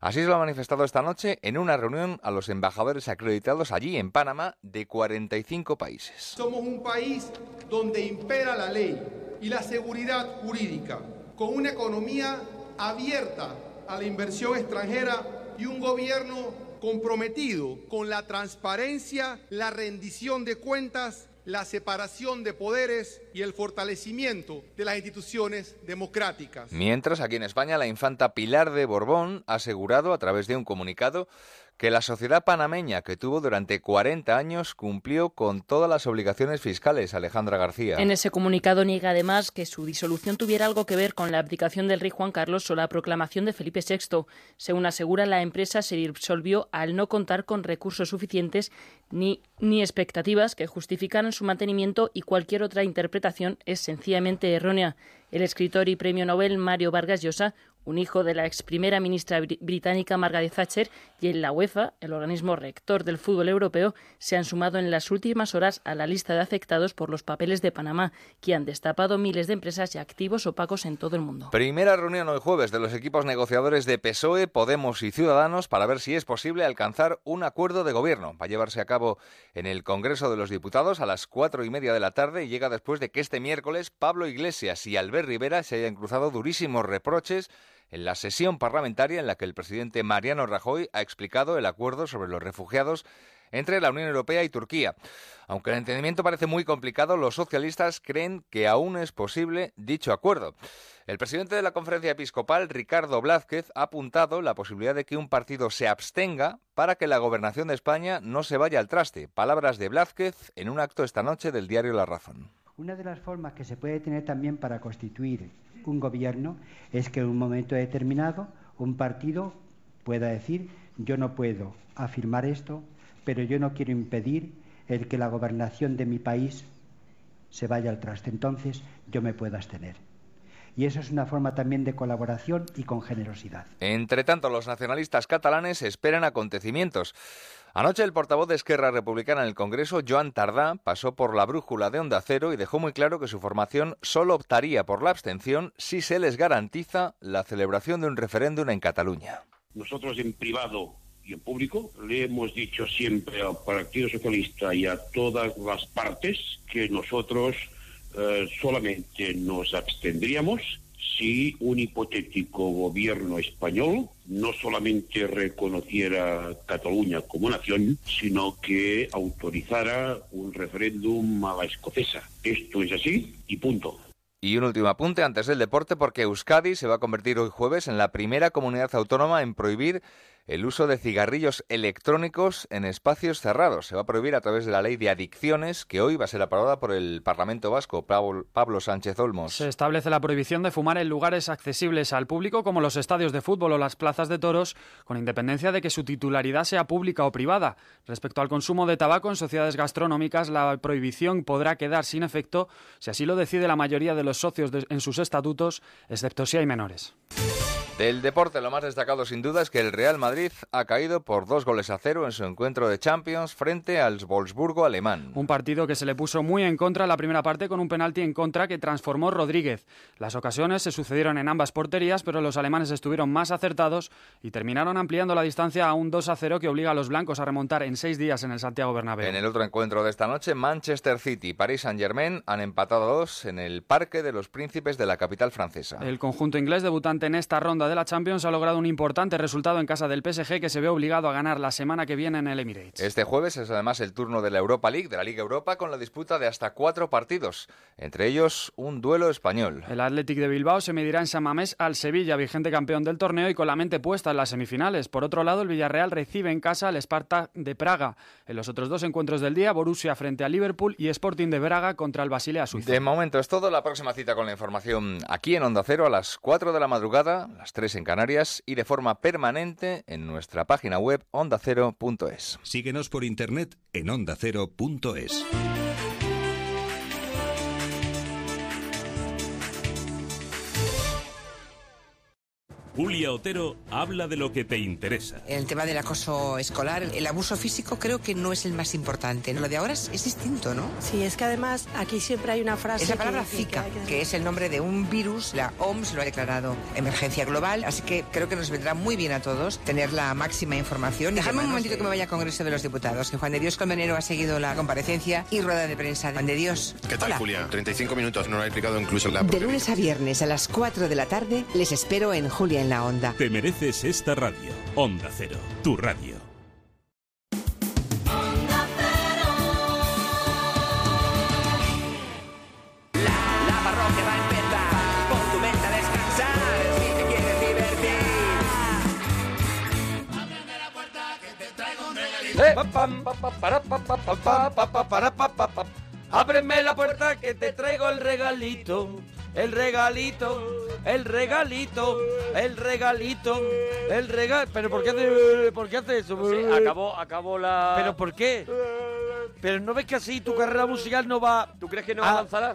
[SPEAKER 11] Así se lo ha manifestado esta noche en una reunión a los embajadores acreditados allí en Panamá de 45 países.
[SPEAKER 13] Somos un país donde impera la ley y la seguridad jurídica, con una economía abierta a la inversión extranjera y un gobierno comprometido con la transparencia, la rendición de cuentas, la separación de poderes y el fortalecimiento de las instituciones democráticas.
[SPEAKER 11] Mientras, aquí en España, la infanta Pilar de Borbón ha asegurado a través de un comunicado que la sociedad panameña que tuvo durante 40 años cumplió con todas las obligaciones fiscales, Alejandra García.
[SPEAKER 14] En ese comunicado niega además que su disolución tuviera algo que ver con la abdicación del rey Juan Carlos o la proclamación de Felipe VI. Según asegura, la empresa se disolvió al no contar con recursos suficientes ni, ni expectativas que justificaran su mantenimiento y cualquier otra interpretación es sencillamente errónea. El escritor y premio Nobel Mario Vargas Llosa un hijo de la ex primera ministra br- británica Margaret Thatcher, y en la UEFA, el organismo rector del fútbol europeo, se han sumado en las últimas horas a la lista de afectados por los papeles de Panamá, que han destapado miles de empresas y activos opacos en todo el mundo.
[SPEAKER 11] Primera reunión hoy jueves de los equipos negociadores de PSOE, E, Podemos y Ciudadanos para ver si es posible alcanzar un acuerdo de gobierno. Va a llevarse a cabo en el Congreso de los Diputados a las cuatro y media de la tarde y llega después de que este miércoles Pablo Iglesias y Albert Rivera se hayan cruzado durísimos reproches en la sesión parlamentaria en la que el presidente Mariano Rajoy ha explicado el acuerdo sobre los refugiados entre la Unión Europea y Turquía. Aunque el entendimiento parece muy complicado, los socialistas creen que aún es posible dicho acuerdo. El presidente de la conferencia episcopal, Ricardo Blázquez, ha apuntado la posibilidad de que un partido se abstenga para que la gobernación de España no se vaya al traste. Palabras de Blázquez en un acto esta noche del diario La Razón.
[SPEAKER 15] Una de las formas que se puede tener también para constituir un gobierno es que en un momento determinado un partido pueda decir yo no puedo afirmar esto, pero yo no quiero impedir el que la gobernación de mi país se vaya al traste. Entonces yo me puedo abstener. Y eso es una forma también de colaboración y con generosidad.
[SPEAKER 11] Entre tanto, los nacionalistas catalanes esperan acontecimientos. Anoche el portavoz de Esquerra Republicana en el Congreso, Joan Tardá, pasó por la brújula de Onda Cero y dejó muy claro que su formación solo optaría por la abstención si se les garantiza la celebración de un referéndum en Cataluña.
[SPEAKER 16] Nosotros en privado y en público le hemos dicho siempre al Partido Socialista y a todas las partes que nosotros eh, solamente nos abstendríamos si un hipotético gobierno español no solamente reconociera Cataluña como nación, sino que autorizara un referéndum a la escocesa. Esto es así y punto.
[SPEAKER 11] Y un último apunte antes del deporte porque Euskadi se va a convertir hoy jueves en la primera comunidad autónoma en prohibir el uso de cigarrillos electrónicos en espacios cerrados. Se va a prohibir a través de la ley de adicciones que hoy va a ser aprobada por el Parlamento Vasco, Pablo Pablo Sánchez Olmos.
[SPEAKER 17] Se establece la prohibición de fumar en lugares accesibles al público como los estadios de fútbol o las plazas de toros, con independencia de que su titularidad sea pública o privada. Respecto al consumo de tabaco en sociedades gastronómicas, la prohibición podrá quedar sin efecto si así lo decide la mayoría de los socios de- en sus estatutos, excepto si hay menores.
[SPEAKER 11] Del deporte, lo más destacado sin duda es que el Real Madrid ha caído por dos goles a cero en su encuentro de Champions frente al Wolfsburgo alemán.
[SPEAKER 17] Un partido que se le puso muy en contra la primera parte con un penalti en contra que transformó Rodríguez. Las ocasiones se sucedieron en ambas porterías, pero los alemanes estuvieron más acertados y terminaron ampliando la distancia a un 2 a 0 que obliga a los blancos a remontar en seis días en el Santiago Bernabéu.
[SPEAKER 11] En el otro encuentro de esta noche, Manchester City y Paris Saint-Germain han empatado a dos en el Parque de los Príncipes de la capital francesa.
[SPEAKER 17] El conjunto inglés debutante en esta ronda de la Champions ha logrado un importante resultado en casa del PSG que se ve obligado a ganar la semana que viene en el Emirates.
[SPEAKER 11] Este jueves es además el turno de la Europa League, de la Liga Europa, con la disputa de hasta cuatro partidos, entre ellos un duelo español.
[SPEAKER 17] El Athletic de Bilbao se medirá en San Mamés al Sevilla, vigente campeón del torneo y con la mente puesta en las semifinales. Por otro lado, el Villarreal recibe en casa al Sparta de Praga. En los otros dos encuentros del día, Borussia frente al Liverpool y Sporting de Braga contra el Basilea Suiza.
[SPEAKER 11] De momento es todo, la próxima cita con la información aquí en Onda Cero a las 4 de la madrugada, las 3 3 en Canarias y de forma permanente en nuestra página web ondacero.es.
[SPEAKER 12] Síguenos por internet en ondacero.es.
[SPEAKER 18] Julia Otero habla de lo que te interesa.
[SPEAKER 19] En el tema del acoso escolar, el abuso físico creo que no es el más importante. Lo de ahora es, es distinto, ¿no?
[SPEAKER 20] Sí, es que además aquí siempre hay una frase.
[SPEAKER 19] Es la palabra
[SPEAKER 20] que- que-
[SPEAKER 19] Zika,
[SPEAKER 20] que-
[SPEAKER 19] que es el nombre de un virus. La OMS lo ha declarado emergencia global, así que creo que nos vendrá muy bien a todos tener la máxima información. Dejadme un momentito que me vaya al Congreso de los Diputados, que Juan de Dios Colmenero ha seguido la comparecencia y rueda de prensa. Juan de Dios.
[SPEAKER 21] ¿Qué tal,
[SPEAKER 19] Hola.
[SPEAKER 21] Julia? 35 minutos, no lo ha explicado incluso la
[SPEAKER 19] De lunes a viernes a las 4 de la tarde les espero en Julia en la Onda.
[SPEAKER 18] Te mereces esta radio. Onda Cero, tu radio.
[SPEAKER 4] parroquia va a empezar. Pon tu mente a descansar si te quieres divertir.
[SPEAKER 2] Eh, Ábreme la puerta que te traigo el regalito, el regalito, el regalito, el regalito, el regalito. Pero ¿por qué hace, por qué hace eso?
[SPEAKER 7] acabó, acabó la...
[SPEAKER 2] ¿Pero por qué? Pero no ves que así tu carrera musical no va. ¿Tú crees que
[SPEAKER 7] no avanzará?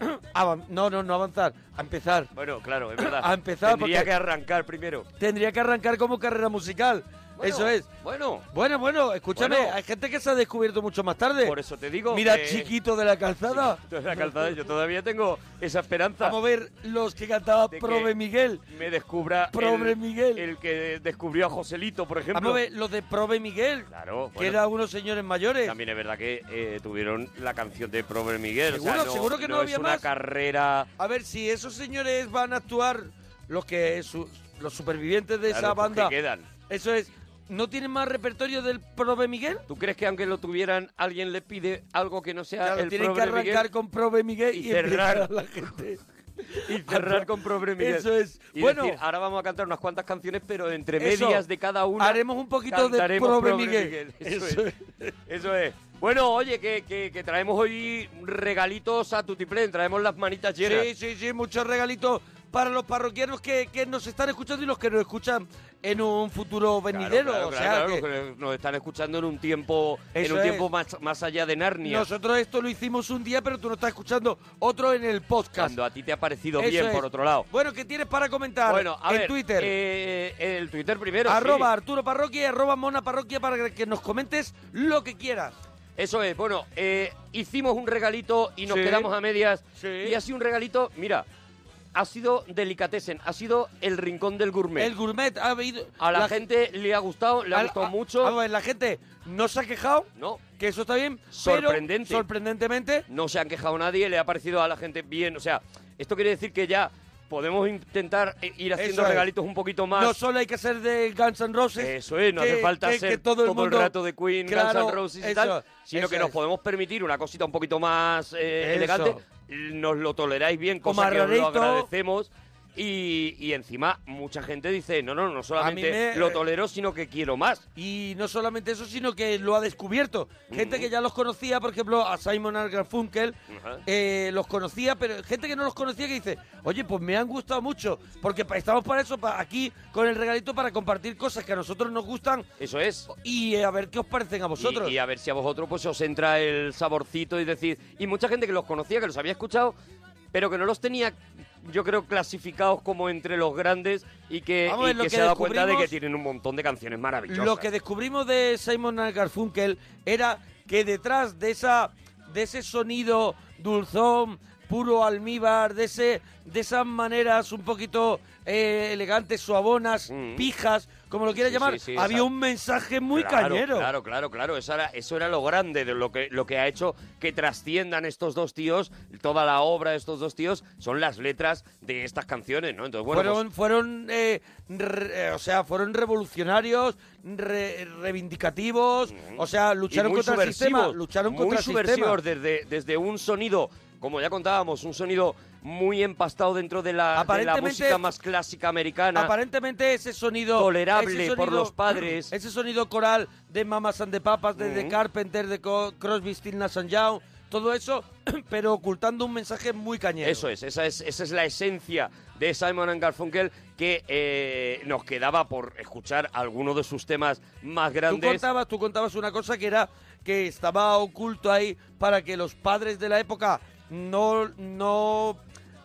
[SPEAKER 2] No, no, no avanzar. A empezar. Bueno,
[SPEAKER 7] Claro, es verdad.
[SPEAKER 2] A empezar
[SPEAKER 7] Tendría
[SPEAKER 2] porque-
[SPEAKER 7] que arrancar primero.
[SPEAKER 2] Tendría que arrancar como carrera musical. eso es.
[SPEAKER 7] Bueno.
[SPEAKER 2] Bueno, bueno, escúchame,
[SPEAKER 7] Bueno.
[SPEAKER 2] hay gente que se ha descubierto mucho más tarde.
[SPEAKER 7] Por eso te digo
[SPEAKER 2] Mira,
[SPEAKER 7] que-
[SPEAKER 2] chiquito de la calzada.
[SPEAKER 7] Toda la calzada, yo todavía tengo esa esperanza.
[SPEAKER 2] Vamos a ver los que cantaba
[SPEAKER 7] de que
[SPEAKER 2] Prove Miguel.
[SPEAKER 7] Me descubra
[SPEAKER 2] Probe
[SPEAKER 7] el, Miguel. el que descubrió a Joselito, por ejemplo.
[SPEAKER 2] Vamos a ver los de Prove Miguel.
[SPEAKER 7] Claro,
[SPEAKER 2] Que
[SPEAKER 7] bueno.
[SPEAKER 2] eran unos señores mayores.
[SPEAKER 7] También es verdad que eh, tuvieron la canción de Probe Miguel. o sea,
[SPEAKER 2] Seguro, seguro que no había
[SPEAKER 7] es una
[SPEAKER 2] más.
[SPEAKER 7] carrera...
[SPEAKER 2] A ver, si esos señores van a actuar, los que su- los supervivientes de
[SPEAKER 7] Claro,
[SPEAKER 2] esa
[SPEAKER 7] los que
[SPEAKER 2] banda.
[SPEAKER 7] quedan.
[SPEAKER 2] Eso es. ¿No tienen más repertorio del Prove Miguel?
[SPEAKER 7] ¿Tú crees que aunque lo tuvieran, alguien le pide algo que no sea
[SPEAKER 2] Claro,
[SPEAKER 7] el
[SPEAKER 2] tienen que
[SPEAKER 7] Probe
[SPEAKER 2] arrancar
[SPEAKER 7] Miguel?
[SPEAKER 2] con Prove Miguel y,
[SPEAKER 7] Y cerrar.
[SPEAKER 2] empezar a la gente.
[SPEAKER 7] y cerrar con Probe Miguel.
[SPEAKER 2] Eso es.
[SPEAKER 7] Y
[SPEAKER 2] Bueno.
[SPEAKER 7] decir, ahora vamos a cantar unas cuantas canciones, pero entre
[SPEAKER 2] Eso.
[SPEAKER 7] medias de cada una.
[SPEAKER 2] Haremos un poquito de
[SPEAKER 7] cantaremos
[SPEAKER 2] Probe Miguel.
[SPEAKER 7] Eso,
[SPEAKER 2] Eso
[SPEAKER 7] es. Eso es. Bueno, oye, que, que- que traemos hoy regalitos a Tutiplén. Traemos las manitas llenas.
[SPEAKER 2] Sí, sí, sí, muchos regalitos para los parroquianos que, que nos están escuchando y los que nos escuchan en un futuro
[SPEAKER 7] Claro,
[SPEAKER 2] venidero.
[SPEAKER 7] claro,
[SPEAKER 2] o sea,
[SPEAKER 7] claro,
[SPEAKER 2] que
[SPEAKER 7] claro, que nos están escuchando en un tiempo, en
[SPEAKER 2] Eso
[SPEAKER 7] un
[SPEAKER 2] es.
[SPEAKER 7] tiempo más, más allá de Narnia.
[SPEAKER 2] nosotros esto lo hicimos un día, pero tú no estás escuchando otro en el podcast.
[SPEAKER 7] Cuando a ti te ha parecido
[SPEAKER 2] Eso
[SPEAKER 7] bien,
[SPEAKER 2] es.
[SPEAKER 7] por otro lado.
[SPEAKER 2] Bueno, ¿qué tienes para comentar?
[SPEAKER 7] Bueno, a
[SPEAKER 2] en
[SPEAKER 7] ver,
[SPEAKER 2] Twitter.
[SPEAKER 7] eh, el Twitter primero.
[SPEAKER 2] arroba
[SPEAKER 7] sí.
[SPEAKER 2] Arturo Parroquia y arroba Mona Parroquia para que nos comentes lo que quieras.
[SPEAKER 7] Eso es, bueno, eh, hicimos un regalito y nos
[SPEAKER 2] Sí.
[SPEAKER 7] quedamos a medias.
[SPEAKER 2] Sí.
[SPEAKER 7] Y ha sido un regalito, mira, ha sido delicatessen, ha sido el rincón del gourmet.
[SPEAKER 2] El gourmet ha habido...
[SPEAKER 7] A la,
[SPEAKER 2] la-
[SPEAKER 7] gente le ha gustado, le ha
[SPEAKER 2] Al-
[SPEAKER 7] gustado
[SPEAKER 2] a-
[SPEAKER 7] mucho.
[SPEAKER 2] vamos a ver, la gente no se ha quejado.
[SPEAKER 7] No.
[SPEAKER 2] Que eso está bien. pero-
[SPEAKER 7] Sorprendente.
[SPEAKER 2] sorprendentemente.
[SPEAKER 7] No se han quejado nadie, le ha parecido a la gente bien. O sea, esto quiere decir que ya podemos intentar eh, ir haciendo
[SPEAKER 2] Eso es.
[SPEAKER 7] regalitos un poquito más.
[SPEAKER 2] No solo hay que ser de Guns N' Roses.
[SPEAKER 7] Eso es, no hace
[SPEAKER 2] que-
[SPEAKER 7] falta
[SPEAKER 2] que-
[SPEAKER 7] ser
[SPEAKER 2] que
[SPEAKER 7] todo, el,
[SPEAKER 2] mundo-
[SPEAKER 7] rato de Queen,
[SPEAKER 2] Claro,
[SPEAKER 7] Guns N' Roses y
[SPEAKER 2] eso,
[SPEAKER 7] tal, sino
[SPEAKER 2] eso
[SPEAKER 7] que nos
[SPEAKER 2] es.
[SPEAKER 7] podemos permitir una cosita un poquito más eh,
[SPEAKER 2] Eso.
[SPEAKER 7] elegante. Nos lo toleráis bien,
[SPEAKER 2] Como
[SPEAKER 7] cosa que os lo
[SPEAKER 2] Arrarito.
[SPEAKER 7] agradecemos. Y, y encima, mucha gente dice: No, no, no solamente
[SPEAKER 2] me- eh,
[SPEAKER 7] lo tolero, sino que quiero más.
[SPEAKER 2] Y no solamente eso, sino que lo ha descubierto. Gente que ya los conocía, por ejemplo, a Simon and Garfunkel,
[SPEAKER 7] Ajá.
[SPEAKER 2] eh, los conocía, pero gente que no los conocía que dice, oye, pues me han gustado mucho, porque pa- estamos para eso, pa- aquí con el regalito para compartir cosas que a nosotros nos gustan.
[SPEAKER 7] Eso es.
[SPEAKER 2] Y eh, a ver qué os parecen a vosotros.
[SPEAKER 7] Y, y a ver si a vosotros pues os entra el saborcito y decir. Y mucha gente que los conocía, que los había escuchado, pero que no los tenía, yo creo, clasificados como entre los grandes y que,
[SPEAKER 2] Vamos a
[SPEAKER 7] y
[SPEAKER 2] ver, lo
[SPEAKER 7] que
[SPEAKER 2] que
[SPEAKER 7] se ha dado cuenta de que
[SPEAKER 2] descubrimos-
[SPEAKER 7] tienen un montón de canciones maravillosas.
[SPEAKER 2] Lo que descubrimos de Simon and Garfunkel era que detrás de esa de ese sonido dulzón, puro almíbar, de ese de esas maneras un poquito eh, elegantes, suavonas, pijas, como lo quieras
[SPEAKER 7] Mm. Sí,
[SPEAKER 2] llamar,
[SPEAKER 7] sí, sí,
[SPEAKER 2] había
[SPEAKER 7] esa-
[SPEAKER 2] un mensaje muy
[SPEAKER 7] Claro,
[SPEAKER 2] cañero.
[SPEAKER 7] Claro, claro, claro. Eso era, eso era lo grande de lo que, lo que ha hecho que trasciendan estos dos tíos, toda la obra de estos dos tíos, son las letras de estas canciones, ¿no? Entonces, bueno, pues,
[SPEAKER 2] fueron, fueron eh, re- eh, o sea, fueron revolucionarios, re- reivindicativos, o sea,
[SPEAKER 7] pues, y
[SPEAKER 2] lucharon
[SPEAKER 7] muy
[SPEAKER 2] contra el sistema,
[SPEAKER 7] subversivos,
[SPEAKER 2] lucharon
[SPEAKER 7] muy
[SPEAKER 2] contra el sistema.
[SPEAKER 7] subversivos desde, desde un sonido, como ya contábamos, un sonido muy empastado dentro de la, de la
[SPEAKER 2] Aparentemente-
[SPEAKER 7] música más clásica americana.
[SPEAKER 2] Aparentemente ese sonido
[SPEAKER 7] Tolerable
[SPEAKER 2] ese sonido-
[SPEAKER 7] por los padres. Mm.
[SPEAKER 2] ese sonido coral de Mamas and the Papas, de The Carpenter, de Co- Crosby, Stills, Nash and Young, todo eso, pero ocultando un mensaje muy cañero.
[SPEAKER 7] Eso es, esa es, esa es la esencia de Simon and Garfunkel que eh, nos quedaba por escuchar alguno de sus temas más
[SPEAKER 2] Tú
[SPEAKER 7] grandes.
[SPEAKER 2] contabas, tú contabas una cosa que era que estaba oculto ahí para que los padres de la época no, no,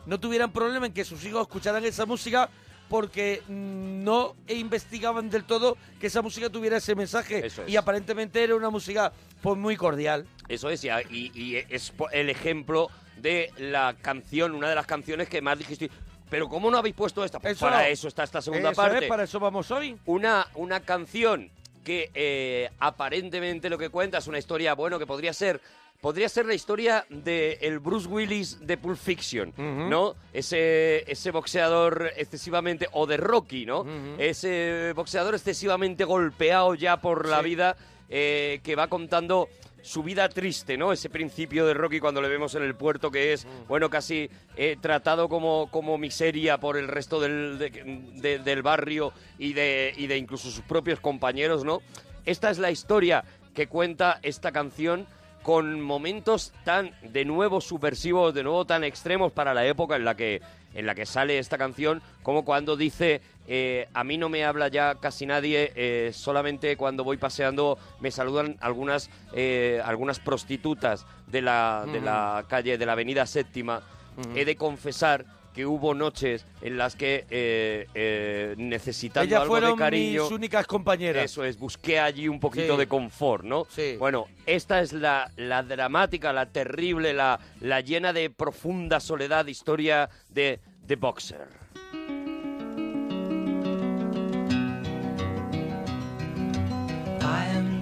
[SPEAKER 2] no tuvieran problema en que sus hijos escucharan esa música porque no investigaban del todo que esa música tuviera ese mensaje. Y aparentemente era una música pues muy cordial.
[SPEAKER 7] Eso es, y, a- y- y es po- el ejemplo de la canción, una de las canciones que más dijiste. Pero ¿cómo no habéis puesto esta? Pues
[SPEAKER 2] Eso-
[SPEAKER 7] para eso está esta segunda
[SPEAKER 2] Eso es,
[SPEAKER 7] parte.
[SPEAKER 2] para eso vamos hoy.
[SPEAKER 7] Una, una canción que eh, aparentemente lo que cuenta es una historia, bueno, que podría ser. Podría ser la historia de el Bruce Willis de Pulp Fiction, ¿no? Ese, ese boxeador excesivamente. o de Rocky, ¿no? Ese boxeador excesivamente golpeado ya por la vida, eh, que va contando su vida triste, ¿no? Ese principio de Rocky cuando le vemos en el puerto que es, bueno, casi eh, tratado como, como miseria por el resto del, de- de- del barrio y de, y de incluso sus propios compañeros, ¿no? Esta es la historia que cuenta esta canción con momentos tan de nuevo subversivos, de nuevo tan extremos para la época en la que en la que sale esta canción, como cuando dice eh, a mí no me habla ya casi nadie, eh, solamente cuando voy paseando me saludan algunas eh, algunas prostitutas de la de la calle de la Avenida Séptima.
[SPEAKER 2] Ujú.
[SPEAKER 7] He de confesar que hubo noches en las que eh, eh, necesitando
[SPEAKER 2] Ellas
[SPEAKER 7] algo de
[SPEAKER 2] fueron
[SPEAKER 7] cariño
[SPEAKER 2] mis únicas compañeras.
[SPEAKER 7] eso es, busqué allí un poquito
[SPEAKER 2] Sí.
[SPEAKER 7] de confort, ¿no? Bueno, esta es la, la dramática, la terrible, la, la llena de profunda soledad historia de The Boxer.
[SPEAKER 22] I am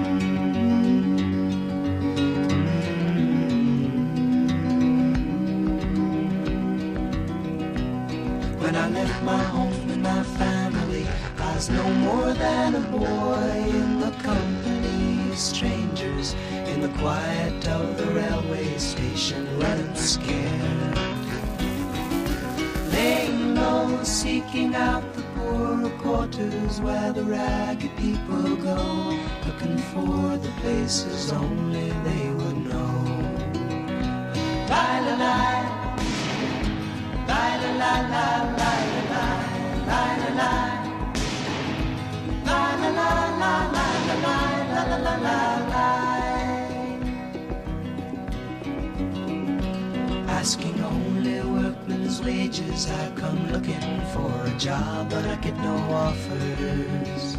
[SPEAKER 22] When I left my home and my family, I was no more than a boy in the company of strangers, in the quiet of the railway station, running scared. Laying low, seeking out the poorer quarters where the ragged people go, looking for the places only they would know. Bye, la, la. Asking only workman's wages, I come looking for a job, but I get no offers.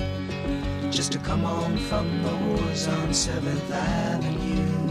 [SPEAKER 22] Just to come home from the wars on 7th Avenue.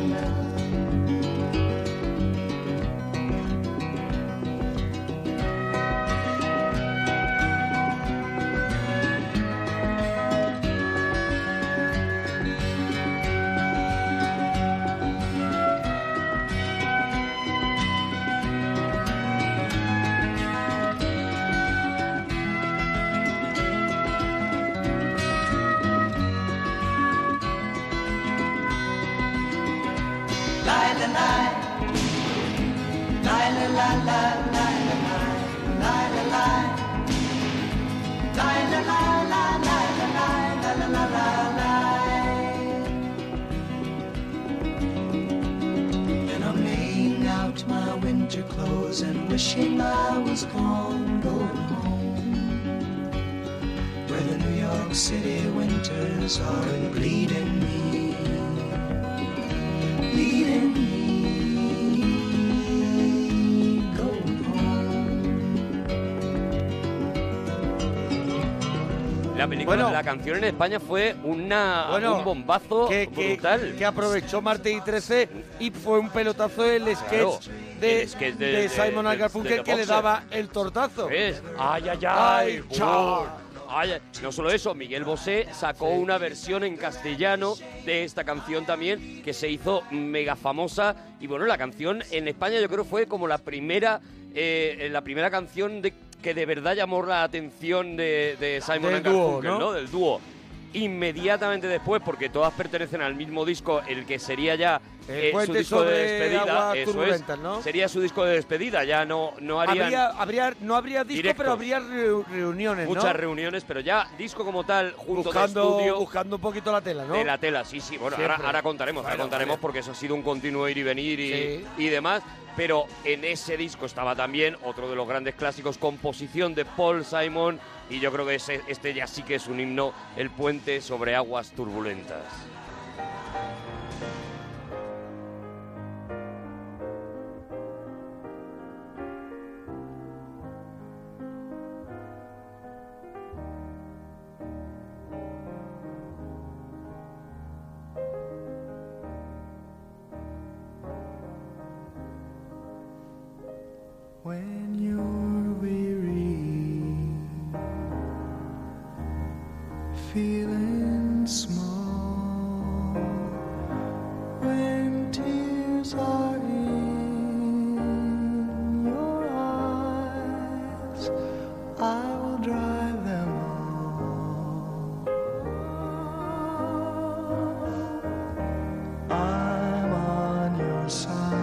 [SPEAKER 22] la la. Lie, la, lie. Lie, la, la, la, lie, la, lie. Lie, la, lie. Lie, la, la, la, lie, la, lie. La, la, la, la, lie. Then I'm laying out my winter clothes and wishing I was gone, going home. Where the New York City winters are and bleeding me leading me going
[SPEAKER 7] La película,
[SPEAKER 2] Bueno.
[SPEAKER 7] la canción en España fue una,
[SPEAKER 2] Bueno,
[SPEAKER 7] un bombazo
[SPEAKER 2] que, que-
[SPEAKER 7] brutal.
[SPEAKER 2] que aprovechó Marte y 13 y fue un pelotazo el sketch
[SPEAKER 7] Ah, Claro,
[SPEAKER 2] de,
[SPEAKER 7] el sketch de-
[SPEAKER 2] de
[SPEAKER 7] de-
[SPEAKER 2] Simon
[SPEAKER 7] de-
[SPEAKER 2] and Garfunkel
[SPEAKER 7] de The
[SPEAKER 2] que le
[SPEAKER 7] Boxer.
[SPEAKER 2] daba el tortazo.
[SPEAKER 7] ¿Ves? ¡Ay, ay, ay!
[SPEAKER 2] Ay, chao.
[SPEAKER 7] Uy. Ay, ay. no solo eso, Miguel Bosé sacó una versión en castellano de esta canción también que se hizo mega famosa y bueno, la canción en España yo creo fue como la primera eh, la primera canción de que de verdad llamó la atención de, de Simon
[SPEAKER 2] Del
[SPEAKER 7] and
[SPEAKER 2] dúo,
[SPEAKER 7] Garfunkel,
[SPEAKER 2] ¿no?
[SPEAKER 7] ¿no? Del dúo. Inmediatamente después, porque todas pertenecen al mismo disco, el que sería ya eh, su
[SPEAKER 2] puente
[SPEAKER 7] disco de
[SPEAKER 2] sobre
[SPEAKER 7] despedida,
[SPEAKER 2] aguas
[SPEAKER 7] eso es,
[SPEAKER 2] turbulentas, ¿no?
[SPEAKER 7] sería su disco de despedida, ya no, no harían
[SPEAKER 2] Habría, habría- no habría disco,
[SPEAKER 7] Directos.
[SPEAKER 2] pero habría reu- reuniones, ¿no?
[SPEAKER 7] muchas reuniones, pero ya disco como tal, junto de
[SPEAKER 2] buscando,
[SPEAKER 7] estudio,
[SPEAKER 2] buscando un poquito la tela, ¿no?
[SPEAKER 7] De la tela, sí, sí. Bueno, ahora,
[SPEAKER 2] Siempre.
[SPEAKER 7] ahora contaremos, ahora
[SPEAKER 2] Bueno,
[SPEAKER 7] contaremos
[SPEAKER 2] vale.
[SPEAKER 7] porque eso ha sido un continuo ir y venir y,
[SPEAKER 2] Sí.
[SPEAKER 7] y demás. Pero en ese disco estaba también otro de los grandes clásicos, composición de Paul Simon. Y yo creo que ese- este ya sí que es un himno, El puente sobre aguas turbulentas.
[SPEAKER 1] When you're weary, feeling small, when tears are in your eyes, I will dry them all. I'm on your side.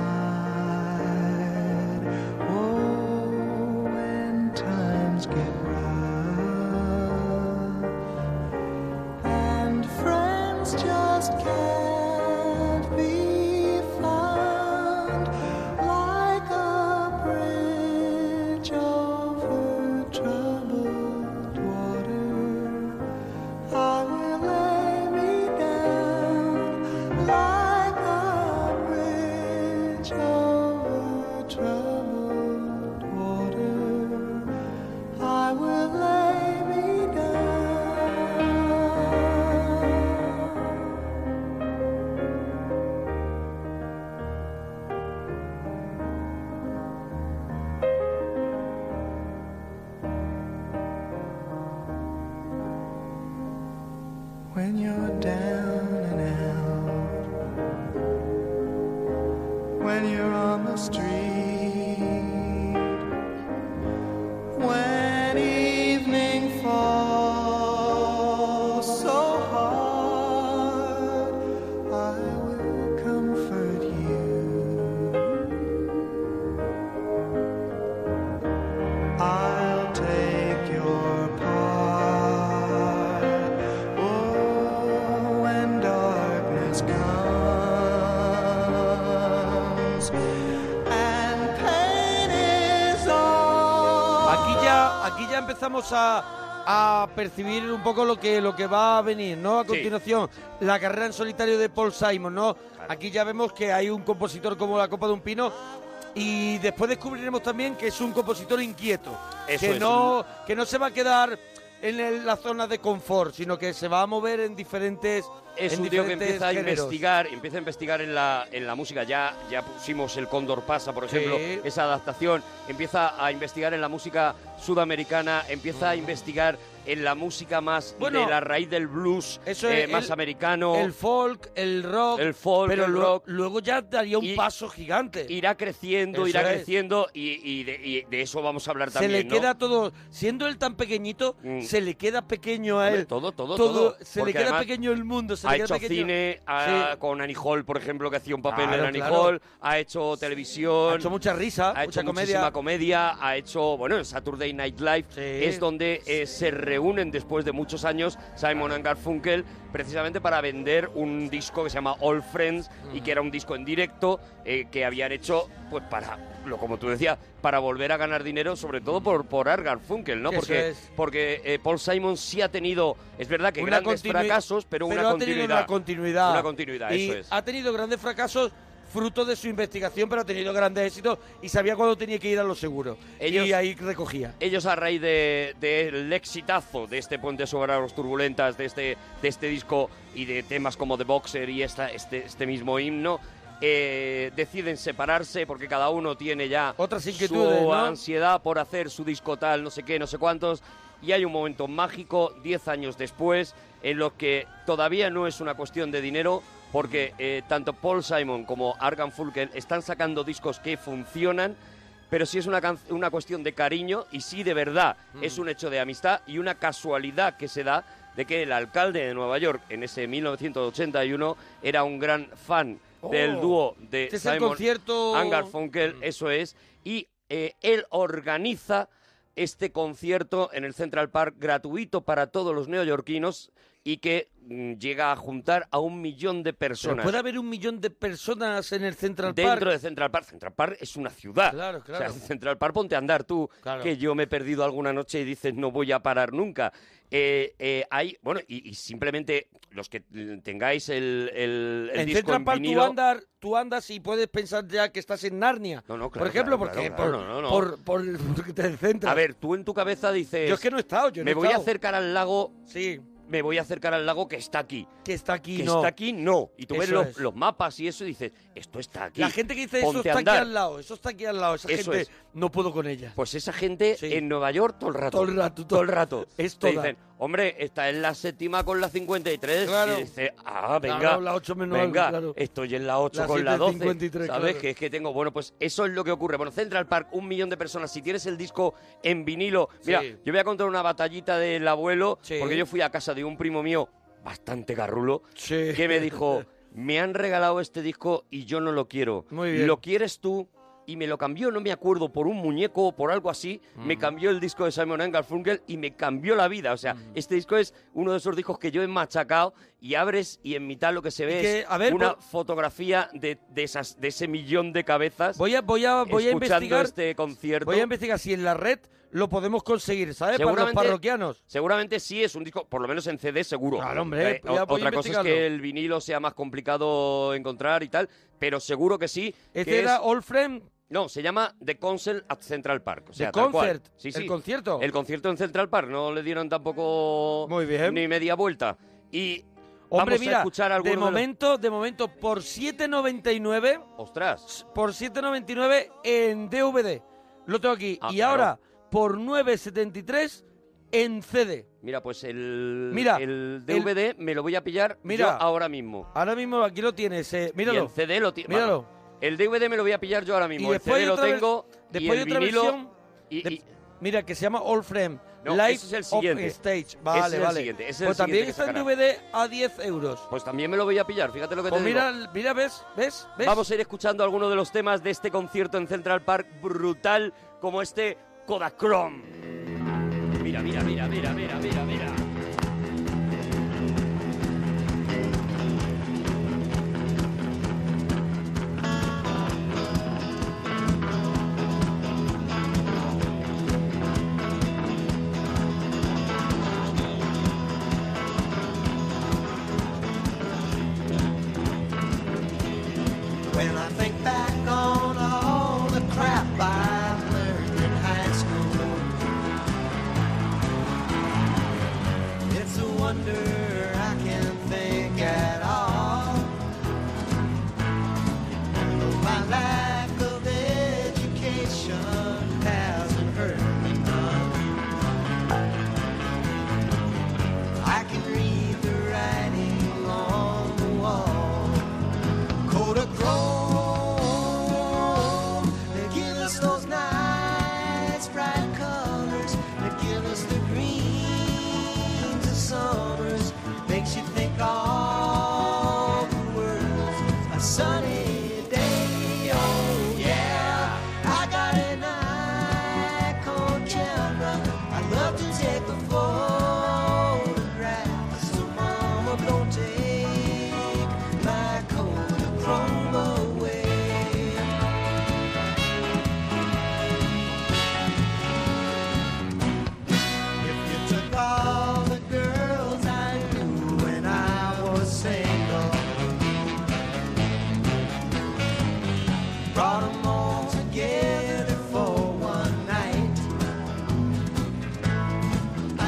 [SPEAKER 1] Oh, when times get rough and friends just can't be found, like a bridge over troubled water, I will lay me down like a bridge over troubled water. I will lay me down. When you're down and out, when you're on the street, when evening falls so hard, I will comfort you. I'll take your part. Oh, when darkness comes and pain is all.
[SPEAKER 2] Aquí ya, aquí ya empezamos a, a percibir un poco lo que, lo que va a venir, ¿no? A continuación, la carrera en solitario de Paul Simon, ¿no? Aquí ya vemos que hay un compositor como la copa de un pino y después descubriremos también que es un compositor inquieto,
[SPEAKER 7] Eso
[SPEAKER 2] que
[SPEAKER 7] es.
[SPEAKER 2] no que no se va a quedar en el- la zona de confort, sino que se va a mover en diferentes
[SPEAKER 7] Es
[SPEAKER 2] en
[SPEAKER 7] un tío que
[SPEAKER 2] diferentes
[SPEAKER 7] empieza a
[SPEAKER 2] géneros.
[SPEAKER 7] investigar, empieza a investigar en la, en la música. Ya, ya pusimos el Cóndor Pasa, por ejemplo,
[SPEAKER 2] Sí.
[SPEAKER 7] esa adaptación. Empieza a investigar en la música sudamericana, empieza a investigar en la música más
[SPEAKER 2] Bueno,
[SPEAKER 7] de la raíz del blues,
[SPEAKER 2] Eso
[SPEAKER 7] eh,
[SPEAKER 2] es
[SPEAKER 7] más
[SPEAKER 2] el-
[SPEAKER 7] americano.
[SPEAKER 2] el folk, el rock,
[SPEAKER 7] el folk,
[SPEAKER 2] pero
[SPEAKER 7] el
[SPEAKER 2] lue-
[SPEAKER 7] rock.
[SPEAKER 2] luego ya daría un paso gigante.
[SPEAKER 7] Irá creciendo,
[SPEAKER 2] Eso
[SPEAKER 7] irá
[SPEAKER 2] es.
[SPEAKER 7] creciendo y, y de, y de eso vamos a hablar
[SPEAKER 2] se
[SPEAKER 7] también.
[SPEAKER 2] le
[SPEAKER 7] ¿no? Mm.
[SPEAKER 2] queda todo, siendo él tan pequeñito, se le queda pequeño a
[SPEAKER 7] Hombre,
[SPEAKER 2] él.
[SPEAKER 7] todo, todo, todo.
[SPEAKER 2] Se
[SPEAKER 7] Porque
[SPEAKER 2] le queda
[SPEAKER 7] además
[SPEAKER 2] pequeño el mundo, se
[SPEAKER 7] ha
[SPEAKER 2] le queda
[SPEAKER 7] hecho
[SPEAKER 2] pequeño.
[SPEAKER 7] cine ah, ha-
[SPEAKER 2] Sí.
[SPEAKER 7] con Annie Hall, por ejemplo, que hacía un papel
[SPEAKER 2] Claro,
[SPEAKER 7] en Annie
[SPEAKER 2] claro.
[SPEAKER 7] Hall. Ha hecho televisión.
[SPEAKER 2] Ha hecho mucha risa,
[SPEAKER 7] ha
[SPEAKER 2] mucha
[SPEAKER 7] hecho
[SPEAKER 2] comedia.
[SPEAKER 7] muchísima comedia. Ha hecho, bueno, el Saturday Night Live. Es donde eh, se reúnen después de muchos años Simon and Garfunkel precisamente para vender un disco que se llama All Friends
[SPEAKER 2] Mm.
[SPEAKER 7] y que era un disco en directo eh, que habían hecho, pues para, lo como tú decías, para volver a ganar dinero, sobre todo por, por Art Garfunkel, ¿no?
[SPEAKER 2] Eso
[SPEAKER 7] Porque,
[SPEAKER 2] es.
[SPEAKER 7] porque eh, Paul Simon sí ha tenido, es verdad que
[SPEAKER 2] Una
[SPEAKER 7] grandes
[SPEAKER 2] continui-
[SPEAKER 7] fracasos, pero, una
[SPEAKER 2] ha
[SPEAKER 7] continuidad.
[SPEAKER 2] tenido una continuidad.
[SPEAKER 7] Una continuidad,
[SPEAKER 2] Y
[SPEAKER 7] eso es.
[SPEAKER 2] Ha tenido grandes fracasos fruto de su investigación, pero ha tenido grandes éxitos y sabía cuándo tenía que ir a lo seguro.
[SPEAKER 7] Ellos-
[SPEAKER 2] y ahí recogía.
[SPEAKER 7] Ellos a raíz del de, del exitazo de este Puente sobre aguas turbulentas, de este, de este disco y de temas como The Boxer y esta, este, este mismo himno, eh, deciden separarse porque cada uno tiene ya
[SPEAKER 2] Otras inquietudes,
[SPEAKER 7] su
[SPEAKER 2] ¿no?
[SPEAKER 7] ansiedad por hacer su disco tal, no sé qué, no sé cuántos. Y hay un momento mágico, 10 años después, en lo que todavía no es una cuestión de dinero, porque eh, tanto Paul Simon como Argan Fulken están sacando discos que funcionan pero sí es una, can- una cuestión de cariño y sí de verdad
[SPEAKER 2] Mm.
[SPEAKER 7] es un hecho de amistad y una casualidad que se da de que el alcalde de Nueva York en ese 1981 era un gran fan del
[SPEAKER 2] Oh.
[SPEAKER 7] dúo de
[SPEAKER 2] Este es el
[SPEAKER 7] Simon
[SPEAKER 2] concierto- Mm.
[SPEAKER 7] Garfunkel, eso es, y eh, él organiza este concierto en el Central Park gratuito para todos los neoyorquinos y que mm, llega a juntar a un millón de
[SPEAKER 2] Pero
[SPEAKER 7] personas.
[SPEAKER 2] puede haber un millón de personas en el Central Park.
[SPEAKER 7] Dentro de Central Park. Central Park es una ciudad.
[SPEAKER 2] Claro, claro.
[SPEAKER 7] O sea, Central Park, ponte a andar tú,
[SPEAKER 2] Claro.
[SPEAKER 7] que yo me he perdido alguna noche y dices no voy a parar nunca. Eh, eh, hay, bueno, y, y simplemente los que mm, tengáis el, el, el
[SPEAKER 2] en
[SPEAKER 7] disco
[SPEAKER 2] Central
[SPEAKER 7] en
[SPEAKER 2] Park tú
[SPEAKER 7] vinilo...
[SPEAKER 2] andas, tú andas y puedes pensar ya que estás en Narnia.
[SPEAKER 7] claro,
[SPEAKER 2] por ejemplo,
[SPEAKER 7] claro,
[SPEAKER 2] porque
[SPEAKER 7] claro,
[SPEAKER 2] por,
[SPEAKER 7] claro, no, no.
[SPEAKER 2] por- por- porque te centras.
[SPEAKER 7] A ver, tú en tu cabeza dices...
[SPEAKER 2] Yo es que no he estado, yo no
[SPEAKER 7] me
[SPEAKER 2] he
[SPEAKER 7] voy a
[SPEAKER 2] estado".
[SPEAKER 7] acercar al lago...
[SPEAKER 2] Sí.
[SPEAKER 7] Me voy a acercar al lago que está aquí.
[SPEAKER 2] Que está aquí,
[SPEAKER 7] Que
[SPEAKER 2] no.
[SPEAKER 7] está aquí, no. Y tú ves
[SPEAKER 2] Eso
[SPEAKER 7] los,
[SPEAKER 2] es.
[SPEAKER 7] los mapas y eso y dices, esto está aquí.
[SPEAKER 2] la gente que dice eso
[SPEAKER 7] ponte a
[SPEAKER 2] está aquí
[SPEAKER 7] andar".
[SPEAKER 2] al lado, eso está aquí al lado, esa
[SPEAKER 7] Eso
[SPEAKER 2] gente
[SPEAKER 7] es.
[SPEAKER 2] no puedo con ella.
[SPEAKER 7] Pues esa gente en Nueva York todo el rato.
[SPEAKER 2] Todo el rato,
[SPEAKER 7] Todo el rato.
[SPEAKER 2] Es
[SPEAKER 7] Te
[SPEAKER 2] toda.
[SPEAKER 7] dicen, hombre, está en la séptima con la 53.
[SPEAKER 2] Claro.
[SPEAKER 7] Y dice, ah, venga.
[SPEAKER 2] Claro, la ocho menos algo,
[SPEAKER 7] venga,
[SPEAKER 2] claro.
[SPEAKER 7] estoy en la 8
[SPEAKER 2] La
[SPEAKER 7] con la
[SPEAKER 2] 7,
[SPEAKER 7] 12.
[SPEAKER 2] 53,
[SPEAKER 7] ¿Sabes?
[SPEAKER 2] claro.
[SPEAKER 7] Que es que tengo. Bueno, pues eso es lo que ocurre. Bueno, Central Park, un millón de personas. Si tienes el disco en vinilo. Mira,
[SPEAKER 2] Sí.
[SPEAKER 7] yo voy a contar una batallita del abuelo.
[SPEAKER 2] Sí.
[SPEAKER 7] Porque yo fui a casa de un primo mío, bastante garrulo, que me dijo. Me han regalado este disco y yo no lo quiero.
[SPEAKER 2] Muy bien.
[SPEAKER 7] Lo quieres tú y me lo cambió, no me acuerdo, por un muñeco o por algo así.
[SPEAKER 2] Mm.
[SPEAKER 7] Me cambió el disco de Simon and Garfunkel y me cambió la vida. O sea,
[SPEAKER 2] Mm.
[SPEAKER 7] este disco es uno de esos discos que yo he machacado y abres y en mitad lo que se ve
[SPEAKER 2] que,
[SPEAKER 7] es
[SPEAKER 2] a ver,
[SPEAKER 7] una
[SPEAKER 2] voy-
[SPEAKER 7] fotografía de, de esas, de ese millón de cabezas.
[SPEAKER 2] Voy a, voy a, voy a
[SPEAKER 7] escuchando
[SPEAKER 2] investigar.
[SPEAKER 7] este concierto.
[SPEAKER 2] Voy a investigar si en la red lo podemos conseguir, ¿sabes? Para los
[SPEAKER 7] Seguramente-
[SPEAKER 2] parroquianos.
[SPEAKER 7] Seguramente sí es un disco, por lo menos en CD seguro.
[SPEAKER 2] Claro, hombre,
[SPEAKER 7] Eh,
[SPEAKER 2] pues ya
[SPEAKER 7] o-
[SPEAKER 2] voy
[SPEAKER 7] otra cosa es
[SPEAKER 2] investigando.
[SPEAKER 7] que el vinilo sea más complicado encontrar y tal, pero seguro que sí.
[SPEAKER 2] Este
[SPEAKER 7] que
[SPEAKER 2] era
[SPEAKER 7] es-
[SPEAKER 2] All Frame.
[SPEAKER 7] No, se llama The Concert at Central Park. O sea,
[SPEAKER 2] The
[SPEAKER 7] tal cual.
[SPEAKER 2] Concert,
[SPEAKER 7] Sí,
[SPEAKER 2] el
[SPEAKER 7] sí.
[SPEAKER 2] concierto.
[SPEAKER 7] El concierto en Central Park. No le dieron tampoco ni media vuelta. Y
[SPEAKER 2] Hombre,
[SPEAKER 7] vamos
[SPEAKER 2] mira,
[SPEAKER 7] a escuchar algunos
[SPEAKER 2] de
[SPEAKER 7] de los-
[SPEAKER 2] momento, de momento, por 7.99.
[SPEAKER 7] Ostras.
[SPEAKER 2] Por 7.99 en DVD. Lo tengo aquí.
[SPEAKER 7] Ah,
[SPEAKER 2] y ahora, por 9.73 en CD.
[SPEAKER 7] Mira, pues el,
[SPEAKER 2] Mira,
[SPEAKER 7] el DVD me lo voy a pillar
[SPEAKER 2] Mira.
[SPEAKER 7] yo ahora mismo.
[SPEAKER 2] Ahora mismo aquí lo tienes. eh,
[SPEAKER 7] Y
[SPEAKER 2] míralo.
[SPEAKER 7] el CD lo tiene.
[SPEAKER 2] Míralo.
[SPEAKER 7] El DVD me lo voy a pillar yo ahora mismo.
[SPEAKER 2] Y
[SPEAKER 7] el
[SPEAKER 2] después
[SPEAKER 7] CD
[SPEAKER 2] hay
[SPEAKER 7] lo
[SPEAKER 2] otra vers-
[SPEAKER 7] tengo.
[SPEAKER 2] después
[SPEAKER 7] y
[SPEAKER 2] hay
[SPEAKER 7] el
[SPEAKER 2] otra
[SPEAKER 7] vinilo.
[SPEAKER 2] versión
[SPEAKER 7] y-
[SPEAKER 2] de-
[SPEAKER 7] y-
[SPEAKER 2] Mira, que se llama All Frame.
[SPEAKER 7] No,
[SPEAKER 2] Live
[SPEAKER 7] ese es el siguiente.
[SPEAKER 2] of Stage.
[SPEAKER 7] Ese
[SPEAKER 2] Vale,
[SPEAKER 7] es el
[SPEAKER 2] vale.
[SPEAKER 7] siguiente, ese es el
[SPEAKER 2] pues también
[SPEAKER 7] siguiente
[SPEAKER 2] está
[SPEAKER 7] que
[SPEAKER 2] en DVD a 10 euros.
[SPEAKER 7] Pues también me lo voy a pillar, fíjate lo que
[SPEAKER 2] Pues
[SPEAKER 7] te digo.
[SPEAKER 2] mira, mira, ves, ves, ves.
[SPEAKER 7] Vamos a ir escuchando algunos de los temas de este concierto en Central Park brutal como este Kodachrome. Mira, mira, mira, mira, mira, mira, mira.
[SPEAKER 1] When I think back on all the crap I learned in high school, it's a wonder I can think at all. Though my lack of education hasn't hurt me none. I can read the writing on the wall. Kodachrome. They give us those nice bright colors. They give us the greens of summers. Makes you think all the world's a sunny day. Oh yeah, I got an Nikon camera. I love to take the photographs. So mama, don't take my Kodachrome away. If you took all the girls I knew when I was single, brought 'em all together for one night.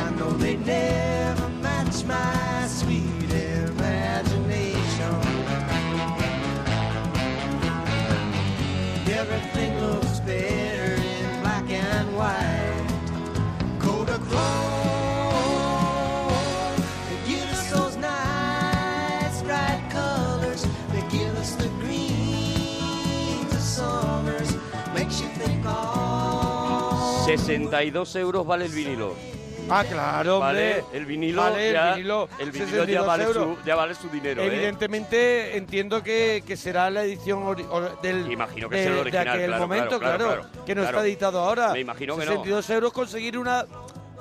[SPEAKER 1] I know they never match my sweet and
[SPEAKER 7] 62 euros vale el vinilo.
[SPEAKER 2] Ah, claro, hombre.
[SPEAKER 7] Vale, el vinilo
[SPEAKER 2] Vale,
[SPEAKER 7] ya-
[SPEAKER 2] el vinilo,
[SPEAKER 7] el vinilo ya
[SPEAKER 2] 62
[SPEAKER 7] vale su-
[SPEAKER 2] euros.
[SPEAKER 7] ya vale su dinero, ¿eh?
[SPEAKER 2] Evidentemente, entiendo que, que será la edición ori- or- del.
[SPEAKER 7] Imagino que
[SPEAKER 2] de,
[SPEAKER 7] será el original,
[SPEAKER 2] de aquel
[SPEAKER 7] claro,
[SPEAKER 2] momento,
[SPEAKER 7] claro, claro, claro,
[SPEAKER 2] que no
[SPEAKER 7] claro.
[SPEAKER 2] está editado ahora.
[SPEAKER 7] Me imagino que no.
[SPEAKER 2] 62 euros conseguir una,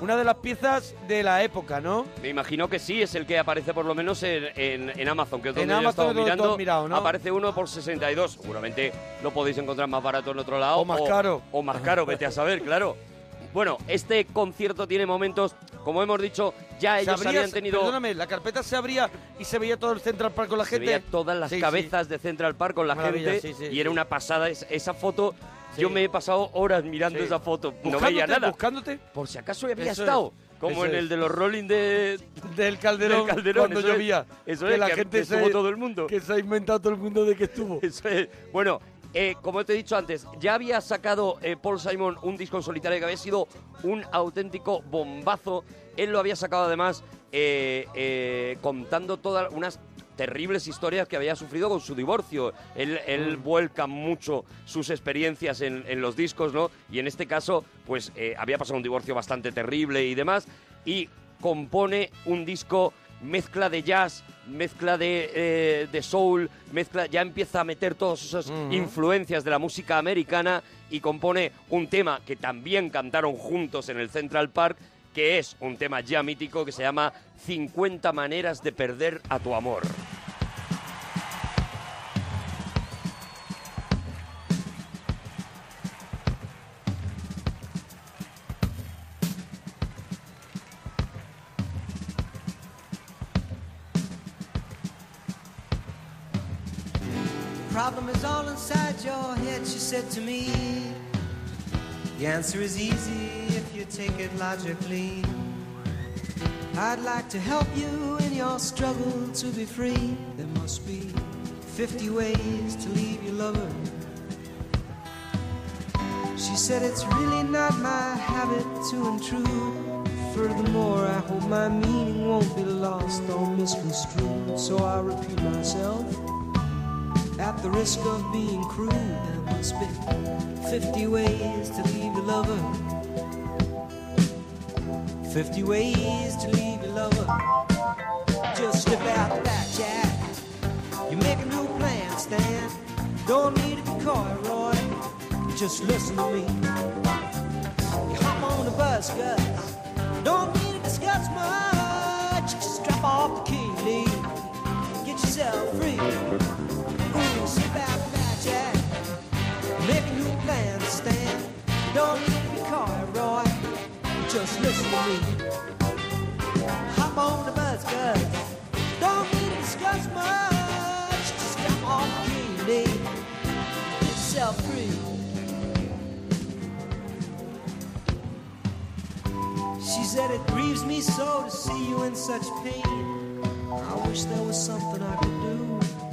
[SPEAKER 2] una de las piezas de la época, ¿no?
[SPEAKER 7] Me imagino que sí, es el que aparece por lo menos en, en- en Amazon, que es
[SPEAKER 2] En
[SPEAKER 7] donde yo he
[SPEAKER 2] Amazon
[SPEAKER 7] estado
[SPEAKER 2] es donde tú has
[SPEAKER 7] mirando.
[SPEAKER 2] mirado, ¿no?
[SPEAKER 7] Aparece uno por 62. Seguramente lo podéis encontrar más barato en otro lado.
[SPEAKER 2] O más caro.
[SPEAKER 7] O más caro, vete a saber, claro. Bueno, este concierto tiene momentos, como hemos dicho, ya
[SPEAKER 2] Se
[SPEAKER 7] ellos
[SPEAKER 2] abría-
[SPEAKER 7] habían tenido...
[SPEAKER 2] Perdóname, la carpeta se abría y se veía todo el Central Park con la
[SPEAKER 7] se
[SPEAKER 2] gente.
[SPEAKER 7] veía todas las
[SPEAKER 2] Sí, sí.
[SPEAKER 7] cabezas de Central Park con la
[SPEAKER 2] Maravilla,
[SPEAKER 7] gente
[SPEAKER 2] sí, sí,
[SPEAKER 7] y
[SPEAKER 2] sí.
[SPEAKER 7] era una pasada Es- esa foto.
[SPEAKER 2] Sí.
[SPEAKER 7] Yo me he pasado horas mirando
[SPEAKER 2] Sí.
[SPEAKER 7] esa foto, no
[SPEAKER 2] Buscándote,
[SPEAKER 7] veía nada.
[SPEAKER 2] Buscándote.
[SPEAKER 7] Por si acaso ya había
[SPEAKER 2] Eso es.
[SPEAKER 7] estado, como
[SPEAKER 2] Eso
[SPEAKER 7] en
[SPEAKER 2] es.
[SPEAKER 7] el de los Rolling de
[SPEAKER 2] del Calderón,
[SPEAKER 7] del Calderón,
[SPEAKER 2] cuando
[SPEAKER 7] eso es.
[SPEAKER 2] llovía.
[SPEAKER 7] Eso
[SPEAKER 2] que
[SPEAKER 7] es,
[SPEAKER 2] la
[SPEAKER 7] que-
[SPEAKER 2] gente
[SPEAKER 7] que
[SPEAKER 2] se,
[SPEAKER 7] estuvo todo el mundo.
[SPEAKER 2] Que se ha inventado todo el mundo de que estuvo.
[SPEAKER 7] Eso es. Bueno, eh, como te he dicho antes, ya había sacado eh, Paul Simon un disco en solitario que había sido un auténtico bombazo. Él lo había sacado además eh, eh, contando todas unas terribles historias que había sufrido con su divorcio. Él, él vuelca mucho sus experiencias en, en los discos, ¿no? Y en este caso, pues eh, había pasado un divorcio bastante terrible y demás. Y compone un disco mezcla de jazz, mezcla de, eh, de soul, mezcla, ya empieza a meter todas esas influencias de la música americana y compone un tema que también cantaron juntos en el Central Park, que es un tema ya mítico que se llama 50 maneras de perder a tu amor.
[SPEAKER 22] The problem is all inside your head, she said to me. The answer is easy if you take it logically. I'd like to help you in your struggle to be free. There must be 50 ways to leave your lover. She said, It's really not my habit to intrude. Furthermore, I hope my meaning won't be lost or misconstrued. So I repeat myself. At the risk of being cruel, there must be 50 ways to leave your lover. 50 ways to leave your lover. Just slip out the back, Jack. You make a new plan, Stan. Don't need to be coy, Roy. Just listen to me. You hop on the bus, Gus. Don't need to discuss much. Just drop off the key, leave. Get yourself free. Ooh, slip out the back, Jack. Make a new plan, Stan. Don't need to be coy, Roy. Just listen to me. Hop on the bus, Gus. Don't need to discuss much. Just drop off the key, leave. Get yourself free. She said, It grieves me so to see you in such pain. I wish there was something I could do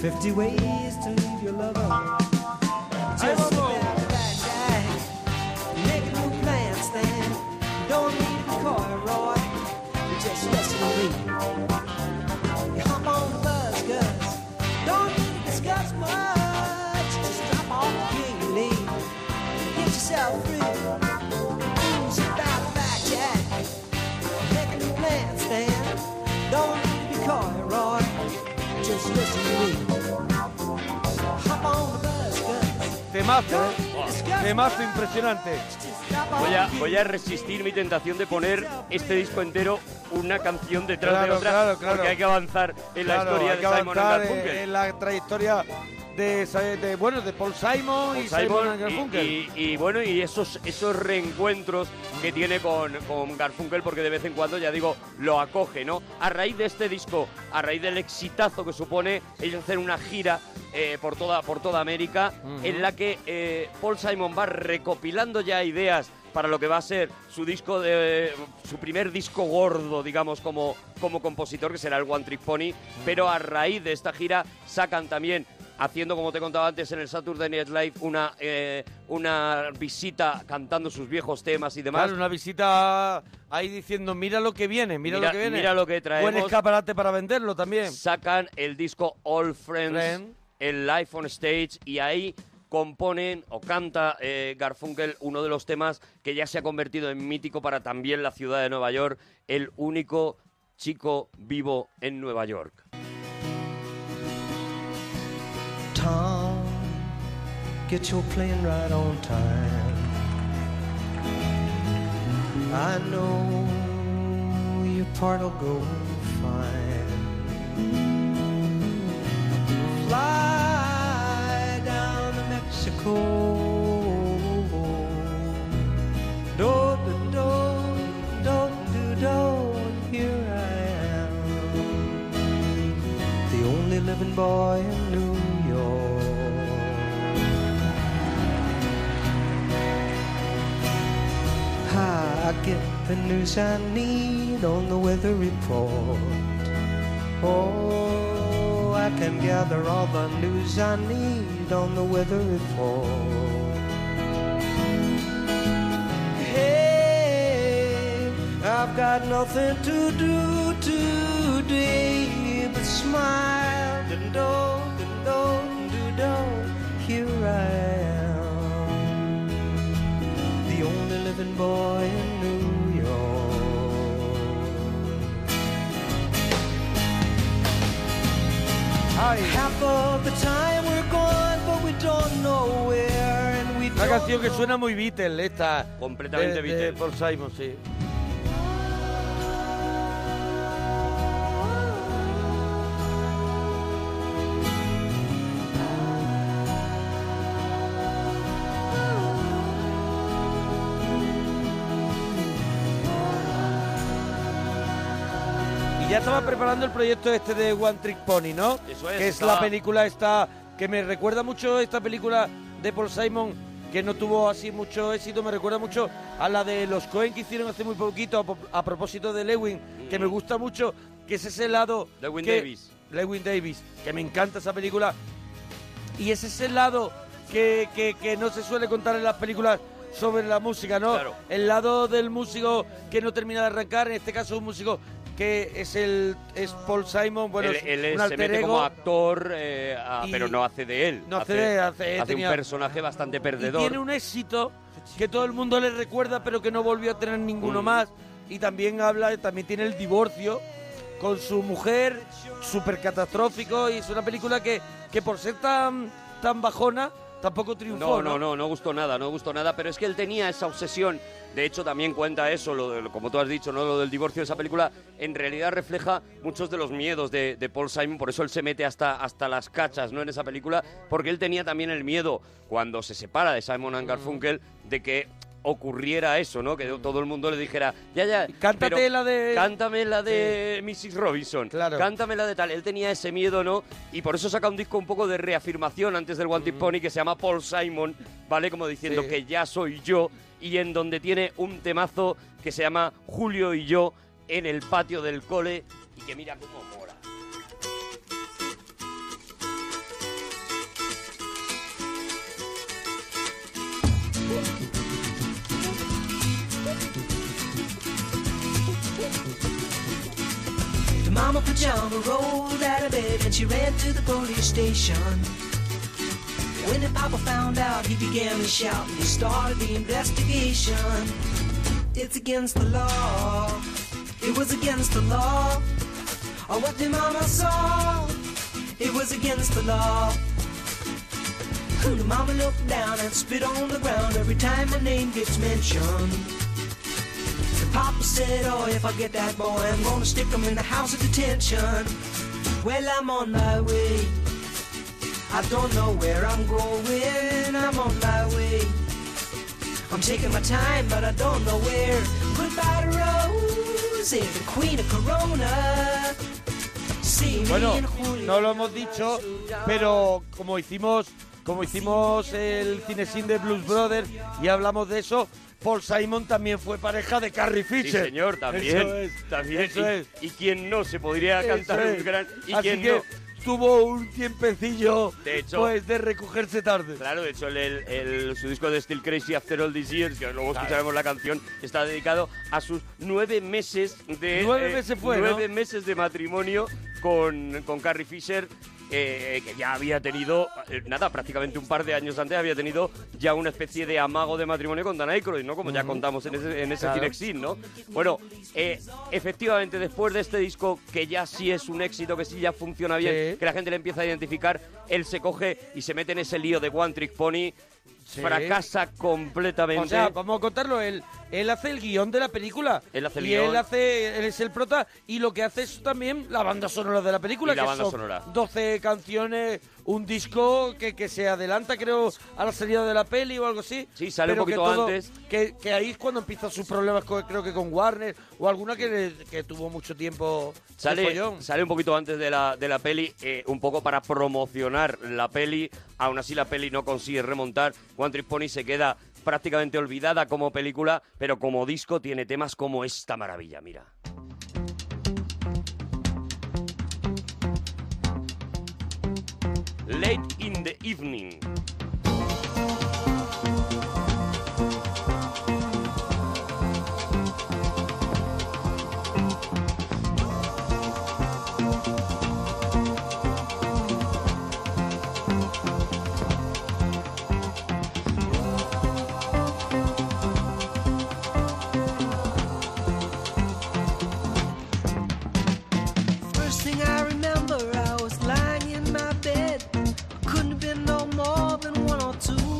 [SPEAKER 22] 50 ways to leave your lover. Just grab that bag, make a new plan, Stan. Don't need a coy, Roy. Just listen to me. You hop on the bus, Gus. Don't need to discuss much. Just drop off the key and leave. Get yourself free. Ooh, sit down back, Jack. Make a new plan, Stan. Don't need to be coy, Roy. Just listen to me. Hop on the bus, Gus.
[SPEAKER 2] Temazo, ¿eh? Temazo impresionante.
[SPEAKER 22] Drop off
[SPEAKER 7] Voy a,
[SPEAKER 22] the key.
[SPEAKER 7] voy a resistir mi tentación de poner este disco entero una canción detrás de
[SPEAKER 2] Claro,
[SPEAKER 7] otra,
[SPEAKER 2] claro, claro.
[SPEAKER 7] porque hay que avanzar en la
[SPEAKER 2] Claro,
[SPEAKER 7] historia
[SPEAKER 2] hay
[SPEAKER 7] de
[SPEAKER 2] que
[SPEAKER 7] Simon and
[SPEAKER 2] avanzar en,
[SPEAKER 7] Garfunkel.
[SPEAKER 2] en la trayectoria de, esa- de, bueno, de Paul Simon y Simon,
[SPEAKER 7] Simon
[SPEAKER 2] and
[SPEAKER 7] Pues y-
[SPEAKER 2] Garfunkel.
[SPEAKER 7] Y, y bueno, y esos, esos reencuentros que tiene con, con Garfunkel, porque de vez en cuando, ya digo, lo acoge, ¿no? A raíz de este disco, a raíz del exitazo que supone, ellos hacen una gira eh, por, toda, por toda América, en la que eh, Paul Simon va recopilando ya ideas para lo que va a ser su disco de su primer disco gordo, digamos, como, como compositor, que será el One Trick Pony, pero a raíz de esta gira sacan también haciendo, como te contaba antes, en el Saturday Night Live una, eh, una visita cantando sus viejos temas y demás.
[SPEAKER 2] Claro, una visita ahí diciendo, mira lo que viene, mira,
[SPEAKER 7] Mira-
[SPEAKER 2] lo que viene.
[SPEAKER 7] mira lo que traemos.
[SPEAKER 2] Buen escaparate para venderlo también.
[SPEAKER 7] Sacan el disco All Friends,
[SPEAKER 2] Friend.
[SPEAKER 7] el Live on Stage, y ahí componen o canta eh, Garfunkel uno de los temas que ya se ha convertido en mítico para también la ciudad de Nueva York, el único chico vivo en Nueva York.
[SPEAKER 23] Tom, get your plane right on time. I know your part'll go fine. Fly down to Mexico, door to door, door to door, and here I am. the only living boy in New York. Hi, I get the news I need on the weather report. Oh, I can gather all the news I need on the weather report. Hey, I've got nothing to do today but smile and do and do and do. Here I am, the only living boy in New York. Half of the time we're gone, but we don't know where, and we
[SPEAKER 2] Una
[SPEAKER 23] don't
[SPEAKER 2] canción que suena muy Beatles, esta.
[SPEAKER 7] Completamente
[SPEAKER 2] de- de
[SPEAKER 7] Beatles.
[SPEAKER 2] Paul Simon, sí. Y ya estaba preparando el proyecto este de One Trick Pony, ¿no?
[SPEAKER 7] Eso es,
[SPEAKER 2] Que es
[SPEAKER 7] estaba-
[SPEAKER 2] la película esta que me recuerda mucho esta película de Paul Simon que no tuvo así mucho éxito, me recuerda mucho a la de los Cohen que hicieron hace muy poquito a po- a, propósito de Lewin, que me gusta mucho, que es ese lado
[SPEAKER 7] Mm. Lewin
[SPEAKER 2] que-
[SPEAKER 7] Davis.
[SPEAKER 2] Lewin Davis, que me encanta esa película y es ese lado que, que- que no se suele contar en las películas sobre la música, ¿no? El lado del músico que no termina de arrancar, en este caso un músico que es el es Paul Simon, bueno,
[SPEAKER 7] él
[SPEAKER 2] es
[SPEAKER 7] él
[SPEAKER 2] un
[SPEAKER 7] es- se
[SPEAKER 2] alter
[SPEAKER 7] mete
[SPEAKER 2] ego.
[SPEAKER 7] como actor, eh, a-
[SPEAKER 2] Y-
[SPEAKER 7] pero no hace de él.
[SPEAKER 2] no hace de- hace- tenía-
[SPEAKER 7] un personaje bastante perdedor.
[SPEAKER 2] Y tiene un éxito que todo el mundo le recuerda, pero que no volvió a tener
[SPEAKER 7] Mm.
[SPEAKER 2] ninguno más. Y también habla, también tiene el divorcio con su mujer, súper catastrófico. Y es una película que, que por ser tan, tan bajona, tampoco triunfó.
[SPEAKER 7] No, no, no, no gustó nada, no gustó nada, pero es que él tenía esa obsesión. De hecho, también cuenta eso, lo de- lo- como tú has dicho, ¿no? lo del divorcio de esa película. En realidad refleja muchos de los miedos de, de Paul Simon, por eso él se mete hasta, hasta las cachas ¿no? en esa película, porque él tenía también el miedo, cuando se separa de Simon and Garfunkel, de que ocurriera eso, ¿no? Que todo el mundo le dijera, ya, ya,
[SPEAKER 2] Cántate
[SPEAKER 7] pero
[SPEAKER 2] la de...
[SPEAKER 7] Cántame la de Mrs. Robinson.
[SPEAKER 2] Claro.
[SPEAKER 7] Cántame la de tal. Él tenía ese miedo, ¿no? Y por eso saca un disco un poco de reafirmación antes del One Tip Pony que se llama Paul Simon, ¿vale? Como diciendo
[SPEAKER 2] Mm. Sí.
[SPEAKER 7] que ya soy yo. Y en donde tiene un temazo que se llama Julio y yo en el patio del cole. Y que mira cómo mora.
[SPEAKER 22] The mama pajama rolled out of bed and she ran to the police station. When the papa found out, he began to shout and he started the investigation. It's against the law. It was against the law. Oh, what the mama saw. It was against the law. The mama looked down and spit on the ground every time her name gets mentioned. The papa said, Oh, if I get that boy, I'm gonna stick him in the house of detention. Well, I'm on my way. I don't know where I'm going. I'm on my way. I'm taking my time, but I don't know where. Goodbye to Rosie, the queen of Corona.
[SPEAKER 2] Bueno, no lo hemos dicho, pero como hicimos, como hicimos el cinesín de Blues Brothers y hablamos de eso, Paul Simon también fue pareja de Carrie Fisher.
[SPEAKER 7] Sí, señor, también.
[SPEAKER 2] Eso es,
[SPEAKER 7] también.
[SPEAKER 2] eso es.
[SPEAKER 7] Y, y quien no se podría cantar
[SPEAKER 2] Eso
[SPEAKER 7] un
[SPEAKER 2] es.
[SPEAKER 7] gran. Y
[SPEAKER 2] Así
[SPEAKER 7] quien
[SPEAKER 2] que
[SPEAKER 7] no.
[SPEAKER 2] tuvo un tiempecillo
[SPEAKER 7] De hecho-
[SPEAKER 2] pues, de recogerse tarde.
[SPEAKER 7] Claro, de hecho, el, el- el- su disco de Still Crazy After All These Years, que
[SPEAKER 2] Claro.
[SPEAKER 7] luego escucharemos la canción, está dedicado a sus nueve meses de. eh,
[SPEAKER 2] Nueve meses fue, ¿no?
[SPEAKER 7] Nueve meses de matrimonio con, con Carrie Fisher. eh, que ya había tenido, eh, nada, prácticamente un par de años antes había tenido ya una especie de amago de matrimonio con Dan Aykroyd, ¿no? Como ya
[SPEAKER 2] Ujú.
[SPEAKER 7] contamos en ese, en ese
[SPEAKER 2] Claro.
[SPEAKER 7] Cinexin, ¿no? Bueno, eh, efectivamente, después de este disco, que ya sí es un éxito, que sí ya funciona bien,
[SPEAKER 2] Sí.
[SPEAKER 7] que la gente le empieza a identificar, él se coge y se mete en ese lío de One Trick Pony,
[SPEAKER 2] Sí.
[SPEAKER 7] fracasa completamente.
[SPEAKER 2] O sea, vamos a contarlo. Él, él hace el guión de la película.
[SPEAKER 7] Él hace el
[SPEAKER 2] y
[SPEAKER 7] guión.
[SPEAKER 2] él hace, él es el prota. Y lo que hace es también la banda sonora de la película.
[SPEAKER 7] Y la
[SPEAKER 2] que
[SPEAKER 7] banda
[SPEAKER 2] son
[SPEAKER 7] sonora.
[SPEAKER 2] 12 canciones, un disco que, que se adelanta, creo, a la salida de la peli o algo así. Sí,
[SPEAKER 7] sale un poquito antes.
[SPEAKER 2] Que, que ahí es cuando empiezan sus problemas, co- creo que con Warner o alguna que, le- que tuvo mucho tiempo. de follón.
[SPEAKER 7] Sale, sale un poquito antes de la, de la peli, eh, un poco para promocionar la peli. Aún así, la peli no consigue remontar. One Trick Pony se queda prácticamente olvidada como película, pero como disco tiene temas como esta maravilla, mira. Late in the evening.
[SPEAKER 22] First thing I remember, I was lying in my bed. Couldn't have been no more than one or two.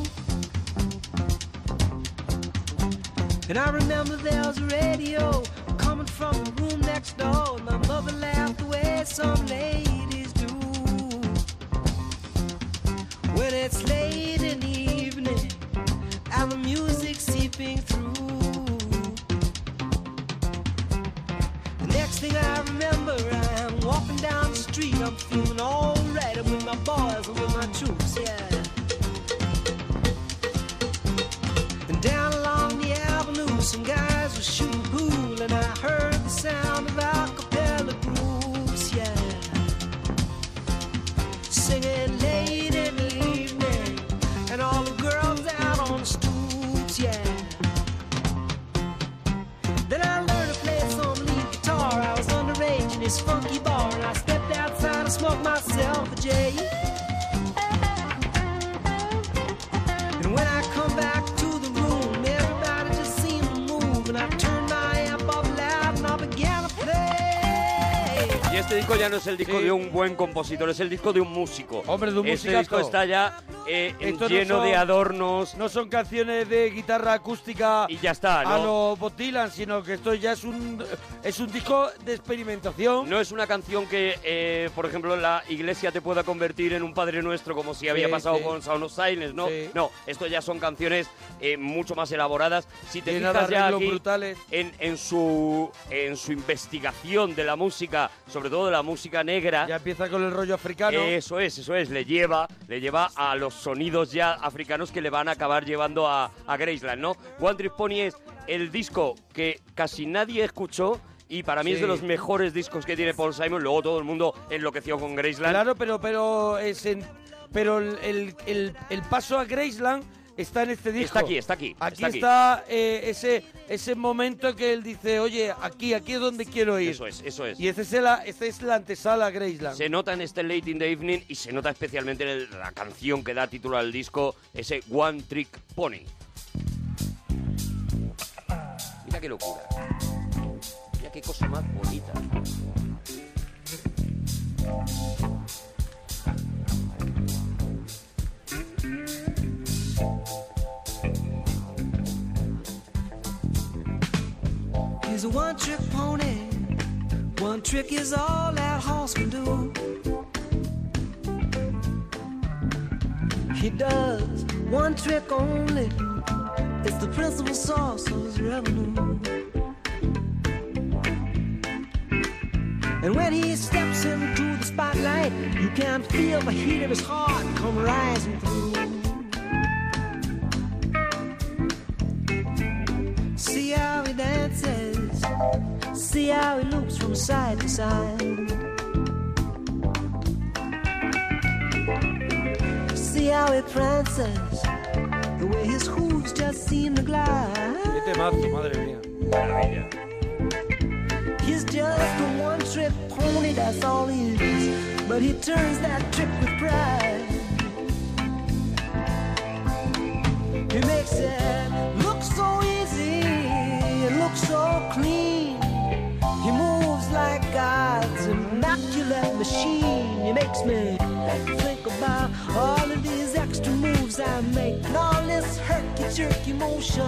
[SPEAKER 22] And I remember there was a radio coming from the room next door. And my mother laughed the way some ladies do. When it's late in the evening and the music seeping through. The next thing I remember, I'm walking down the street. I'm feeling alright. I'm with my boys and with my troops, yeah. And down along the avenue, some guys were shooting pool, and I heard the sound of acapella groups, yeah. Singing late in the evening, and all the girls out on the stoops, yeah. Then I learned to play some lead guitar. I was underage in this funky bar, and I stepped outside and smoked myself a J. And when I come back to the room, everybody just seemed to move, and I turned my amp up loud and I began to play.
[SPEAKER 7] Y este disco ya no es el disco de un buen compositor, es el disco de un músico. Hombre,
[SPEAKER 2] de un
[SPEAKER 7] Este
[SPEAKER 2] musicazo.
[SPEAKER 7] disco está ya eh,
[SPEAKER 2] Esto no
[SPEAKER 7] lleno de
[SPEAKER 2] son-
[SPEAKER 7] adornos.
[SPEAKER 2] No son canciones de guitarra acústica
[SPEAKER 7] y ya está,
[SPEAKER 2] a
[SPEAKER 7] ¿no?
[SPEAKER 2] los Bob Dylan, sino que esto ya es un es un disco de experimentación.
[SPEAKER 7] No es una canción que, eh, por ejemplo, la iglesia te pueda convertir en un Padre Nuestro, como si había
[SPEAKER 2] Sí,
[SPEAKER 7] pasado
[SPEAKER 2] sí.
[SPEAKER 7] con Sound of Silence, ¿no?
[SPEAKER 2] Sí.
[SPEAKER 7] No, esto ya son canciones eh, mucho más elaboradas. Si te
[SPEAKER 2] Llena de
[SPEAKER 7] fijas ya
[SPEAKER 2] arreglos
[SPEAKER 7] aquí
[SPEAKER 2] brutales.
[SPEAKER 7] En, en su, en su investigación de la música, sobre todo de la música negra... Ya
[SPEAKER 2] empieza con el rollo africano.
[SPEAKER 7] Eso es, eso es. Le lleva, le lleva a los sonidos ya africanos que le van a acabar llevando a, a Graceland, ¿no? One Trick Pony es el disco que casi nadie escuchó... Y para mí es de
[SPEAKER 2] Sí.
[SPEAKER 7] los mejores discos que tiene Paul Simon. Luego todo el mundo enloqueció con Graceland.
[SPEAKER 2] Claro, pero pero es en- pero el, el- el- el paso a Graceland está en este disco.
[SPEAKER 7] Está aquí, está aquí,
[SPEAKER 2] Aquí
[SPEAKER 7] está aquí.
[SPEAKER 2] está, eh, ese ese momento que él dice, oye, aquí aquí es donde quiero ir.
[SPEAKER 7] Eso es, eso es.
[SPEAKER 2] Y esta es la esta es la antesala a Graceland.
[SPEAKER 7] Se nota en este Late in the Evening y se nota especialmente en el- la canción que da título al disco, ese One Trick Pony. Mira qué locura. Mira qué cosa más bonita.
[SPEAKER 22] He's a one trick pony. One trick is all that horse can do. He does one trick only. It's the principal source of his revenue. And when he steps into spotlight. You can feel the heat of his heart come rising through. See how he dances, see how he looks from side to side. See how he prances, the way his hooves just seem to glide.
[SPEAKER 2] Qué temazo, madre mía. Maravilla.
[SPEAKER 22] He's just a one trip pony, that's all he is. But he turns that trip with pride. He makes it look so easy, it looks so clean. He moves like God's immaculate machine. He makes me think about all of these extra moves I make, and all this herky jerky motion,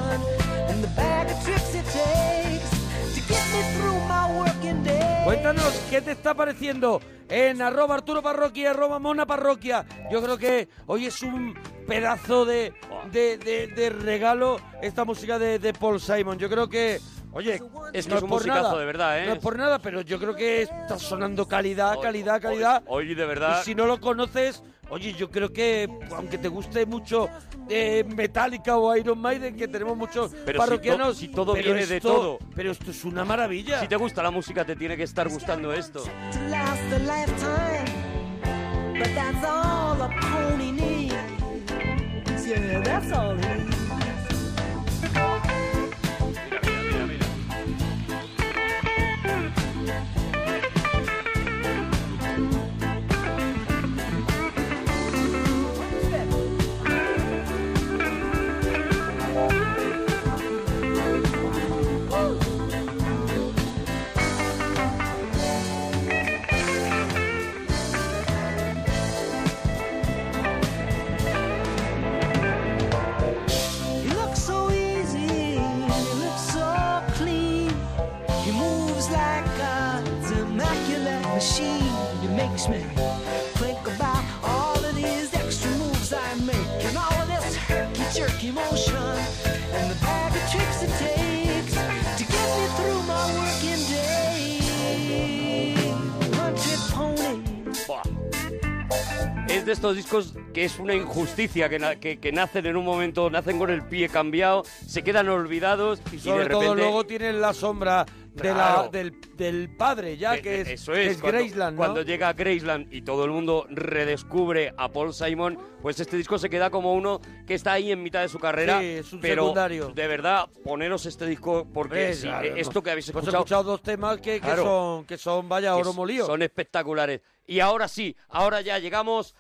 [SPEAKER 22] and the bag of trips it takes to get me through my working day.
[SPEAKER 2] Cuéntanos qué te está pareciendo en arroba Arturo Parroquia, arroba Mona Parroquia. Yo creo que hoy es un pedazo de, de, de- de regalo esta música de, de Paul Simon. Yo creo que, oye,
[SPEAKER 7] Es que
[SPEAKER 2] no
[SPEAKER 7] es un
[SPEAKER 2] por
[SPEAKER 7] musicazo,
[SPEAKER 2] nada,
[SPEAKER 7] de verdad, ¿eh?
[SPEAKER 2] No es por nada, pero yo creo que está sonando calidad, calidad, calidad.
[SPEAKER 7] Hoy, de verdad.
[SPEAKER 2] Y si no lo conoces, oye, yo creo que, aunque te guste mucho eh, Metallica o Iron Maiden, que tenemos muchos
[SPEAKER 7] Pero si
[SPEAKER 2] parroquianos,
[SPEAKER 7] to- si todo
[SPEAKER 2] pero
[SPEAKER 7] viene de
[SPEAKER 2] esto-
[SPEAKER 7] todo.
[SPEAKER 2] Pero esto es una maravilla.
[SPEAKER 7] Si te gusta la música, te tiene que estar gustando esto.
[SPEAKER 22] to last a lifetime. But that's all a pony needs. Yeah, that's all he needs. He looks so easy, he looks so clean. He moves like God's immaculate machine. He makes me think about all of these extra moves I make and all of this herky jerky motion and the bag of tricks it takes to get me through my working day. One trick pony.
[SPEAKER 7] Es de estos discos que es una injusticia, que, na- que- que nacen en un momento, nacen con el pie cambiado, se quedan olvidados y,
[SPEAKER 2] Sobre
[SPEAKER 7] de
[SPEAKER 2] todo
[SPEAKER 7] repente-
[SPEAKER 2] luego tienen la sombra de la-
[SPEAKER 7] Claro.
[SPEAKER 2] del, del padre, ya
[SPEAKER 7] Eh,
[SPEAKER 2] que
[SPEAKER 7] eh,
[SPEAKER 2] es,
[SPEAKER 7] eso
[SPEAKER 2] que
[SPEAKER 7] es,
[SPEAKER 2] es
[SPEAKER 7] cuando,
[SPEAKER 2] Graceland, ¿no?
[SPEAKER 7] Cuando llega a Graceland y todo el mundo redescubre a Paul Simon, pues este disco se queda como uno que está ahí en mitad de su carrera.
[SPEAKER 2] Sí, es un
[SPEAKER 7] pero
[SPEAKER 2] secundario.
[SPEAKER 7] de verdad, poneros este disco porque
[SPEAKER 2] Eh,
[SPEAKER 7] sí,
[SPEAKER 2] claro,
[SPEAKER 7] eh, esto que habéis
[SPEAKER 2] hemos
[SPEAKER 7] escuchado,
[SPEAKER 2] escuchado dos temas que, que
[SPEAKER 7] Claro.
[SPEAKER 2] son, que son vaya
[SPEAKER 7] que
[SPEAKER 2] oro
[SPEAKER 7] s-
[SPEAKER 2] molido.
[SPEAKER 7] son espectaculares. Y ahora sí, ahora ya llegamos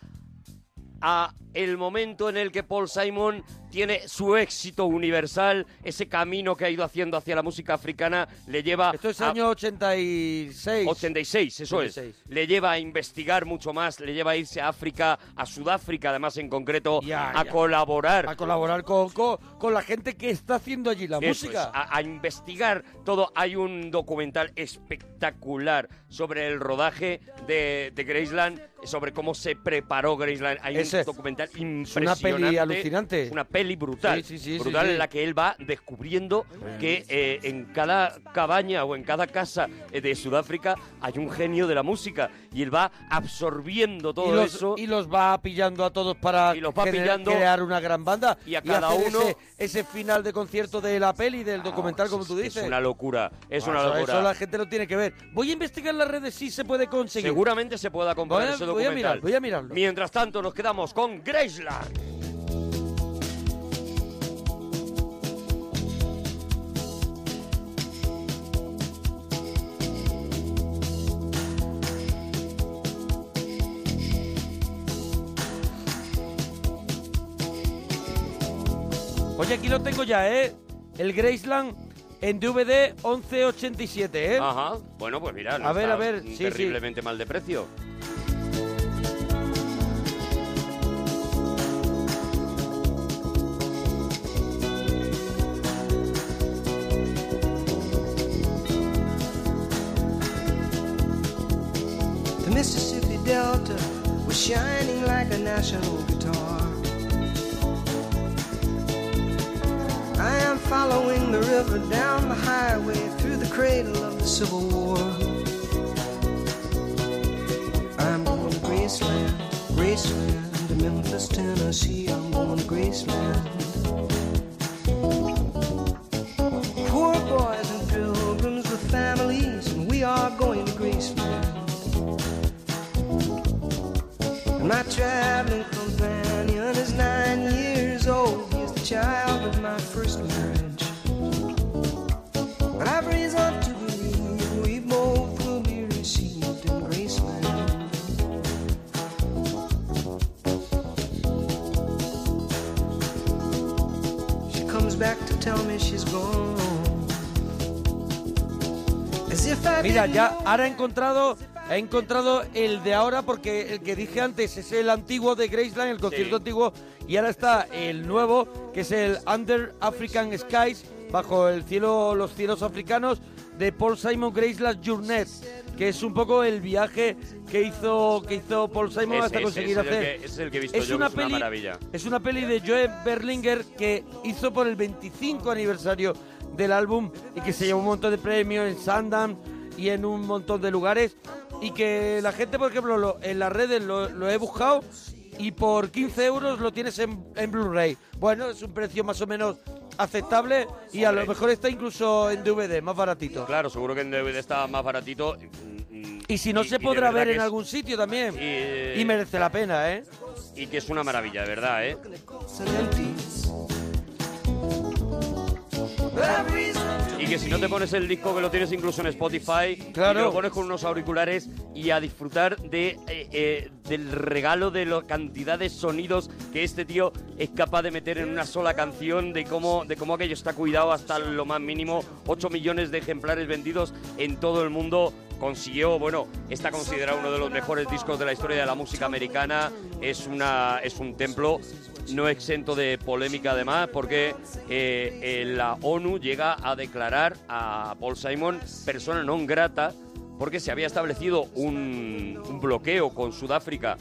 [SPEAKER 7] a el momento en el que Paul Simon tiene su éxito universal, ese camino que ha ido haciendo hacia la música africana le lleva
[SPEAKER 2] Esto es
[SPEAKER 7] a-
[SPEAKER 2] año 86.
[SPEAKER 7] 86, eso
[SPEAKER 2] 86.
[SPEAKER 7] es. Le lleva a investigar mucho más, le lleva a irse a África, a Sudáfrica además en concreto, a
[SPEAKER 2] ya.
[SPEAKER 7] colaborar.
[SPEAKER 2] A colaborar con, con, con la gente que está haciendo allí la
[SPEAKER 7] Eso
[SPEAKER 2] música.
[SPEAKER 7] es, a, a investigar todo. Hay un documental espectacular sobre el rodaje de, de Graceland, sobre cómo se preparó Graceland. Hay
[SPEAKER 2] Ese
[SPEAKER 7] un
[SPEAKER 2] es.
[SPEAKER 7] documental
[SPEAKER 2] Es una
[SPEAKER 7] impresionante.
[SPEAKER 2] peli alucinante.
[SPEAKER 7] Una peli brutal.
[SPEAKER 2] Sí, sí, sí, sí,
[SPEAKER 7] brutal
[SPEAKER 2] sí.
[SPEAKER 7] en la que él va descubriendo que eh, en cada cabaña o en cada casa eh, de Sudáfrica hay un genio de la música. Y él va absorbiendo todo
[SPEAKER 2] y los,
[SPEAKER 7] eso.
[SPEAKER 2] y los va pillando a todos para
[SPEAKER 7] va
[SPEAKER 2] gener-
[SPEAKER 7] pillando.
[SPEAKER 2] crear una gran banda.
[SPEAKER 7] Y a cada
[SPEAKER 2] hacer
[SPEAKER 7] uno- Ah,
[SPEAKER 2] Ese, ese final de concierto de la peli, del documental, como tú
[SPEAKER 7] Es
[SPEAKER 2] dices. "Ah,
[SPEAKER 7] una locura, es una
[SPEAKER 2] Eso-
[SPEAKER 7] locura.
[SPEAKER 2] Eso la gente lo tiene que ver. Voy a investigar las redes si se puede conseguir.
[SPEAKER 7] Seguramente se pueda comprar
[SPEAKER 2] Voy a-
[SPEAKER 7] ese
[SPEAKER 2] voy a
[SPEAKER 7] documental.
[SPEAKER 2] mirar, voy a mirarlo.
[SPEAKER 7] Mientras tanto, nos quedamos con Graceland.
[SPEAKER 2] Oye, aquí lo tengo ya, ¿eh? El Graceland en DVD 1187, ¿eh?
[SPEAKER 7] Ajá. Bueno, pues mira, no
[SPEAKER 2] A ver,
[SPEAKER 7] está
[SPEAKER 2] a ver, sí, sí.
[SPEAKER 7] terriblemente mal de precio.
[SPEAKER 22] The Mississippi Delta was shining like a national guitar. I am following the river down the highway through the cradle of the Civil War. I'm Graceland, in Memphis, Tennessee. I'm going to Graceland. Poor boys and pilgrims with families, and we are going to Graceland. And my traveling companion is nine years old. He's the child of my first marriage. But I've reason to believe we both will be received in Graceland. She comes back to tell me she's gone. As if I
[SPEAKER 2] Mira,
[SPEAKER 22] didn't
[SPEAKER 2] ya ahora he encontrado, he encontrado el de ahora porque el que dije antes es el antiguo de Graceland, el concierto antiguo, y ahora está el nuevo, que es el Under African Skies, bajo el cielo, los cielos africanos, de Paul Simon Graceland Journey, que es un poco el viaje que hizo, que hizo Paul Simon
[SPEAKER 7] Ese,
[SPEAKER 2] hasta
[SPEAKER 7] ese,
[SPEAKER 2] conseguir
[SPEAKER 7] ese es el
[SPEAKER 2] hacer.
[SPEAKER 7] que- ese es el que he visto yo, que es una maravilla.
[SPEAKER 2] Es una peli de Joe Berlinger que hizo por el 25 aniversario del álbum y que se llevó un montón de premios en Sundance y en un montón de lugares. Y que la gente, por ejemplo, lo- en las redes lo, lo he buscado y por 15 euros lo tienes en, en Blu-ray. Bueno, es un precio más o menos aceptable y a lo
[SPEAKER 7] Hombre.
[SPEAKER 2] mejor está incluso en DVD, más baratito.
[SPEAKER 7] Claro, seguro que en DVD está más baratito.
[SPEAKER 2] Y si no se
[SPEAKER 7] de
[SPEAKER 2] podrá
[SPEAKER 7] verdad
[SPEAKER 2] ver
[SPEAKER 7] que
[SPEAKER 2] en
[SPEAKER 7] es-
[SPEAKER 2] algún sitio también.
[SPEAKER 7] eh,
[SPEAKER 2] y merece la pena, ¿eh?
[SPEAKER 7] Y que es una maravilla, de verdad, ¿eh? Y que si no te pones el disco que lo tienes incluso en Spotify,
[SPEAKER 2] Claro.
[SPEAKER 7] y te lo pones con unos auriculares y a disfrutar de eh, eh, del regalo de la cantidad de sonidos que este tío es capaz de meter en una sola canción, de cómo, de cómo aquello está cuidado hasta lo más mínimo. 8 millones de ejemplares vendidos en todo el mundo. Consiguió, bueno, está considerado uno de los mejores discos de la historia de la música americana. Es, una, es un templo no exento de polémica además, porque eh, eh, la ONU llega a declarar a Paul Simon persona non grata porque se había establecido un, un bloqueo con Sudáfrica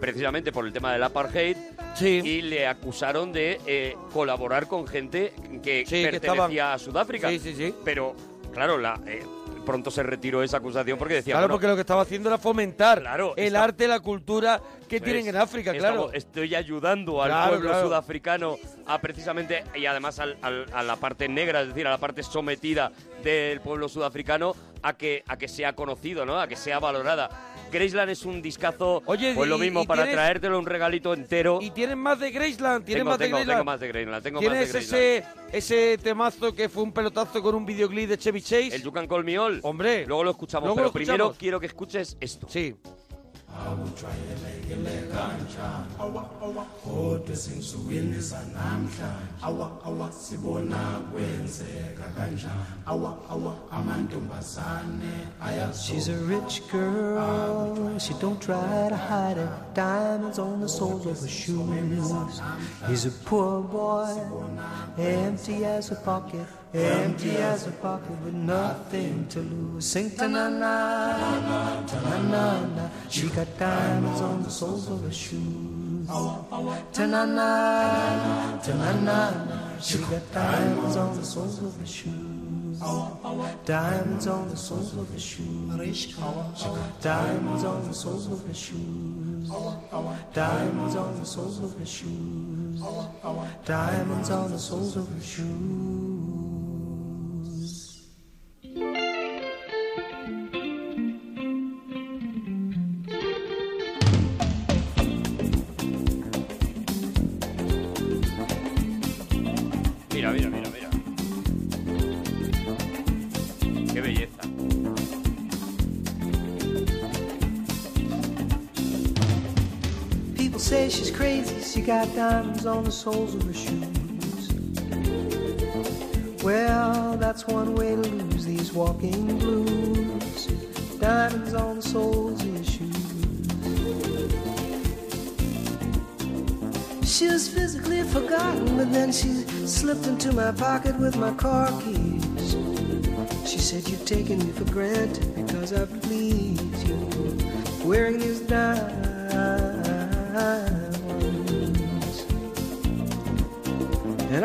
[SPEAKER 7] precisamente por el tema del apartheid y le acusaron de eh, colaborar con gente que
[SPEAKER 2] Sí, que
[SPEAKER 7] pertenecía
[SPEAKER 2] estaban-
[SPEAKER 7] a Sudáfrica.
[SPEAKER 2] Sí, sí, sí.
[SPEAKER 7] Pero, claro, la, eh, pronto se retiró esa acusación porque decía...
[SPEAKER 2] Claro,
[SPEAKER 7] bueno,
[SPEAKER 2] porque lo que estaba haciendo era fomentar el
[SPEAKER 7] está-
[SPEAKER 2] arte, la cultura que
[SPEAKER 7] eso
[SPEAKER 2] tienen
[SPEAKER 7] es.
[SPEAKER 2] en África,
[SPEAKER 7] Estamos-
[SPEAKER 2] claro.
[SPEAKER 7] Estoy ayudando al
[SPEAKER 2] Claro,
[SPEAKER 7] pueblo
[SPEAKER 2] claro.
[SPEAKER 7] sudafricano a precisamente, y además al- al- a la parte negra, es decir, a la parte sometida del pueblo sudafricano, a que, a que sea conocido, ¿no? A que sea valorada. Graceland es un discazo,
[SPEAKER 2] Oye,
[SPEAKER 7] pues lo
[SPEAKER 2] y-
[SPEAKER 7] mismo,
[SPEAKER 2] y
[SPEAKER 7] para
[SPEAKER 2] tienes-
[SPEAKER 7] traértelo un regalito entero.
[SPEAKER 2] Y tienen más de Graceland, tienen
[SPEAKER 7] Tengo-
[SPEAKER 2] más de
[SPEAKER 7] tengo-
[SPEAKER 2] Graceland.
[SPEAKER 7] tengo más de Graceland, tengo más de
[SPEAKER 2] ¿Tienes
[SPEAKER 7] Graceland.
[SPEAKER 2] Ese, ese temazo que fue un pelotazo con un videoclip de Chevy Chase? El
[SPEAKER 7] You Can Call Me All.
[SPEAKER 2] Hombre.
[SPEAKER 7] Luego lo escuchamos,
[SPEAKER 2] Luego
[SPEAKER 7] pero
[SPEAKER 2] lo escuchamos.
[SPEAKER 7] primero quiero que escuches esto.
[SPEAKER 2] Sí.
[SPEAKER 3] kodwa semzukweni zanamhla awa awa sibona kwenzeka kanjani awa awa amantombazane
[SPEAKER 22] She's a rich girl, she don't try to hide it. Diamonds on the soles of her shoes. He's a poor boy, empty as a pocket, empty as a pocket with nothing to lose. Sing ta na na, ta na na na. She got diamonds on the soles of her shoes. Ta na na, ta na na na. She got diamonds on the soles of her shoes. Diamonds on the soles of her shoes. Diamonds on the soles of her shoes. Diamonds on the soles of her shoes. Diamonds on the soles of her shoes.
[SPEAKER 7] Mira, mira, mira, mira. Qué belleza.
[SPEAKER 22] People say she's crazy, she got diamonds on the soles of her shoes. Well, that's one way to lose these walking blues. Diamonds on the soles of your shoes. She was physically forgotten, but then she slipped into my pocket with my car keys. She said, You've taken me for granted because I please you. Wearing these diamonds. And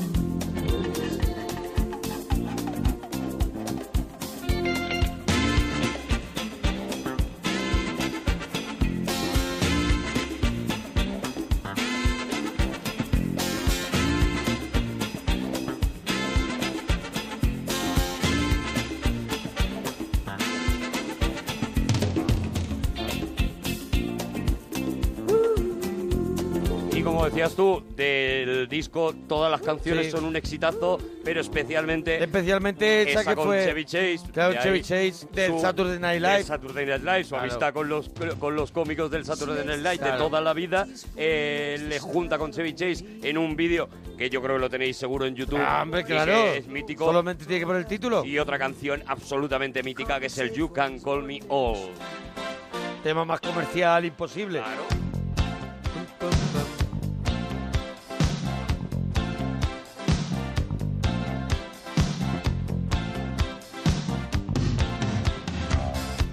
[SPEAKER 7] Y como decías tú, del disco todas las canciones
[SPEAKER 2] Sí.
[SPEAKER 7] son un exitazo, pero especialmente...
[SPEAKER 2] Especialmente esa que
[SPEAKER 7] con
[SPEAKER 2] fue-
[SPEAKER 7] Chevy Chase.
[SPEAKER 2] Claro,
[SPEAKER 7] de ahí
[SPEAKER 2] Chevy Chase del
[SPEAKER 7] su-
[SPEAKER 2] Saturday Night
[SPEAKER 7] del
[SPEAKER 2] Live.
[SPEAKER 7] Saturday Night Live, su
[SPEAKER 2] Claro.
[SPEAKER 7] amistad con los, con los cómicos del Saturday Night Live
[SPEAKER 2] Claro.
[SPEAKER 7] de toda la vida. eh, le junta con Chevy Chase en un vídeo que yo creo que lo tenéis seguro en YouTube.
[SPEAKER 2] Ah, hombre,
[SPEAKER 7] y que
[SPEAKER 2] claro.
[SPEAKER 7] Es mítico.
[SPEAKER 2] Solamente tiene que poner el título.
[SPEAKER 7] Y otra canción absolutamente mítica que es el You Can Call Me All.
[SPEAKER 2] Tema más comercial imposible.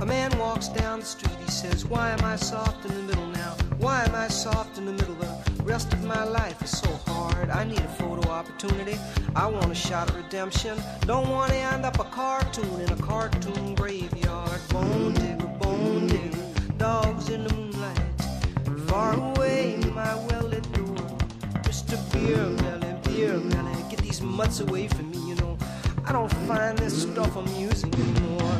[SPEAKER 22] A man walks down the street, he says, Why am I soft in the middle now? Why am I soft in the middle? The rest of my life is so hard. I need a photo opportunity. I want a shot at redemption. Don't want to end up a cartoon in a cartoon graveyard. Bone digger, bone digger, dogs in the moonlight. Far away, my well lit door. Mr. Beer Melly, Beer Melly, get these mutts away from me, you know. I don't find this stuff amusing anymore.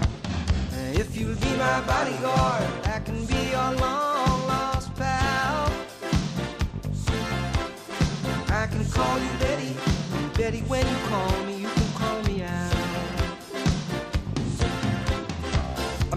[SPEAKER 22] Uh, If you'll be my bodyguard, I can be your long lost pal. I can call you Betty, Betty when you call me, you can call me out. A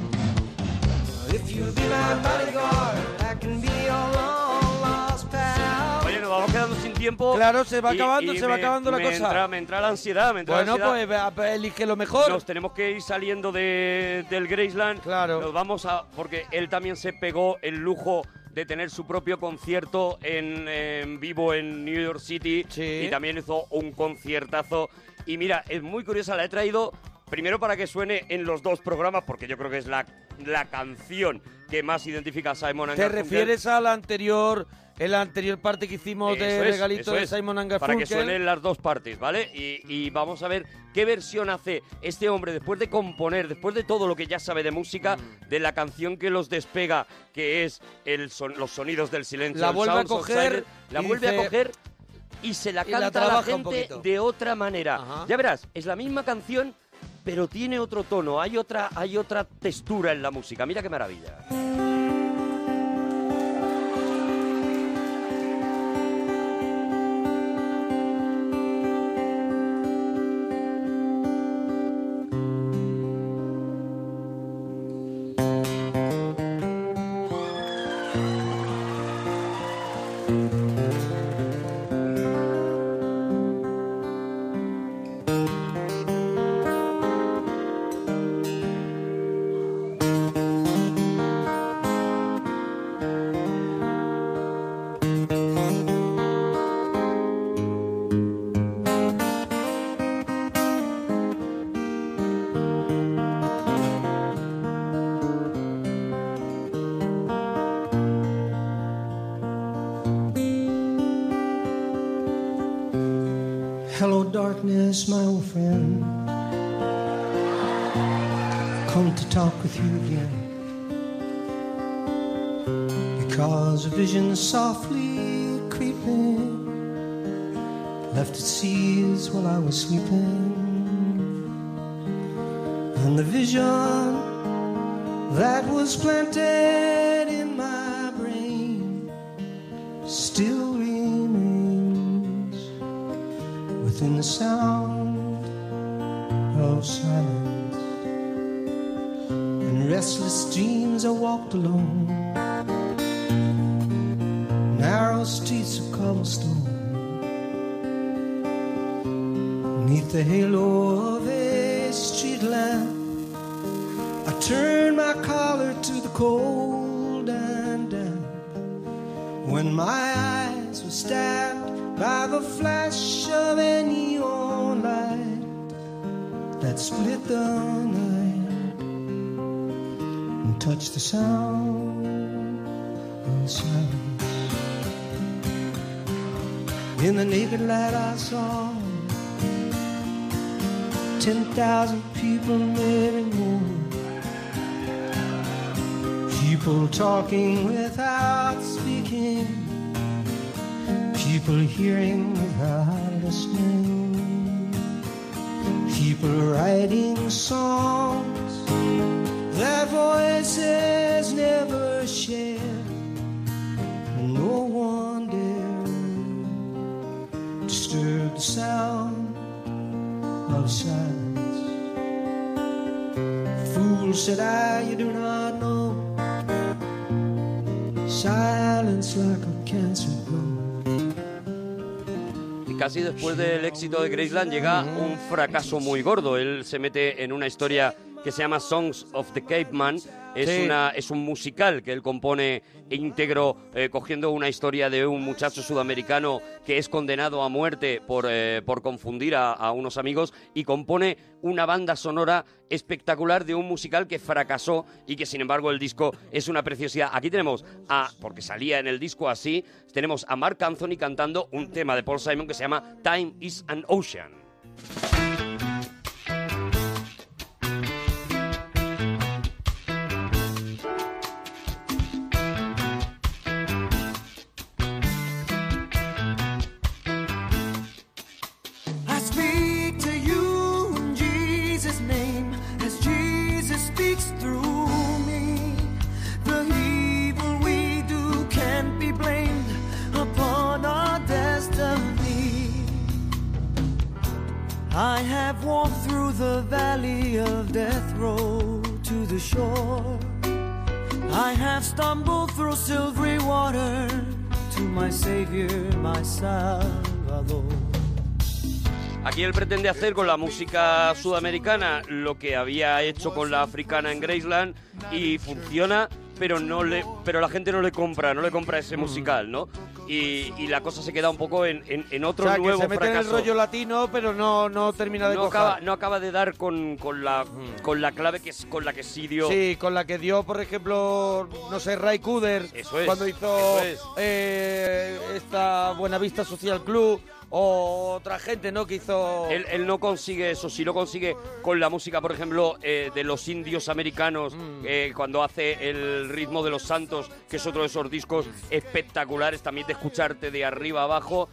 [SPEAKER 22] If you'll be my bodyguard, I can be your long lost pal.
[SPEAKER 7] Oye, nos vamos quedando sin tiempo.
[SPEAKER 2] Claro, se va
[SPEAKER 7] Y-
[SPEAKER 2] acabando,
[SPEAKER 7] y
[SPEAKER 2] se va
[SPEAKER 7] me-
[SPEAKER 2] acabando la
[SPEAKER 7] me
[SPEAKER 2] cosa.
[SPEAKER 7] entra- me entra la ansiedad, me entra
[SPEAKER 2] bueno,
[SPEAKER 7] la ansiedad.
[SPEAKER 2] pues a- elige lo mejor.
[SPEAKER 7] Nos tenemos que ir saliendo de, del Graceland. Claro. Nos vamos a. Porque él también se pegó el lujo de tener su propio concierto en, en vivo en New York City. Y también hizo un conciertazo. Y mira, es muy curiosa, la he traído. Primero para que suene en los dos programas, porque yo creo que es la, la canción que más identifica a Simon and
[SPEAKER 2] ¿Te
[SPEAKER 7] Garfunkel.
[SPEAKER 2] refieres a la anterior, en la anterior parte que hicimos de
[SPEAKER 7] Eso es,
[SPEAKER 2] regalito
[SPEAKER 7] eso
[SPEAKER 2] de
[SPEAKER 7] es,
[SPEAKER 2] Simon and
[SPEAKER 7] Para que
[SPEAKER 2] Garfunkel?
[SPEAKER 7] suenen las dos partes, ¿vale? Y, y vamos a ver qué versión hace este hombre después de componer, después de todo lo que ya sabe de música,
[SPEAKER 2] Mm.
[SPEAKER 7] de la canción que los despega, que es el son- los sonidos del silencio.
[SPEAKER 2] La
[SPEAKER 7] el
[SPEAKER 2] vuelve a
[SPEAKER 7] Sounds of
[SPEAKER 2] coger
[SPEAKER 7] Silence, la
[SPEAKER 2] y
[SPEAKER 7] vuelve
[SPEAKER 2] dice-
[SPEAKER 7] a coger y se la
[SPEAKER 2] y la
[SPEAKER 7] canta a la
[SPEAKER 2] trabaja un
[SPEAKER 7] gente
[SPEAKER 2] poquito.
[SPEAKER 7] de otra manera. Ya verás, es la misma canción, pero tiene otro tono, hay otra, hay otra textura en la música. Mira qué maravilla.
[SPEAKER 22] Hello, darkness, my old friend. Come to talk with you again. Because a vision softly creeping left its seeds while I was sleeping. And the vision that was planted in my brain still remains within the sound of silence. In restless dreams, I walked alone, narrow streets of cobblestone. Neath the halo of a street lamp, I turn my collar to the cold and damp. When my eyes were stabbed by the flash of a neon light that split the night and touched the sound of silence. In the naked light I saw ten thousand people, maybe more. People talking without speaking, people hearing without listening, people writing songs their voices never share, and no one dare disturb the sound of silence. Fool, said I, you do not know. Silence like a cancer grows.
[SPEAKER 7] Y casi después del éxito de Graceland llega un fracaso muy gordo. Él se mete en una historia que se llama Songs of the Caveman. Es,
[SPEAKER 2] Sí.
[SPEAKER 7] una, es un musical que él compone íntegro, eh, cogiendo una historia de un muchacho sudamericano que es condenado a muerte por, eh, por confundir a, a unos amigos y compone una banda sonora espectacular de un musical que fracasó y que sin embargo el disco es una preciosidad. Aquí tenemos a, porque salía en el disco así, tenemos a Mark Anthony cantando un tema de Paul Simon que se llama Time is an Ocean.
[SPEAKER 8] I speak to you in Jesus' name as Jesus speaks through me. The evil we do can't be blamed upon our destiny. I have walked through the valley of death row to the shore. I have stumbled through silvery water to my Savior, my Salvador.
[SPEAKER 7] Aquí él pretende hacer con la música sudamericana lo que había hecho con la africana en Graceland y funciona, pero no le, pero la gente no le compra, no le compra ese musical, ¿no? Y, y la cosa se queda un poco en, en- en otro
[SPEAKER 2] o sea,
[SPEAKER 7] nuevo
[SPEAKER 2] que se mete en el
[SPEAKER 7] fracaso.
[SPEAKER 2] rollo latino, pero no, no termina de
[SPEAKER 7] no
[SPEAKER 2] cuajar.
[SPEAKER 7] acaba, no acaba de dar con, con la con la clave que es con la que sí dio
[SPEAKER 2] Sí, con la que dio, por ejemplo, no sé, Ray Cooder,
[SPEAKER 7] Eso es,
[SPEAKER 2] cuando hizo
[SPEAKER 7] eso es.
[SPEAKER 2] eh, esta Buenavista Social Club, o otra gente, ¿no? Que hizo...
[SPEAKER 7] Él, él no consigue eso, si lo consigue con la música, por ejemplo, eh, de los indios americanos,
[SPEAKER 2] Mm.
[SPEAKER 7] eh, cuando hace el ritmo de los santos, que es otro de esos discos espectaculares, también de escucharte de arriba abajo.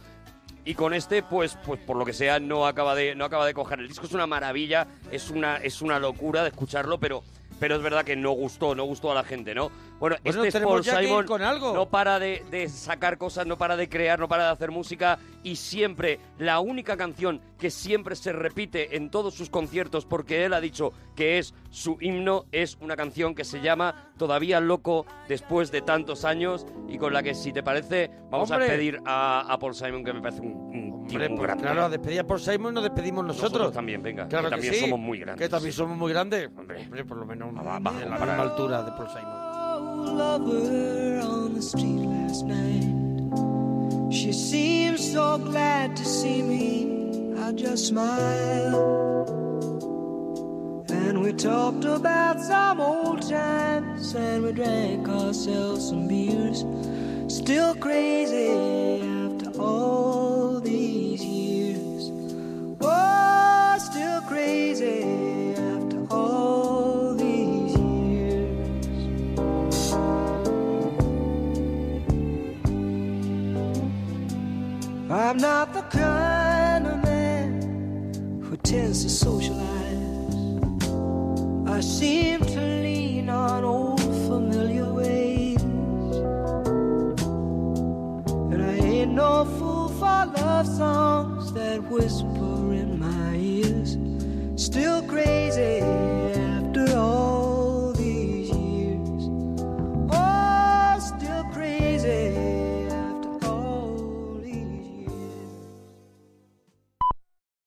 [SPEAKER 7] Y con este, pues, pues por lo que sea, no acaba de, no acaba de coger. El disco es una maravilla, es una, es una locura de escucharlo, pero, pero es verdad que no gustó, no gustó a la gente, ¿no? Bueno,
[SPEAKER 2] Bueno,
[SPEAKER 7] este es
[SPEAKER 2] Pues tenemos
[SPEAKER 7] Paul
[SPEAKER 2] ya que ir
[SPEAKER 7] Simon.
[SPEAKER 2] con algo.
[SPEAKER 7] No para de, de sacar cosas, no para de crear, no para de hacer música. Y siempre, la única canción que siempre se repite en todos sus conciertos, porque él ha dicho que es su himno, es una canción que se llama Todavía Loco después de tantos años. Y con la que, si te parece, vamos a
[SPEAKER 2] Hombre.
[SPEAKER 7] pedir a, a Paul Simon, que me parece un, un tío
[SPEAKER 2] Hombre,
[SPEAKER 7] muy
[SPEAKER 2] pues,
[SPEAKER 7] grande.
[SPEAKER 2] claro, despedida por Simon nos despedimos nosotros.
[SPEAKER 7] Nosotros también, venga, que
[SPEAKER 2] Claro
[SPEAKER 7] también
[SPEAKER 2] sí,
[SPEAKER 7] somos muy grandes.
[SPEAKER 2] Que también somos muy grandes. Hombre, por lo menos de la misma altura de Paul Simon.
[SPEAKER 22] lover on the street last night. She seemed so glad to see me. I just smiled. And we talked about some old times. And we drank ourselves some beers. Still crazy after all these years. Oh, still crazy after all these years. I'm not the kind of man who tends to socialize. I seem to lean on old familiar ways. And I ain't no fool for love songs that whisper in my ears. Still crazy after all. Oh,